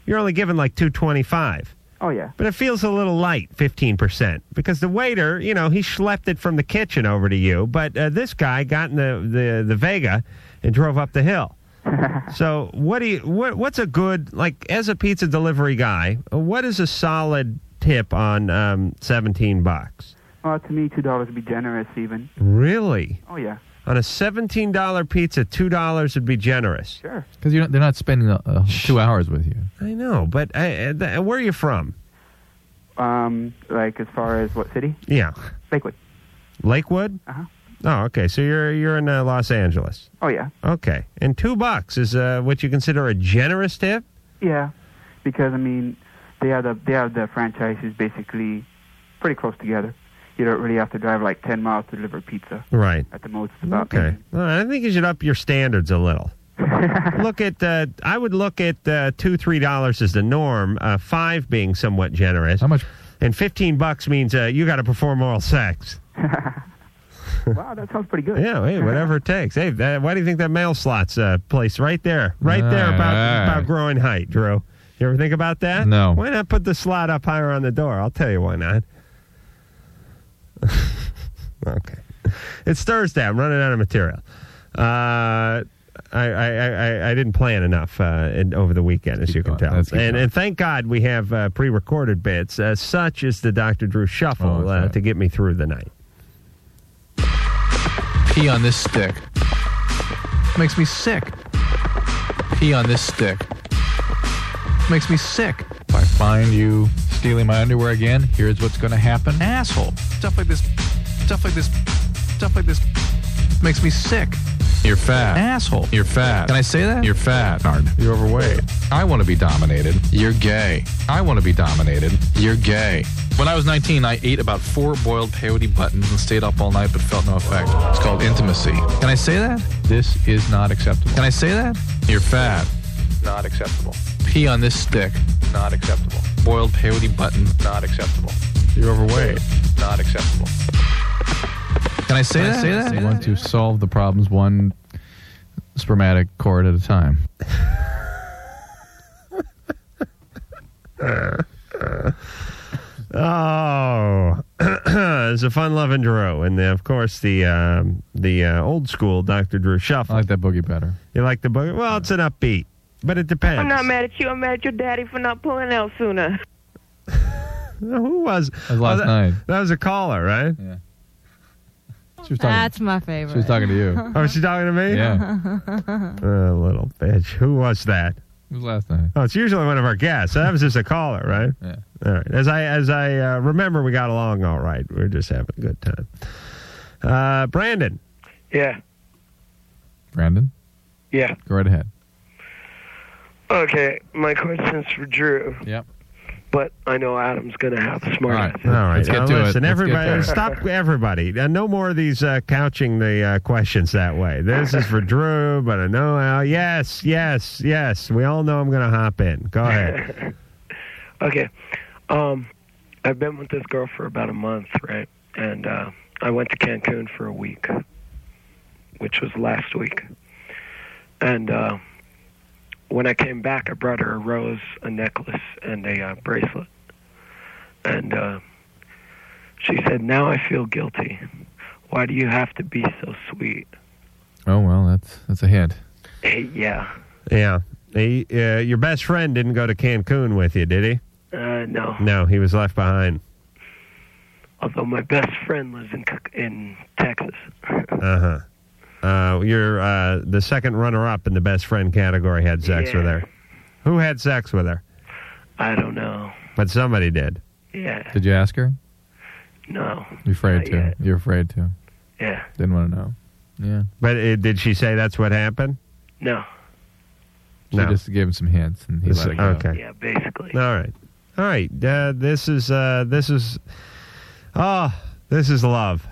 [SPEAKER 3] you're only giving like 225.
[SPEAKER 6] Oh yeah.
[SPEAKER 3] But it feels a little light, 15%, because the waiter, you know, he schlepped it from the kitchen over to you, but uh, this guy got in the, the, the Vega and drove up the hill. so what do you what, what's a good like as a pizza delivery guy what is a solid tip on um, 17 bucks
[SPEAKER 6] Uh, to me, two dollars would be generous, even.
[SPEAKER 3] Really?
[SPEAKER 6] Oh yeah.
[SPEAKER 3] On a seventeen dollar pizza, two dollars would be generous.
[SPEAKER 6] Sure.
[SPEAKER 4] Because you're not, they're not spending uh, uh, two hours with you.
[SPEAKER 3] I know, but I, I, th- where are you from?
[SPEAKER 6] Um, like as far as what city?
[SPEAKER 3] Yeah,
[SPEAKER 6] Lakewood.
[SPEAKER 3] Lakewood.
[SPEAKER 6] Uh huh.
[SPEAKER 3] Oh, okay. So you're you're in uh, Los Angeles.
[SPEAKER 6] Oh yeah.
[SPEAKER 3] Okay, and two bucks is uh, what you consider a generous tip.
[SPEAKER 6] Yeah, because I mean, they have the they have the franchises basically pretty close together. You don't really have to drive like ten miles to deliver pizza.
[SPEAKER 3] Right.
[SPEAKER 6] At the most, it's about
[SPEAKER 3] Okay. Well, I think you should up your standards a little. look at uh, I would look at uh, two three dollars as the norm. Uh, five being somewhat generous. How
[SPEAKER 4] much?
[SPEAKER 3] And fifteen bucks means uh, you got to perform oral sex.
[SPEAKER 6] wow, that sounds pretty good.
[SPEAKER 3] Yeah, hey, whatever it takes. Hey, that, why do you think that mail slot's uh, place right there, right there about
[SPEAKER 4] Alright.
[SPEAKER 3] about growing height, Drew? You ever think about that?
[SPEAKER 4] No.
[SPEAKER 3] Why not put the slot up higher on the door? I'll tell you why not. okay, it's Thursday. I'm running out of material. Uh, I, I, I, I- I didn't plan enough uh, in, over the weekend, as you can tell.
[SPEAKER 4] Let's keep
[SPEAKER 3] And, and thank God we have uh, pre recorded bits. Uh, such is the Dr. Drew
[SPEAKER 4] Oh,
[SPEAKER 3] Shuffle uh, to get me through the night.
[SPEAKER 4] Pee on this stick. Makes me sick. Pee on this stick. Makes me sick. If I find you stealing my underwear again, here's what's going to happen. Asshole. Stuff like this. Stuff like this. Stuff like this. Makes me sick. You're fat. Asshole. You're fat. Can I say that? You're fat. Darn. You're overweight. I want to be dominated. You're gay. I want to be dominated. You're gay. When I was 19, I ate about four boiled peyote buttons and stayed up all night but felt no effect. It's called intimacy. Can I say that? This is not acceptable. Can I say that? You're fat. Not acceptable. Pee on this stick. Not acceptable. Boiled peyote button. Not acceptable. You're overweight. Not acceptable. Can I say that? Say that? want to solve the problems one spermatic cord at a time.
[SPEAKER 3] Oh, it's a fun loving Drew, and then, of course the um, the uh, old school Dr. Drew Shuffle. I
[SPEAKER 4] like that boogie better.
[SPEAKER 3] You like the boogie? Well, it's an upbeat, but it depends.
[SPEAKER 21] Oh,
[SPEAKER 5] I'm not mad at you. I'm mad at your daddy for not pulling out sooner.
[SPEAKER 3] Who was? That
[SPEAKER 4] was last
[SPEAKER 3] that,
[SPEAKER 4] night.
[SPEAKER 3] That was a caller, right? Yeah.
[SPEAKER 4] She was
[SPEAKER 21] That's my favorite.
[SPEAKER 3] Oh, she talking to me? Uh, little bitch. Who was that?
[SPEAKER 4] It was last night.
[SPEAKER 3] Oh, it's usually one of our guests. That was just a caller, right?
[SPEAKER 4] Yeah.
[SPEAKER 3] All right. As I as I uh, remember, we got along all right. We were just having a good time. Uh, Brandon.
[SPEAKER 25] Yeah.
[SPEAKER 4] Brandon,
[SPEAKER 25] Yeah.
[SPEAKER 4] go right ahead.
[SPEAKER 25] Okay. My question's for Drew.
[SPEAKER 4] Yep.
[SPEAKER 25] But I know Adam's gonna have a
[SPEAKER 4] All
[SPEAKER 25] smart.
[SPEAKER 4] right.
[SPEAKER 25] ass.
[SPEAKER 3] All right.
[SPEAKER 4] Let's get
[SPEAKER 3] now
[SPEAKER 4] to it.
[SPEAKER 3] listen,
[SPEAKER 4] Let's get
[SPEAKER 3] everybody,
[SPEAKER 4] to it.
[SPEAKER 3] stop everybody. Uh, no more of these uh, couching the uh, questions that way. This is for Drew, but I know Al. Yes, yes, yes. We all know I'm going to hop in. Go ahead.
[SPEAKER 25] Okay. Um, I've been with this girl for about a month, right? And uh, I went to Cancun for a week, which was last week. And uh, when I came back, I brought her a rose, a necklace, and a uh, bracelet. And uh, she said, "Now I feel guilty. Why do you have to be so sweet?"
[SPEAKER 4] Oh well, that's that's a hint.
[SPEAKER 25] yeah.
[SPEAKER 3] yeah. He, uh, your best friend didn't go to Cancun with you, did he?
[SPEAKER 25] Uh, no.
[SPEAKER 3] No, he was left behind.
[SPEAKER 25] Although my best friend lives in Ca- in Texas.
[SPEAKER 3] Uh huh. Uh, you're uh, the second runner up in the best friend category had sex with
[SPEAKER 25] Yeah.
[SPEAKER 3] her. Who had sex with her?
[SPEAKER 25] I don't know.
[SPEAKER 3] But somebody did.
[SPEAKER 25] Yeah.
[SPEAKER 4] Did you ask her?
[SPEAKER 25] No.
[SPEAKER 4] You're afraid
[SPEAKER 25] Not
[SPEAKER 4] to.
[SPEAKER 25] yet.
[SPEAKER 4] You're afraid to.
[SPEAKER 25] Yeah.
[SPEAKER 4] Didn't want to know. Yeah.
[SPEAKER 3] But uh, did she say that's what happened?
[SPEAKER 25] No.
[SPEAKER 4] She
[SPEAKER 3] No.
[SPEAKER 4] just gave him some hints, and he
[SPEAKER 3] This-
[SPEAKER 4] let it go.
[SPEAKER 3] okay.
[SPEAKER 25] Yeah, basically.
[SPEAKER 3] All right. All right. Uh, this is uh, this is oh, this is love.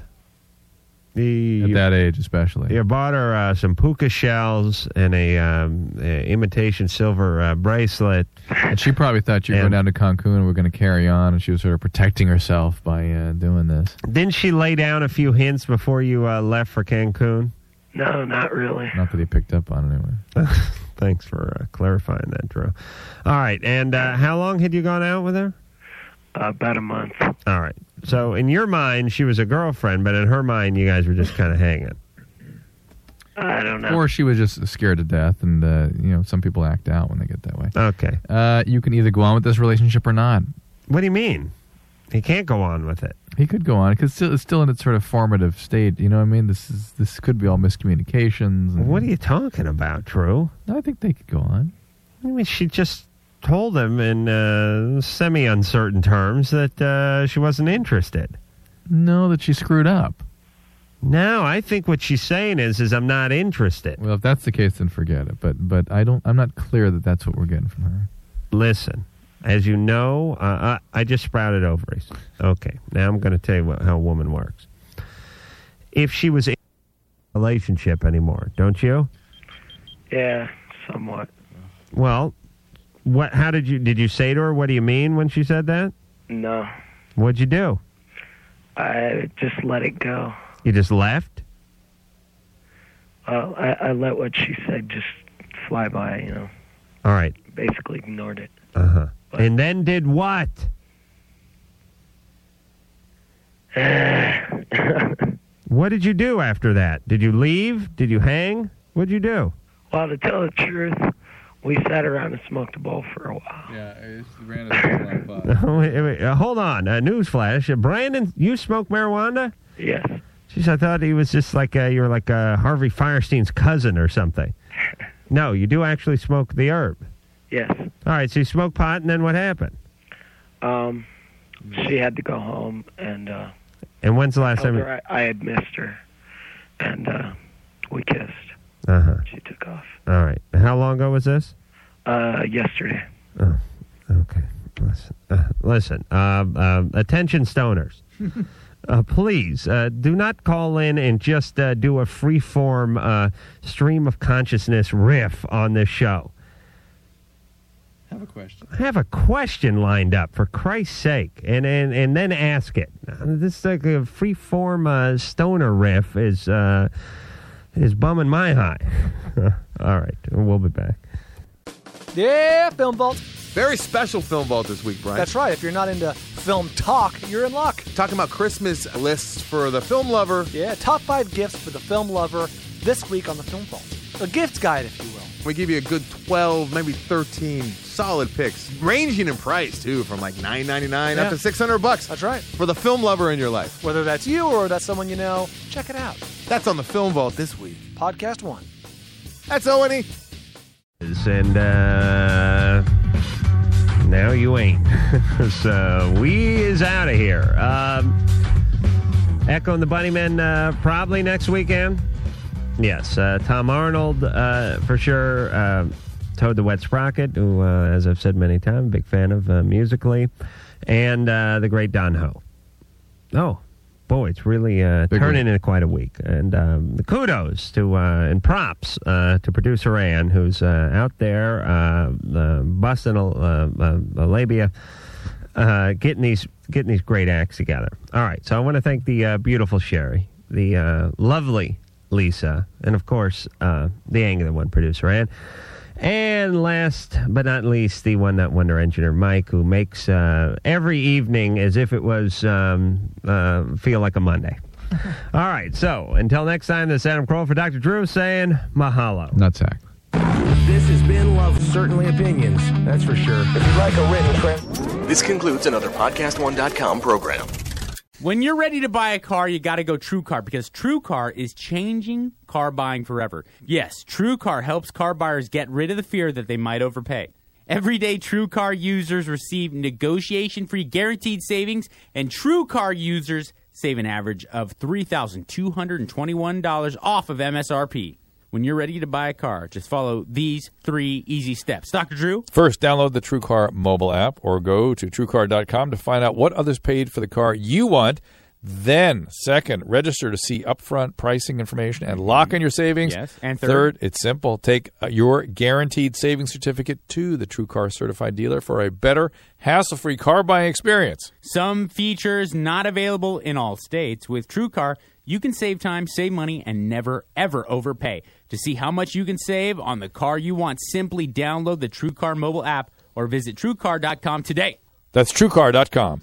[SPEAKER 3] The
[SPEAKER 4] At that age, especially.
[SPEAKER 3] you bought her uh, some puka shells and a, um, a imitation silver uh, bracelet.
[SPEAKER 4] And she probably thought you were going down to Cancun and we're going to carry on, and she was sort of protecting herself by uh, doing this.
[SPEAKER 3] Didn't she lay down a few hints before you uh, left for Cancun?
[SPEAKER 25] No, not really.
[SPEAKER 4] Not that he picked up on it anyway.
[SPEAKER 3] Thanks for uh, clarifying that, Drew. All right, and uh, how long had you gone out with her?
[SPEAKER 25] about a month.
[SPEAKER 3] All right. So in your mind, she was a girlfriend, but in her mind, you guys were just kind of hanging.
[SPEAKER 25] I don't know.
[SPEAKER 4] Or she was just scared to death, and uh, you know some people act out when they get that way.
[SPEAKER 3] Okay.
[SPEAKER 4] Uh, you can either go on with this relationship or not.
[SPEAKER 3] What do you mean? He can't go on with it.
[SPEAKER 4] He could go on because still, it's still in its sort of formative state. You know what I mean? This is this could be all miscommunications.
[SPEAKER 3] What are you talking about, Drew?
[SPEAKER 4] I think they could go on.
[SPEAKER 3] I mean, she just told him in uh, semi uncertain terms that uh, she wasn't interested.
[SPEAKER 4] No, that she screwed up.
[SPEAKER 3] No, I think what she's saying is, is I'm not interested.
[SPEAKER 4] Well, if that's the case, then forget it. But but I don't. I'm not clear that that's what we're getting from her.
[SPEAKER 3] Listen, as you know, uh, I, I just sprouted ovaries. Okay, now I'm going to tell you what, how a woman works. If she was in a relationship anymore, don't you?
[SPEAKER 25] Yeah, somewhat.
[SPEAKER 3] Well, what? How did you? Did you say to her, "What do you mean?" When she said that,
[SPEAKER 25] No,
[SPEAKER 3] what'd you do?
[SPEAKER 25] I just let it go.
[SPEAKER 3] You just left?
[SPEAKER 25] Uh, I, I let what she said just fly by. You know,
[SPEAKER 3] All right.
[SPEAKER 25] basically ignored it.
[SPEAKER 3] Uh huh. And then did what? what did you do after that? Did you leave? Did you hang? What'd you do?
[SPEAKER 25] Well, to tell the truth, we sat around and smoked a bowl for a while.
[SPEAKER 2] Yeah, it ran a long pot.
[SPEAKER 3] Wait, wait, uh, hold on. Uh, newsflash. Uh, Brandon, you smoke marijuana?
[SPEAKER 25] Yes.
[SPEAKER 3] Jeez, I thought he was just like uh, you were like uh, Harvey Firestein's cousin or something. No, you do actually smoke the herb.
[SPEAKER 25] Yes.
[SPEAKER 3] All right, so you smoke pot, and then what happened?
[SPEAKER 25] Um, she had to go home, and uh,
[SPEAKER 3] And when's the last
[SPEAKER 25] told
[SPEAKER 3] time?
[SPEAKER 25] her I, I had missed her, and uh, we kissed.
[SPEAKER 3] Uh huh.
[SPEAKER 25] She took off
[SPEAKER 3] All right. How long ago was this?
[SPEAKER 25] uh, yesterday.
[SPEAKER 3] Oh, okay. Listen, uh, listen. Um, um, attention, stoners. Uh, please uh, do not call in and just uh, do a free form uh, stream of consciousness riff on this show.
[SPEAKER 2] I have a question.
[SPEAKER 3] I have a question lined up for Christ's sake, and and, and then ask it. Uh, This is like a free form uh, stoner riff is uh, is bumming my high. All right, we'll be back.
[SPEAKER 10] Yeah, Film Vault.
[SPEAKER 11] Very special film vault this week, Brian.
[SPEAKER 10] That's right. If you're not into film talk, you're in luck.
[SPEAKER 11] Talking about Christmas lists for the film lover.
[SPEAKER 10] Yeah, top five gifts for the film lover this week on the Film Vault. A gift guide, if you will.
[SPEAKER 11] We give you a good 12, maybe 13 solid picks, ranging in price too, from like 9.99
[SPEAKER 10] Yeah.
[SPEAKER 11] up to 600 bucks. That's right. For the film lover in your life.
[SPEAKER 10] Whether that's you or that's someone you know, check it out.
[SPEAKER 11] That's on the film vault this week.
[SPEAKER 10] Podcast one.
[SPEAKER 11] That's E. Owen.
[SPEAKER 3] and uh now you ain't so we is out of here um echo and the bunnymen uh probably next weekend yes uh tom arnold uh for sure uh toad the wet sprocket who uh, as i've said many times big fan of uh, musically and uh the great don ho oh boy it's really uh turning into quite a week and um, kudos to uh and props uh to producer ann who's uh out there uh, uh busting a, uh, uh, a labia uh getting these getting these great acts together all right so i want to thank the uh, beautiful sherry the uh lovely lisa and of course uh the angular one producer ann and last but not least, the one that wonder engineer Mike, who makes uh, every evening as if it was um, uh, feel like a Monday. All right, so until next time, this is Adam Kroll for Dr. Drew saying mahalo.
[SPEAKER 4] Nutsack.
[SPEAKER 12] This has been Love Certainly Opinions, that's for sure. If you'd like a written transcript,
[SPEAKER 17] This concludes another PodcastOne.com program.
[SPEAKER 22] When you're ready to buy a car, you got to go True Car because True Car is changing car buying forever. Yes, True Car helps car buyers get rid of the fear that they might overpay. Everyday True Car users receive negotiation free guaranteed savings, and True Car users save an average of $3,221 off of MSRP. When you're ready to buy a car, just follow these three easy steps. Dr. Drew?
[SPEAKER 23] First, download the TrueCar mobile app or go to truecar.com to find out what others paid for the car you want. Then, second, register to see upfront pricing information and lock in your savings.
[SPEAKER 22] Yes, and
[SPEAKER 23] third,
[SPEAKER 22] third-
[SPEAKER 23] it's simple. Take uh, your guaranteed savings certificate to the TrueCar certified dealer for a better, hassle-free car buying experience.
[SPEAKER 22] Some features not available in all states. With TrueCar, you can save time, save money, and never, ever overpay. To see how much you can save on the car you want, simply download the TrueCar mobile app or visit truecar.com today.
[SPEAKER 23] That's truecar.com.